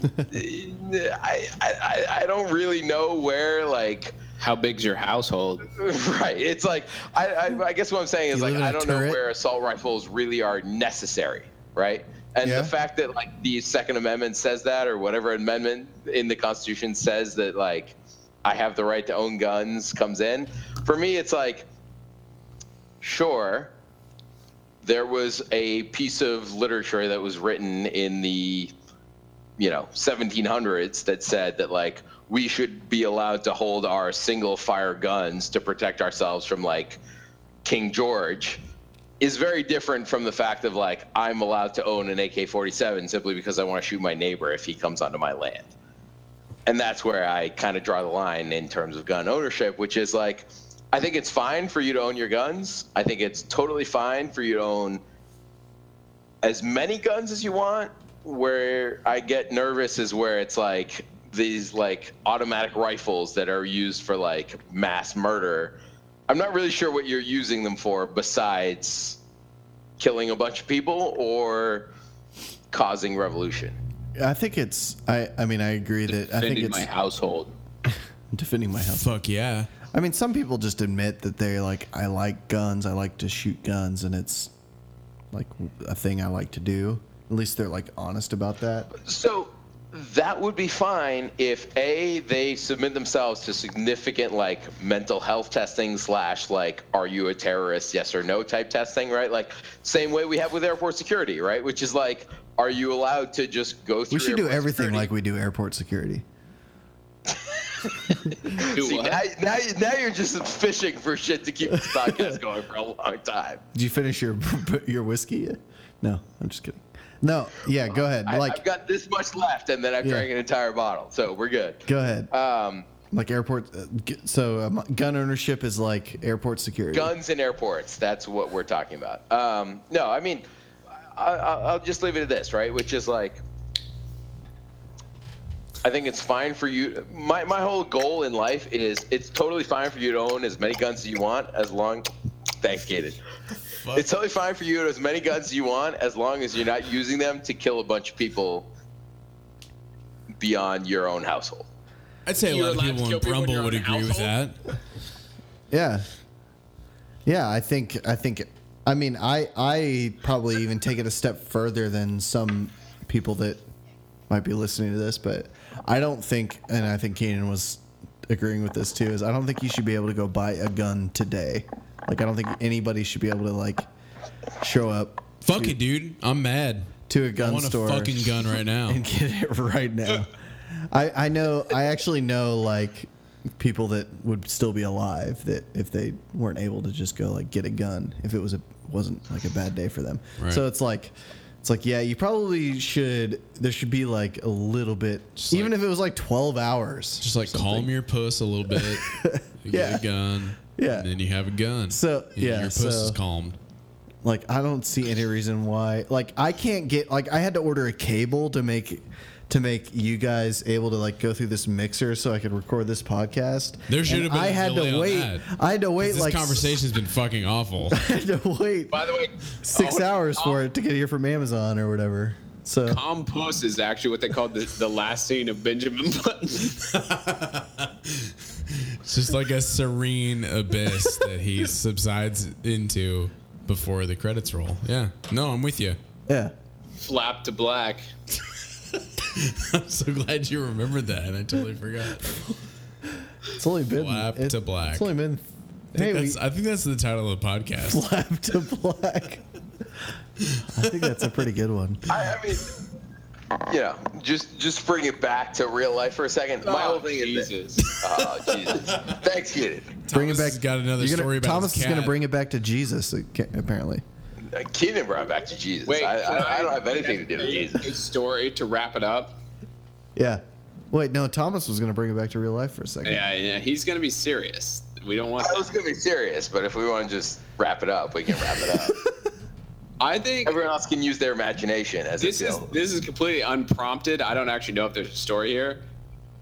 I, I, I- I don't really know where like How big's your household? right it's like i, I, I guess what i'm saying is You like live in i a don't know turret? where assault rifles really are necessary right and Yeah. the fact that like the second amendment says that or whatever amendment in the constitution says that like i have the right to own guns comes in for me it's like sure there was a piece of literature that was written in the you know 1700s that said that like we should be allowed to hold our single fire guns to protect ourselves from like king george is very different from the fact of like i'm allowed to own an ak-47 simply because i want to shoot my neighbor if he comes onto my land and that's where i kind of draw the line in terms of gun ownership which is like i think it's fine for you to own your guns i think it's totally fine for you to own as many guns as you want. Where I get nervous is where it's like these like automatic rifles that are used for like mass murder. I'm not really sure what you're using them for besides killing a bunch of people or causing revolution. I think it's. I. I mean, I agree that I think Defending it's my household. defending my house. Fuck yeah. I mean, some people just admit that they're like, I like guns. I like to shoot guns, and it's like a thing I like to do. At least they're like honest about that. So that would be fine if a they submit themselves to significant like mental health testing slash like are you a terrorist yes or no type testing right like same way we have with airport security right which is like are you allowed to just go through We should do airport everything security? like we do airport security. Do uh, See, what? now, now, you- now you're just fishing for shit to keep this podcast going for a long time Did you finish your your whiskey? yet? No, I'm just kidding. No, yeah, go ahead. I, Like, i've got this much left and then i've Yeah. drank an entire bottle so we're good go ahead. um Like airport. Uh, g- so um, gun ownership is like airport security. guns in airports. That's what we're talking about. Um, no, I mean, I, I- I'll just leave it at this, right? Which is like, I think it's fine for you. My, my whole goal in life is it's totally fine for you to own as many guns as you want, as long. Thanks, Gated. It's totally fine for you to own as many guns as you want, as long as you're not using them to kill a bunch of people beyond your own household. I'd say a You're lot of people allowed to in kill people in Brumble your would own agree with that. Yeah. Yeah, I think I think I mean I I probably even take it a step further than some people that might be listening to this, but I don't think and I think Keenan was agreeing with this too, is I don't think you should be able to go buy a gun today. Like I don't think anybody should be able to like show up Fuck it, dude. I'm mad. to a I gun want a store fucking gun right now. and get it right now. I, I know I actually know like people that would still be alive that if they weren't able to just go like get a gun if it was a wasn't like a bad day for them. Right. So it's like it's like yeah, you probably should there should be like a little bit Just, even like- if it was like 12 hours. Just like calm your puss a little bit. You Yeah. get a gun. Yeah. And then you have a gun. So, and yeah, your puss so- is calmed. Like I don't see any reason why. Like I can't get like I had to order a cable to make to make you guys able to like go through this mixer so I could record this podcast. There should And have been I a had delay to on wait. that. I had to wait This like conversation's been fucking awful. I had to wait By the way, six oh, hours oh, for it to get here from Amazon or whatever. So Tom Puss is actually what they called the, the last scene of Benjamin Button. It's just like a serene abyss that he subsides into before the credits roll. Yeah. No, I'm with you. yeah, Flap to black. I'm so glad you remembered that. and I totally forgot. it's only been Flap it- to black. It's only been hey, I we, think that's- I think that's the title of the podcast. flap to black. I think that's a pretty good one. I, I mean, you know, just just bring it back to real life for a second. My whole thing is that, Oh, Jesus. oh Jesus, thanks, kid. bring it Thomas back. has got another you're gonna- story about Thomas his is going cat. to bring it back to Jesus. it ca- Apparently, Uh, Keenan brought it back to Jesus. Wait, I, can I, I don't have anything to do with a- Jesus. A story to wrap it up. yeah. Wait, no. Thomas was going to bring it back to real life for a second. Yeah, yeah. He's gonna be serious. We don't want. I That. was gonna be serious, but if we want to just wrap it up, we can wrap it up. I think Everyone else can use their imagination as this they is feel. this is completely unprompted. I don't actually know if there's a story here,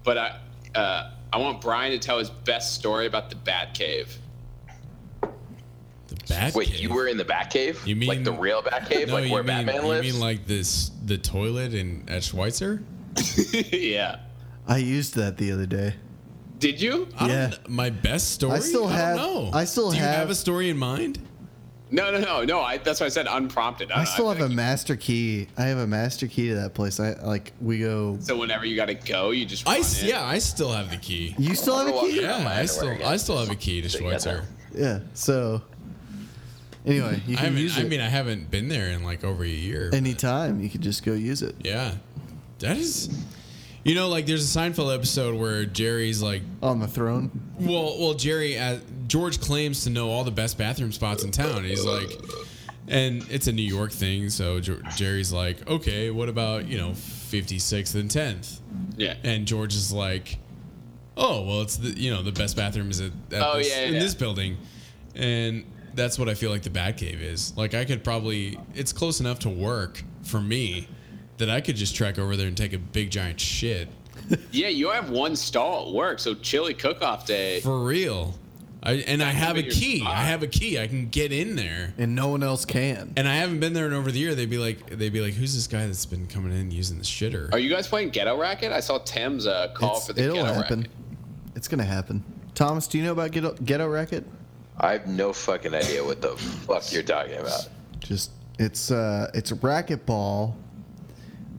but I uh, I want Brian to tell his best story about the Bat Cave. The Batcave. Wait, you were in the Batcave? You mean- like the real Batcave, No, like you where mean, Batman you lives? mean like this the toilet in at Schweitzer? yeah. I used that the other day. Did you? I Yeah. don't, my best story. I still don't have- know. I still Do you have have- a story in mind? No, no, no, no. I that's why I said unprompted. I don't know, still have a feel like- master key. I have a master key to that place. I like we go. So whenever you gotta go, you just. I run s- in. yeah, I still have the key. You still have a key? Yeah, my I underwear still again. I still have a key to Together. Schweitzer. Yeah. So anyway, you I can haven't. use I it mean, I haven't been there in like over a year. anytime. You can just go use it. Yeah, that is. You know, like there's a Seinfeld episode where Jerry's like, On the throne. well, well, Jerry, uh, George claims to know all the best bathroom spots in town. He's like, and it's a New York thing, so Jer- Jerry's like, okay, what about you know 56th and 10th? Yeah. And George is like, "Oh, well, it's the you know the best bathroom is at, at Oh, this, yeah, in yeah. this building," and that's what I feel like the Batcave is. Like I could probably it's close enough to work for me that I could just trek over there and take a big giant shit Yeah, you have one stall at work, so chili cook-off day. for real. I, and I have a your key. spot. I have a key. I can get in there. And no one else can. And I haven't been there in over the year. They'd be like, they'd be like, who's this guy that's been coming in using the shitter? Are you guys playing Ghetto Racket? I saw Tim's uh, call It's- for the it'll Ghetto happen. Racket. It's gonna happen. Thomas, do you know about ghetto, ghetto racket? I have no fucking idea what the fuck you're talking about. Just it's uh it's a racquetball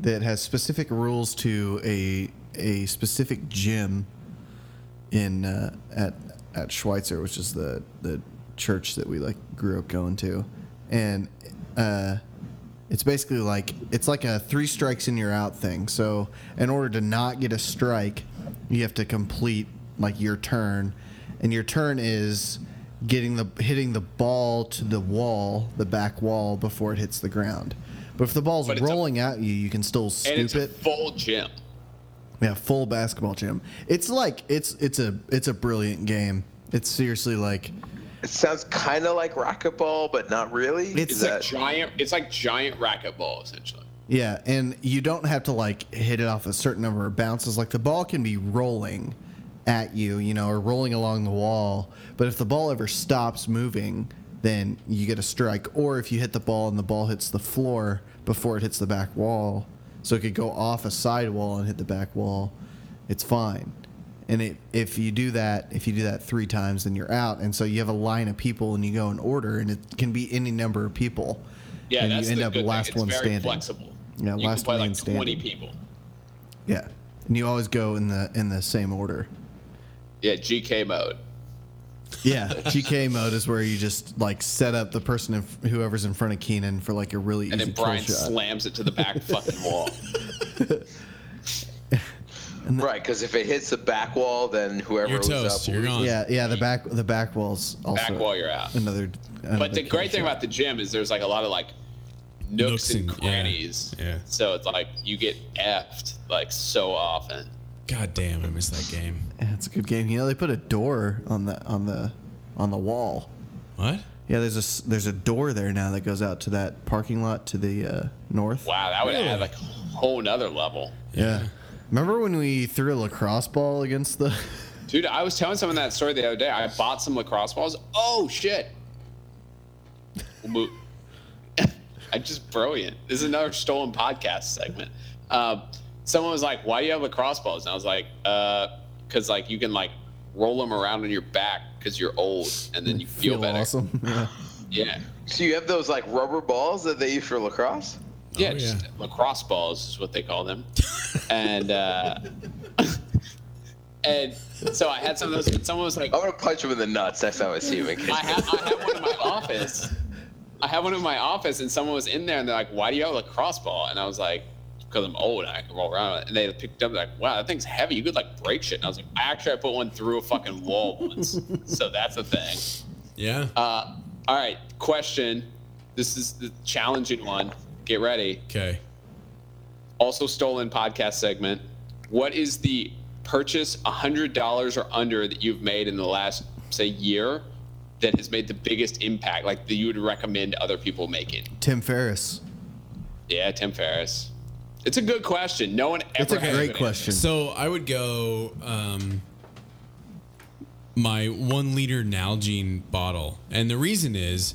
that has specific rules to a a specific gym in uh, at at Schweitzer, which is the the church that we like grew up going to, and uh, it's basically like it's like a three strikes and you're out thing. So in order to not get a strike, you have to complete like your turn, and your turn is getting the hitting the ball to the wall, the back wall before it hits the ground. But if the ball's But it's a- rolling at you, you can still scoop And it's a it. full gym. Yeah, full basketball gym. It's like it's it's a it's a brilliant game. It's seriously like It sounds kind of like racquetball, but not really. It's Is It's like that- giant. It's like giant racquetball essentially. yeah, and you don't have to like hit it off a certain number of bounces. Like the ball can be rolling at you, you know, or rolling along the wall. But if the ball ever stops moving, then you get a strike. Or if you hit the ball and the ball hits the floor before it hits the back wall, so it could go off a side wall and hit the back wall, it's fine. And it, if you do that, if you do that three times, then you're out. And so you have a line of people, and you go in order, and it can be any number of people. Yeah, and that's you end the up good last thing. It's one very standing. Flexible. Yeah, you last can play man like Twenty standing. people. Yeah, and you always go in the in the same order. Yeah, GK mode. Yeah, GK mode is where you just like set up the person in, whoever's in front of Keenan for like a really easy And then kill Brian shot. slams it to the back fucking wall. And the- Right, because if it hits the back wall, then whoever You're was toast. up. You're gone. Yeah, yeah. The back, the back walls. Also Back while you're out. Another. another But the great thing about the gym is there's like a lot of like Nooks nooks and- and yeah, crannies. yeah. So it's like you get effed like so often. God damn, I missed that game. Yeah, it's a good game. You know, they put a door on the on the on the wall. What? Yeah, there's a s- there's a door there now that goes out to that parking lot to the uh, north. Wow, that would Really? add like a whole nother level. Yeah. Remember when we threw a lacrosse ball against the? Dude, I was telling someone that story the other day. I bought some lacrosse balls. Oh shit. Mo- I just brilliant. This is another stolen podcast segment. Um, someone was like, "Why do you have lacrosse balls?" And I was like, "Because like you can like roll them around on your back because you're old, and then you feel, better." awesome. Yeah. Yeah, So you have those like rubber balls that they use for lacrosse? yeah, Oh, just yeah. lacrosse balls is what they call them. and uh, and so I had some of those. and Someone was like, I'm gonna punch him in the nuts. That's how I see him. In case. I have, I have one in my office. I have one in my office, and someone was in there, and they're like, "Why do you have a lacrosse ball?" And I was like, "Because I'm old and I can roll around." with it." And they picked it up, they're like, "Wow, that thing's heavy. You could like break shit." And I was like, "Actually, I put one through a fucking wall once, so that's a thing." Yeah. Uh, all right, question. This is the challenging one. Get ready. Okay. Also stolen podcast segment. What is the purchase hundred dollars or under that you've made in the last say year that has made the biggest impact? Like that you would recommend other people make it? Tim Ferriss. Yeah, Tim Ferriss. It's a good question. No one That's ever. a has an great answer. question. So I would go um, my one liter Nalgene bottle, and the reason is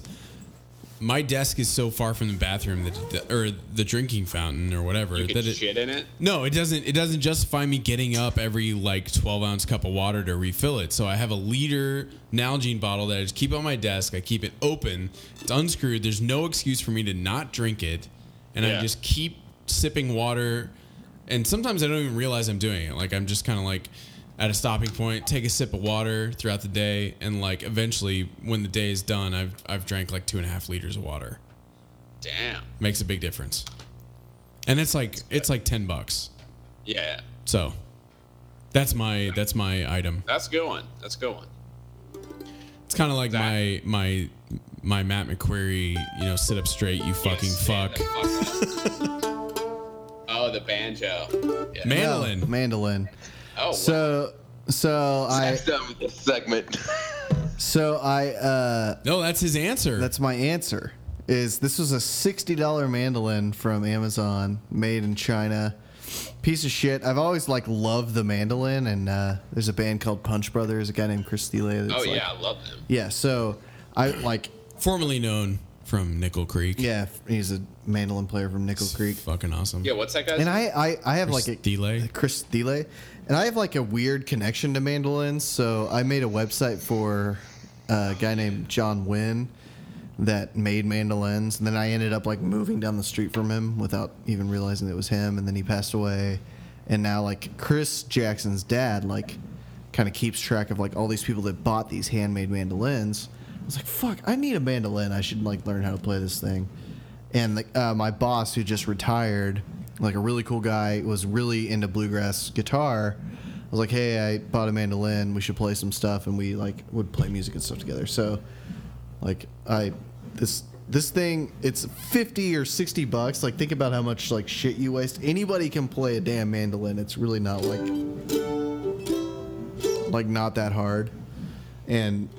my desk is so far from the bathroom that the, or the drinking fountain or whatever You that could it, shit in it. no, it doesn't. It doesn't justify me getting up every like twelve ounce cup of water to refill it. So I have a liter Nalgene bottle that I just keep on my desk. I keep it open. It's unscrewed. There's no excuse for me to not drink it, and I Yeah. just keep sipping water. And sometimes I don't even realize I'm doing it. Like I'm just kind of like at a stopping point, take a sip of water throughout the day, and like eventually when the day is done, I've I've drank like two and a half liters of water. Damn. Makes a big difference. And it's like it's like ten bucks. Yeah, So that's my that's my item. that's a good one. That's a good one. It's kind of like my my my Matt McQuarrie, you know, sit up straight, you fucking Yes, yeah, fuck. the fuck. oh, the banjo. Yeah. Mandolin. No, mandolin. Oh, wow. So, so I, That's done with this segment. so I, uh, No, that's his answer. that's my answer. Is this was a sixty dollar mandolin from Amazon, made in China. Piece of shit. I've always like loved the mandolin, and uh, there's a band called Punch Brothers. A guy named Chris Steele. oh yeah, I love them. Yeah. So I like. formerly known from Nickel Creek. Yeah, he's a mandolin player from Nickel Creek. Fucking awesome. Yeah, what's that guy's? And I, I, I have Chris like a Delay? Chris Delay, and I have like a weird connection to mandolins. So I made a website for a guy named John Wynn that made mandolins, and then I ended up like moving down the street from him without even realizing it was him, and then he passed away, and now like Chris Jackson's dad like kind of keeps track of like all these people that bought these handmade mandolins. I was like, fuck, I need a mandolin. I should like learn how to play this thing and the, uh, my boss who just retired like a really cool guy was really into bluegrass guitar i was like hey i bought a mandolin we should play some stuff and we like would play music and stuff together so like i this this thing it's 50 or 60 bucks like think about how much like shit you waste anybody can play a damn mandolin it's really not like like not that hard and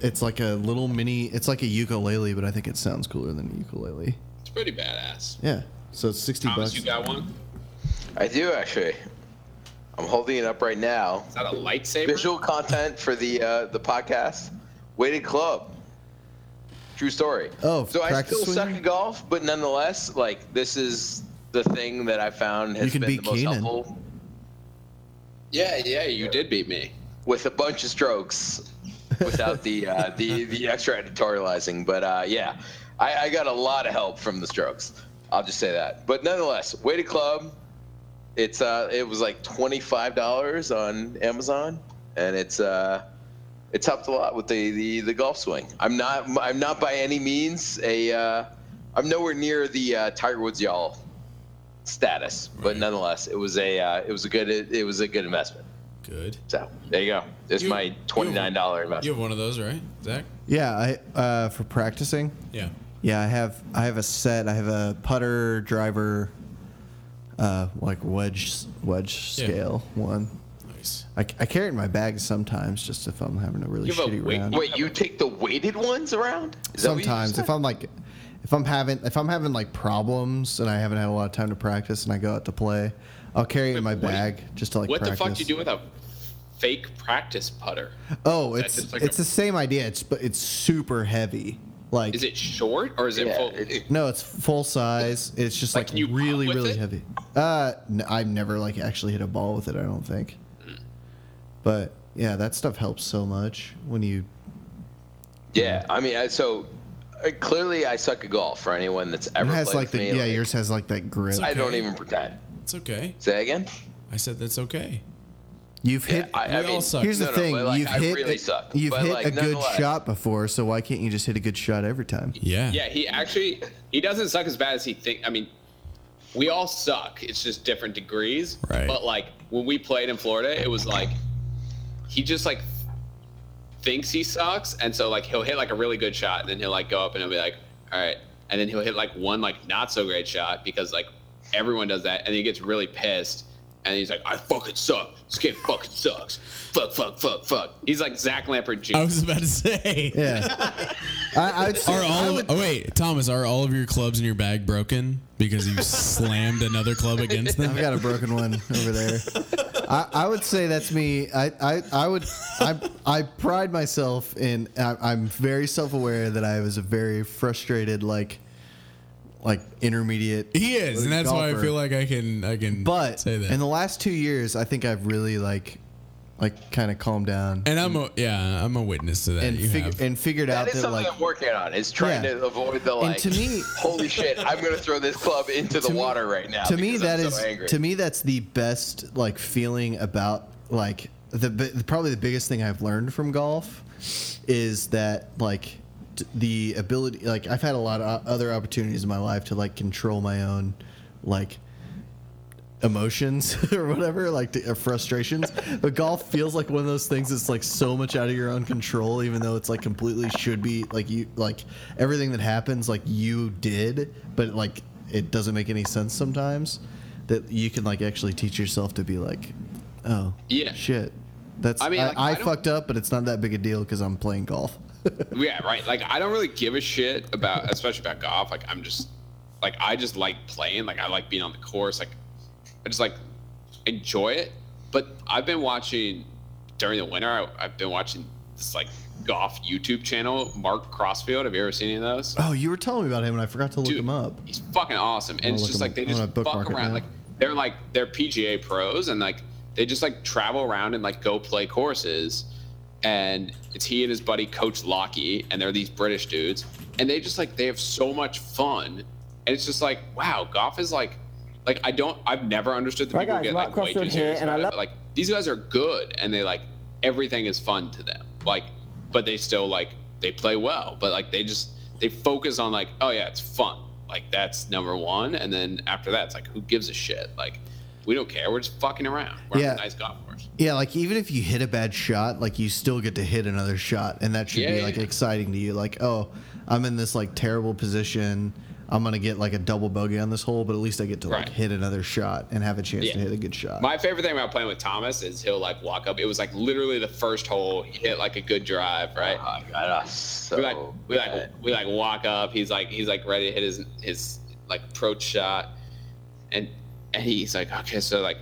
it's like a little mini. It's like a ukulele, but I think it sounds cooler than a ukulele. it's pretty badass. Yeah. So it's sixty Thomas, bucks. you got one? I do actually. I'm holding it up right now. Is that a lightsaber? Visual content for the uh, the podcast. Weighted club. True story. Oh, so I practice still suck swing? at golf, but nonetheless, like this is the thing that I found You has can been beat the most Keenan. helpful Yeah, yeah, you did beat me. with a bunch of strokes without the uh, the the extra editorializing. But uh, yeah, I, I got a lot of help from the strokes. I'll just say that. But nonetheless, weighted club. It's uh, it was like twenty five dollars on Amazon, and it's uh, it's helped a lot with the, the, the golf swing. I'm not I'm not by any means a uh, I'm nowhere near the uh, Tiger Woods y'all status. But Right. nonetheless, it was a uh, it was a good it, it was a good investment. Good. So there you go. It's You- my twenty nine dollar You investment. have one of those, right, Zach? Yeah, I uh, for practicing. Yeah. Yeah, I have I have a set. I have a putter driver, uh, like wedge wedge Yeah. scale one. Nice. I, I carry it in my bag sometimes, just if I'm having a really You have a shitty weight- round. Wait, you take the weighted ones around? Is that what you just sometimes if said? I'm like, if I'm having if I'm having like problems and I haven't had a lot of time to practice and I go out to play, I'll carry it in my Wait, what do you- bag just to like. what the fuck practice. do you do with a fake practice putter? Oh, That's it's just like it's a- the same idea. It's but it's super heavy. Like Is it short or is it Yeah, full? it- No, it's full size. It's just Like, like, can you pop really, with really it? heavy. Uh, n- I've never like actually hit a ball with it. I don't think. But yeah, that stuff helps so much when you. yeah, I mean, I, so uh, clearly I suck at golf for anyone that's It ever has played like the with me. yeah, like, yours has like that grip. I don't Okay. even pretend. It's okay. Say again. I said that's okay. You've hit. I, I we all mean, suck. here's the no, no, thing: but, like, you've I hit really a, suck. you've But, hit like, a good nonetheless- shot before, so why can't you just hit a good shot every time? Yeah. Yeah, he actually he doesn't suck as bad as he think. I mean, we all suck. It's just different degrees. Right. But like when we played in Florida, it was like he just like thinks he sucks, and so like he'll hit like a really good shot, and then he'll like go up and he'll be like, all right, and then he'll hit like one like not so great shot because like everyone does that, and he gets really pissed. And he's like, I fucking suck. This kid fucking sucks. Fuck, fuck, fuck, fuck. He's like Zach Lampert Jr. I was about to say. Yeah. I, I would say Are I all would- oh wait, Thomas, are all of your clubs in your bag broken because you slammed another club against them? I've got a broken one over there. I, I would say that's me. I, I, I would I, I pride myself in I, I'm very self aware that I was a very frustrated like like intermediate. He is, and that's why I golfer. feel like I can I can But say that. in the last two years, I think I've really like like kind of calmed down and I'm a yeah, I'm a witness to that. and you fig- have. and figured That out is that something like I'm working on. Is trying Yeah. to avoid the like. to me- holy shit! I'm gonna throw this club into the me- water right now. to me because that I'm is so angry. to me that's the best like feeling about like the bi- probably the biggest thing I've learned from golf is that like t- the ability like I've had a lot of o- other opportunities in my life to like control my own like emotions or whatever like to, or frustrations but golf feels like one of those things that's like so much out of your own control even though it's like completely should be like you like everything that happens like you did but like it doesn't make any sense sometimes that you can like actually teach yourself to be like oh Yeah. shit that's i I mean, mean i, like, I don't- fucked up but it's not that big a deal because i'm playing golf Yeah, right. Like I don't really give a shit about, especially about golf. Like I'm just, like I just like playing. Like I like being on the course. Like I just like enjoy it. But I've been watching during the winter. I, I've been watching this like golf YouTube channel, Mark Crossfield. Have you ever seen any of those? oh you were telling me about him and i forgot to look Dude, him up He's fucking awesome, I'm and it's gonna just look like they him- I'm just gonna bookmark fuck it around. now. Like they're like they're PGA pros, and like they just like travel around and like go play courses. And it's he and his buddy Coach Lockie, and they're these British dudes, and they just like they have so much fun, and it's just like wow, golf is like, like I don't, I've never understood the Right, people who guys, get Mark like way Crossfield too here, serious and about I it, love- but, like these guys are good, and they like everything is fun to them, like, but they still like they play well, but like they just they focus on like oh yeah it's fun like that's number one and then after that it's like who gives a shit like we don't care we're just fucking around we're Yeah. on a nice golf course Yeah, like even if you hit a bad shot, like you still get to hit another shot, and that should Yeah, be yeah, like yeah. exciting to you. Like, oh, I'm in this like terrible position. I'm gonna get like a double bogey on this hole, but at least I get to like Right. hit another shot and have a chance to Yeah. hit a good shot. my favorite thing about playing with thomas is he'll like walk up it was like literally the first hole he hit like a good drive right Oh, God, I'm so we like we like bad. we like walk up. He's like he's like ready to hit his his like approach shot, and and he's like okay, so like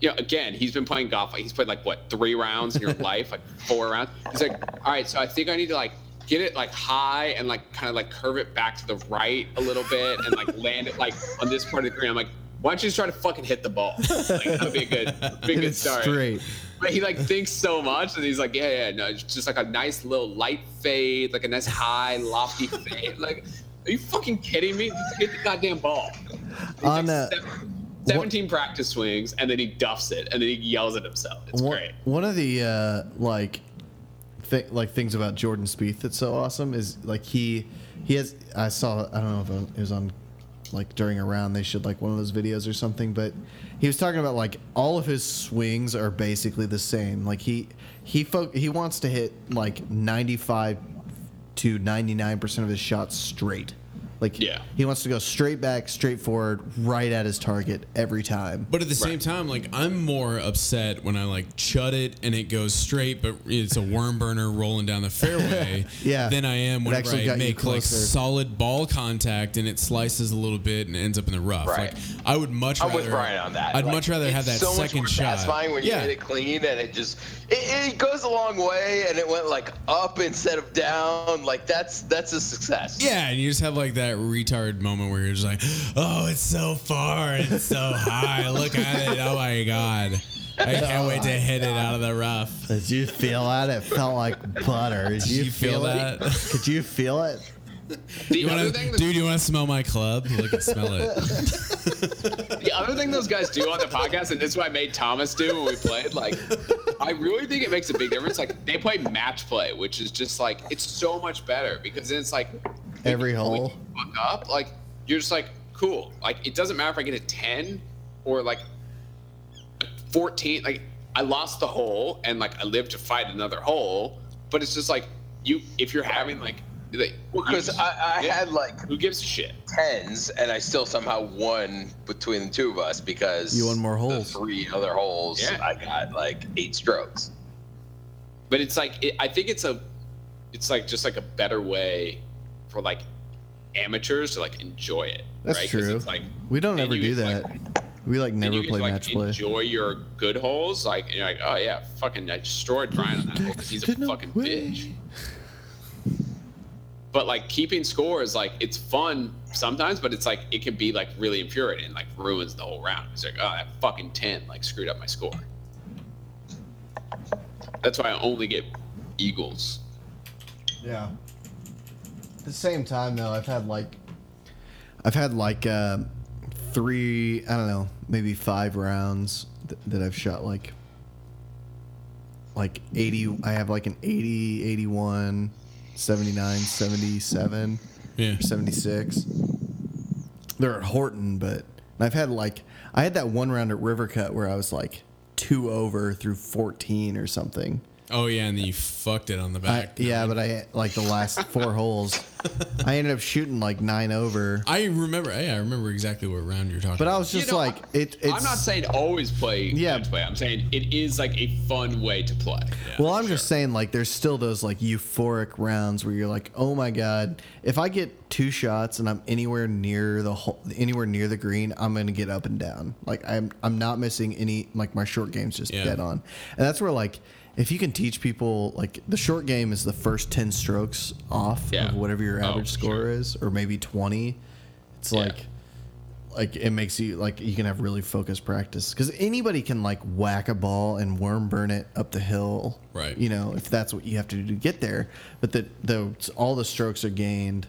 you know again he's been playing golf. Like he's played like what three rounds in your life, like four rounds. He's like all right, so I think I need to like get it like high and like kind of like curve it back to the right a little bit and like land it like on this part of the green. I'm like. Why don't you just try to fucking hit the ball? Like, that'd be a good, be a Hit good it start. straight. But he like thinks so much, and he's like, yeah, yeah, no, it's just like a nice little light fade, like a nice high lofty fade. Like, are you fucking kidding me? Just hit the goddamn ball. He's On like a- seven- seventeen practice swings, and then he duffs it, and then he yells at himself. It's one, great. one of the uh, like thi- like things about Jordan Spieth that's so awesome is like he he has I saw I don't know if it was on like during a round they showed like one of those videos or something but he was talking about like all of his swings are basically the same like he he fo- he wants to hit like 95 to 99% of his shots straight like Yeah. he wants to go straight back straight forward right at his target every time But at the same time, like I'm more upset when I like chut it and it goes straight, but it's a worm burner rolling down the fairway. Yeah. Than I am It whenever actually I got you make like closer. solid ball contact and it slices a little bit and ends up in the rough. Like Right. I would much. I'm rather, with Brian on that. I'd Like, much rather it's have that so much second more shot. Satisfying when yeah. you hit it clean and it just it, it goes a long way and it went like up instead of down. Like that's that's a success. Yeah, and you just have like that retard moment where you're just like, "Oh, it's so far, and it's so high. Look at it. Oh my god, I can't wait to hit it out of the rough." Did you feel that? It felt like butter. Did you, you feel feel, it? that? Could you feel it? The You other wanna, thing that- dude, you want to smell my club? Look and smell it. The other thing those guys do on the podcast, and this is what I made Thomas do when we played, like, I really think it makes a big difference. Like, they play match play, which is just like, it's so much better because then it's like, Every hole. fuck up, like, you're just like, cool. Like, it doesn't matter if I get a 10 or like a 14. Like, I lost the hole and like I lived to fight another hole, but it's just like, you, if you're having like, like you Because just- I, I yeah, had like who gives a shit? tens and I still somehow won between the two of us because You won more the holes. three other holes, Yeah. I got like eight strokes. but it's like it, i think it's a it's like just like a better way for like amateurs to like enjoy it That's right? 'Cause true. it's like We don't then ever you do get, like- that. we like then never you get play to, like, match play. enjoy your good holes like and you're like oh yeah fucking i destroyed brian on that hole 'cause he's a Did not fucking win. bitch but like keeping score is like it's fun sometimes but it's like it can be like really infuriating and like ruins the whole round it's like oh that fucking 10 like screwed up my score that's why i only get eagles Yeah. At the same time though, I've had like I've had like uh, three, I don't know, maybe five rounds th- that I've shot like like 80 I have like an 80, 81, 79, 77. Yeah. 76. They're at Horton, but I've had like I had that one round at River Cut where I was like two over through 14 or something. Oh yeah, and then you fucked it on the I, back. yeah, but I like the last four holes, I ended up shooting like nine over. I remember. Yeah, I remember exactly what round you're talking. But I about. was just You know, like, I'm- it, it's. I'm not saying always play Yeah. match play. I'm saying it is like a fun way to play. Well, I'm just saying, like, there's still those like euphoric rounds where you're like, oh my god, if I get two shots and I'm anywhere near the hole, anywhere near the green, I'm gonna get up and down. Like, I'm I'm not missing any. Like, my short game's just Yeah. dead on, and that's where like. If you can teach people like the short game is the first ten strokes off Yeah. of whatever your Oh, average score sure. is, or maybe twenty, it's like like it makes you like you can have really focused practice because anybody can like whack a ball and worm burn it up the hill Right. you know if that's what you have to do to get there but the, the all the strokes are gained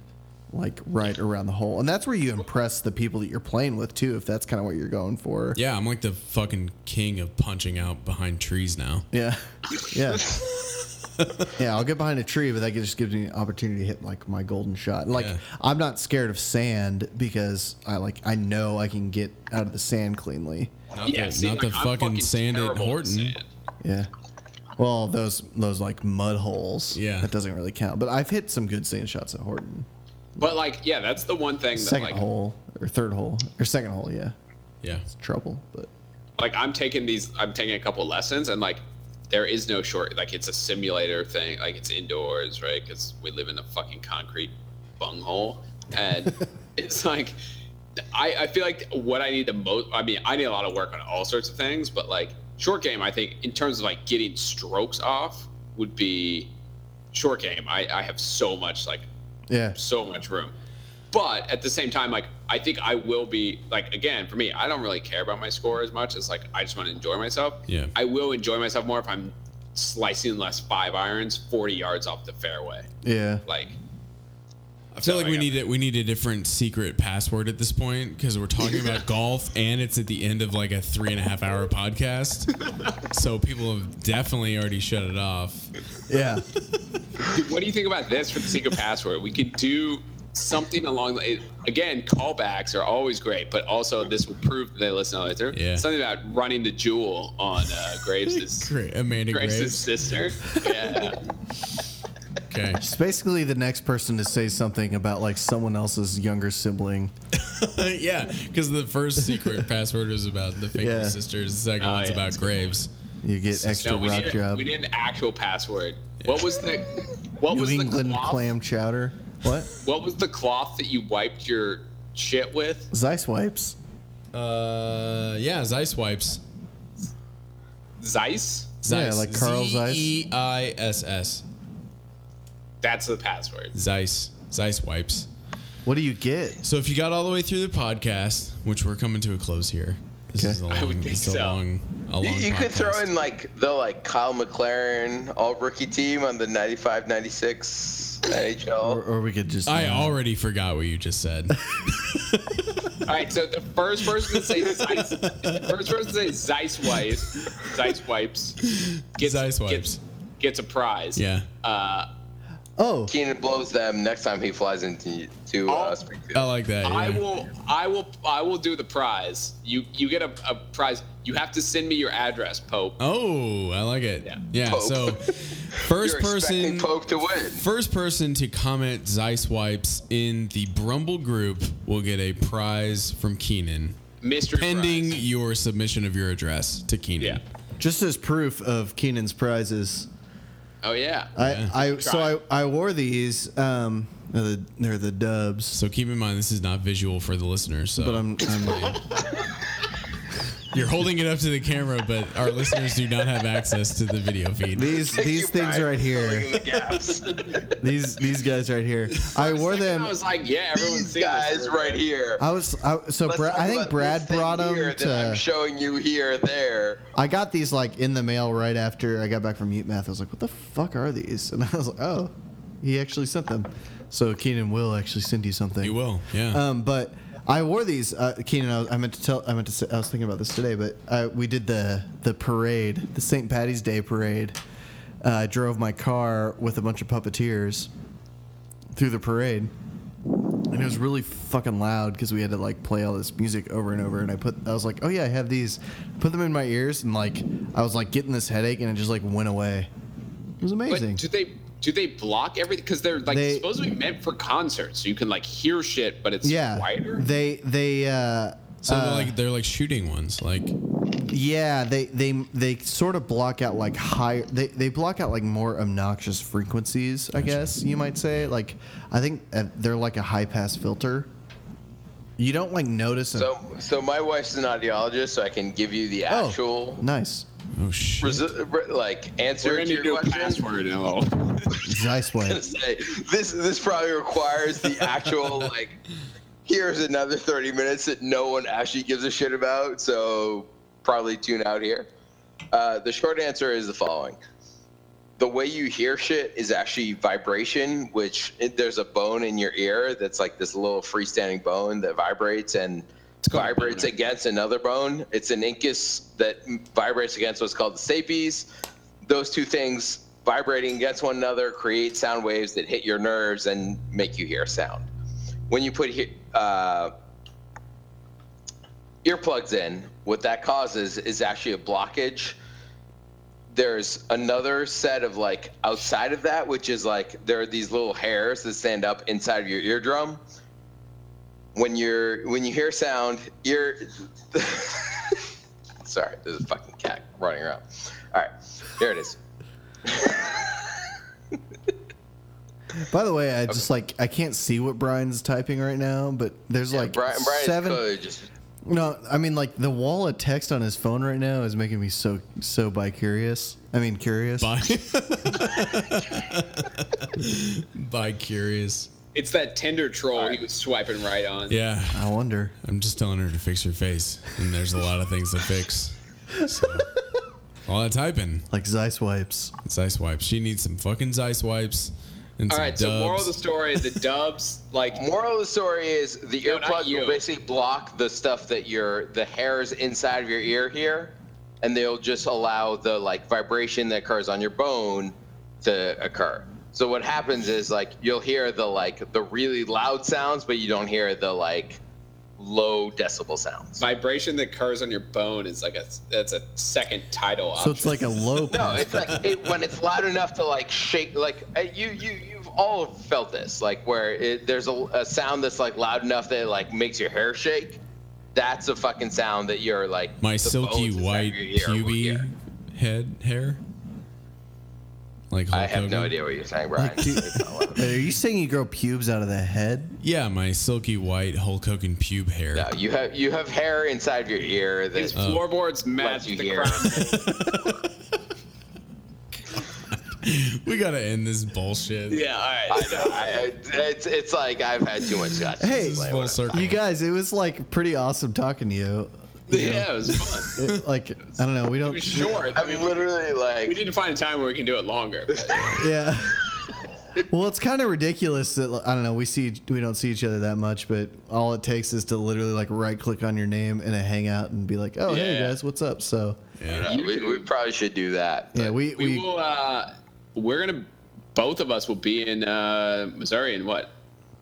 like right around the hole and that's where you impress the people that you're playing with too if that's kind of what you're going for Yeah, I'm like the fucking king of punching out behind trees now. yeah yeah yeah i'll get behind a tree but that just gives me an opportunity to hit like my golden shot And, like Yeah. i'm not scared of sand because i like i know i can get out of the sand cleanly Not the, see, not like, the I'm fucking, sand at terrible Horton. sand. Yeah. Well, those those like mud holes. Yeah. That doesn't really count. But I've hit some good sand shots at Horton. But like, yeah, that's the one thing that Second like, hole or third hole or second hole, yeah. Yeah. Trouble, but like I'm taking these, I'm taking a couple lessons, and like, there is no short. Like, it's a simulator thing. Like, it's indoors, right? Because we live in a fucking concrete bunghole, and it's like, I, I feel like what I need the most. I mean, I need a lot of work on all sorts of things, but like, short game, I think in terms of like getting strokes off would be short game. I, I have so much like yeah. so much room. But at the same time, like I think I will be like again for me, I don't really care about my score as much. It's like I just want to enjoy myself. Yeah. I will enjoy myself more if I'm slicing less five irons forty yards off the fairway. Yeah. Like I feel So like I we got- need it. We need a different secret password at this point because we're talking about golf, and it's at the end of like a three and a half hour podcast. so people have definitely already shut it off. Yeah. dude, what do you think about this for the secret password? We could do something along the it- again callbacks are always great but also this would prove that they listen all the way through Yeah. something about running the jewel on uh, graves' Great. Amanda graves' Graves. sister yeah Okay. It's basically the next person to say something about like someone else's younger sibling. yeah, because the first secret password is about the fake Yeah. sisters. The second Oh, one's yeah, about that's a good Graves. You get extra no, we, rock need, a- job. we need an actual password what was the what New was England the cloth, clam chowder. What? what was the cloth that you wiped your shit with Zeiss wipes. Uh, yeah, Zeiss wipes. zeiss Zeiss. like Carl Zeiss. Z E I S S. that's the password Zeiss. Zeiss wipes. What do you get? So if you got all the way through the podcast, which we're coming to a close here, this Okay. is a long, I would think it's a so. long, a long You, you could throw podcast. in like the like Kyle McLaren all rookie team on the 95 96 Or, NHL. or we could just. I already forgot what you just said. All right, so the first person to say Zeiss, the first person to say Zeiss wipes, Zeiss wipes, gets, Zeiss wipes. gets gets a prize. yeah. Uh, Oh, Keenan blows them next time he flies into to, uh, I'll- Springfield. I like that. I yeah. will, I will, I will do the prize. You you get a, a prize. You have to send me your address, Pope. Oh, I like it. Yeah. Yeah. Pope. so first You're person expecting Pope to win. First person to comment Zeiss wipes in the Brumble group will get a prize from Keenan, Mystery pending prize. your submission of your address to Yeah. Keenan. just as proof of Keenan's prizes, Oh yeah. I, I so I, I wore these. Um, they're the, they're the dubs, So keep in mind this is not visual for the listeners. So but I'm, I'm you're holding it up to the camera, but our listeners do not have access to the video feed. these these things right Filling here. the gaps. These these guys right here. I wore them. I was like, yeah, everyone's These seen this. guys right here. I was I, so Uh, Let's Brad, talk I think about Brad this thing brought here them that I'm to. showing you here, there. I got these like in the mail right after I got back from Mute Math. I was like, "What the fuck are these?" And I was like, "Oh, he actually sent them." So Keenan will actually send you something. You will, yeah. Um, but I wore these, uh, Keenan. I, was- I meant to tell. I meant to. Say, I was thinking about this today, but uh, we did the the parade, the St. Patty's Day parade. Uh, I drove my car with a bunch of puppeteers through the parade, and it was really fucking loud because we had to like play all this music over and over. And I put, I was like, oh yeah, I have these. Put them in my ears, and like I was like getting this headache, and it just like went away. It was amazing. But do they do they block everything? Because they're like They- supposed to be meant for concerts, so you can like hear shit, but it's yeah, quieter. they they. Uh, so they're like they're like shooting ones, like Yeah, they they they sort of block out like higher. They they block out like more obnoxious frequencies. I guess you might say. Like I think uh, they're like a high pass filter. You don't like notice. them. So, so my wife's an audiologist, so I can give you the Oh. actual nice oh shit. resu- re- like answer to We're gonna your do a question. password now. Zeiss I was wave. gonna say, this this probably requires the actual like. Here's another 30 minutes that no one actually gives a shit about, so probably tune out here. Uh, the short answer is the following: the way you hear shit is actually vibration, which it, there's a bone in your ear that's like this little freestanding bone that vibrates and vibrates against another bone. It's an incus that vibrates against what's called the stapes. Those two things vibrating against one another create sound waves that hit your nerves and make you hear sound. When you put he- uh, earplugs in, what that causes is actually a blockage there's another set of like outside of that, which is like there are these little hairs that stand up inside of your eardrum. When you're when you hear sound, you're sorry, there's a fucking cat running around. All right, here it is. By the way, I just like I can't see what Brian's typing right now, but there's like Brian, Brian's seven. code just No, I mean like the wall of text on his phone right now is making me so so bi curious. I mean curious. By, by curious. It's that Tinder troll he was swiping right on. Yeah. I wonder. I'm just telling her to fix her face, and there's a lot of things to fix. So, all that typing, Like Zeiss wipes. Zeiss wipes. She needs some fucking Zeiss wipes and All some right. dubs. So moral of the story: the Dubs, like moral of the story is the No, not earplugs you. will basically block the stuff that your the hairs inside of your ear here, and they'll just allow the like vibration that occurs on your bone to occur. So what happens is like you'll hear the like the really loud sounds, but you don't hear the like low decibel sounds. Vibration that occurs on your bone is like a that's a second title option. So it's like a low No, pass. it's like it, when it's loud enough to like shake. Like uh, you, you, you've all felt this. Like where it, there's a, a sound that's like loud enough that it, like makes your hair shake. That's a fucking sound that you're like My the silky bones inside white your ear will hear. puby head hair. Like I Hulk have no Hogan? idea what you're saying, Brian. It's not loud. Are you saying you grow pubes out of the head? Yeah, my silky white Hulk Hogan pube hair. no, you have you have hair inside your ear. His That, Oh. floorboards match you the hear. crown. We gotta end this bullshit. yeah, all I right. know. I, I- it's it's like I've had too much scotch. Hey, This is Like, full circle. You guys, it was like pretty awesome talking to you. Yeah, it was fun. It- like I don't know, we It was don't. short. I mean, literally, we like need to find a time where we can do it longer. Yeah. Well, it's kind of ridiculous that I don't know. We see we don't see each other that much, but all it takes is to literally like right click on your name in a hangout and be like, "Oh, hey Yeah. guys, what's up?" So yeah, we, we probably should do that. yeah, we We, we, will. Uh, we're gonna. Both of us will be in uh, Missouri in what?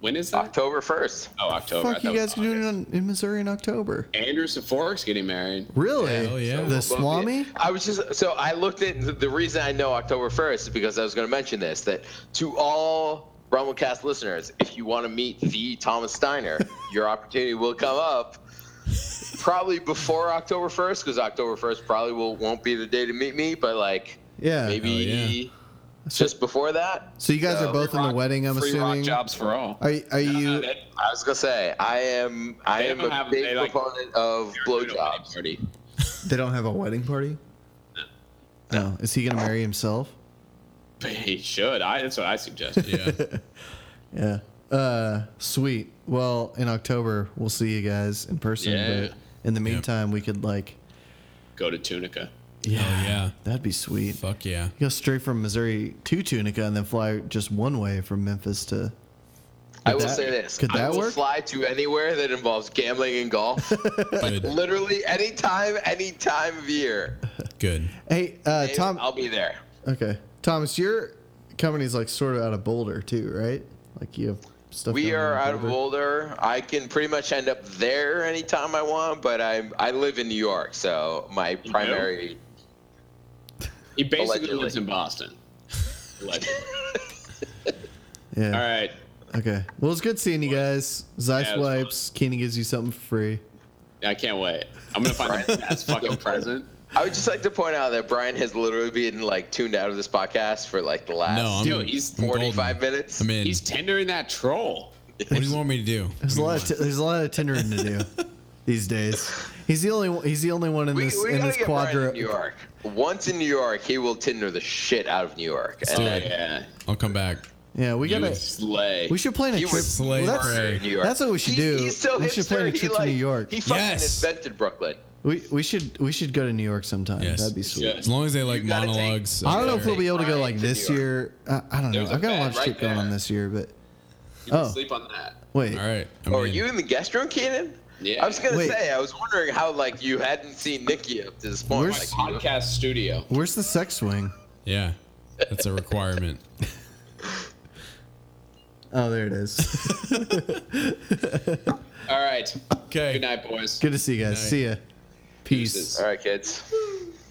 When is that? October first. Oh, October. I fuck thought you it was guys are doing it August. on, in Missouri in October. Anderson Forks getting married. Really? Hell yeah. The Swami? I was just so I looked at the, the reason I know October first is because I was going to mention this that to all Rumblecast listeners, if you want to meet the Thomas Steiner, your opportunity will come up probably before October first because October first probably will won't be the day to meet me, but like Yeah. maybe Hell just before that. So you guys So- are both in the Rock- wedding, I'm free rock assuming. jobs for all. Are are you? They- I was gonna say I am I They am don't a have- big they, like- proponent of they're doing a wedding blowjobs. party. They don't have a wedding party. No. Is he gonna marry himself? He should. I. That's what I suggested. Yeah. Yeah. Uh, sweet. Well, in October we'll see you guys in person. Yeah. But in the meantime, we could like. Go to Tunica. Yeah. yeah. That'd be sweet. Fuck yeah. Go straight from Missouri to Tunica and then fly just one way from Memphis to. I will that- say this. could I that will work? fly to anywhere that involves gambling and golf. Good. Literally any time, any time of year. Uh, Good. Hey, uh, Hey, Tom. I'll be there. Okay, Thomas, your company's like sort of out of Boulder too, right? Like you have stuff. We going on are in out of Boulder. I can pretty much end up there anytime I want, but I I live in New York, so my do? primary He basically Allegedly. lives in Boston. Allegedly. Yeah. all right. Okay. Well, it's good seeing you guys. Yeah, Zeiss it was fun. wipes. Keenan gives you something for free. I can't wait. I'm gonna find the best fucking present. I would just like to point out that Brian has literally been like tuned out of this podcast for like the last No, I'm, Dude, he's I'm golden. 45 minutes. I'm in. He's tendering that troll. what do you want me to do? There's a lot. Of t- there's a lot of tendering to do these days. He's the only. one- He's the only one in we, this we in gotta this get Brian quadra. in New York. Once in New York, he will Tinder the shit out of New York. do And it. Yeah. I'll come back. Yeah, we gotta. Slay. We should plan a He trip. would slay Well, that's, prey. New York. that's what we should He- do. He's so we hipster. should plan a he, trip like, to New York. He fucking Yes. invented Brooklyn. We we should we should go to New York sometime. Yes. That'd be sweet. should. As long as they like You gotta take- monologues. I don't know up if we'll there. be able to go Right like to this New York. year. I, I don't know. There's a I've got a lot bed of right shit going on there. this year, but You can oh. sleep on that. wait. All right. I'm Oh, are in. you in the guest room, Keenan? Yeah. I was gonna Wait. say, I was wondering how like you hadn't seen Nikki up to this point. Where's- Like, you- Podcast studio. Where's the sex wing? Yeah. That's a requirement. Oh, there it is. All right. Okay. Good night, boys. Good to see you guys. Night. See ya. Peace. Deuces. All right, kids.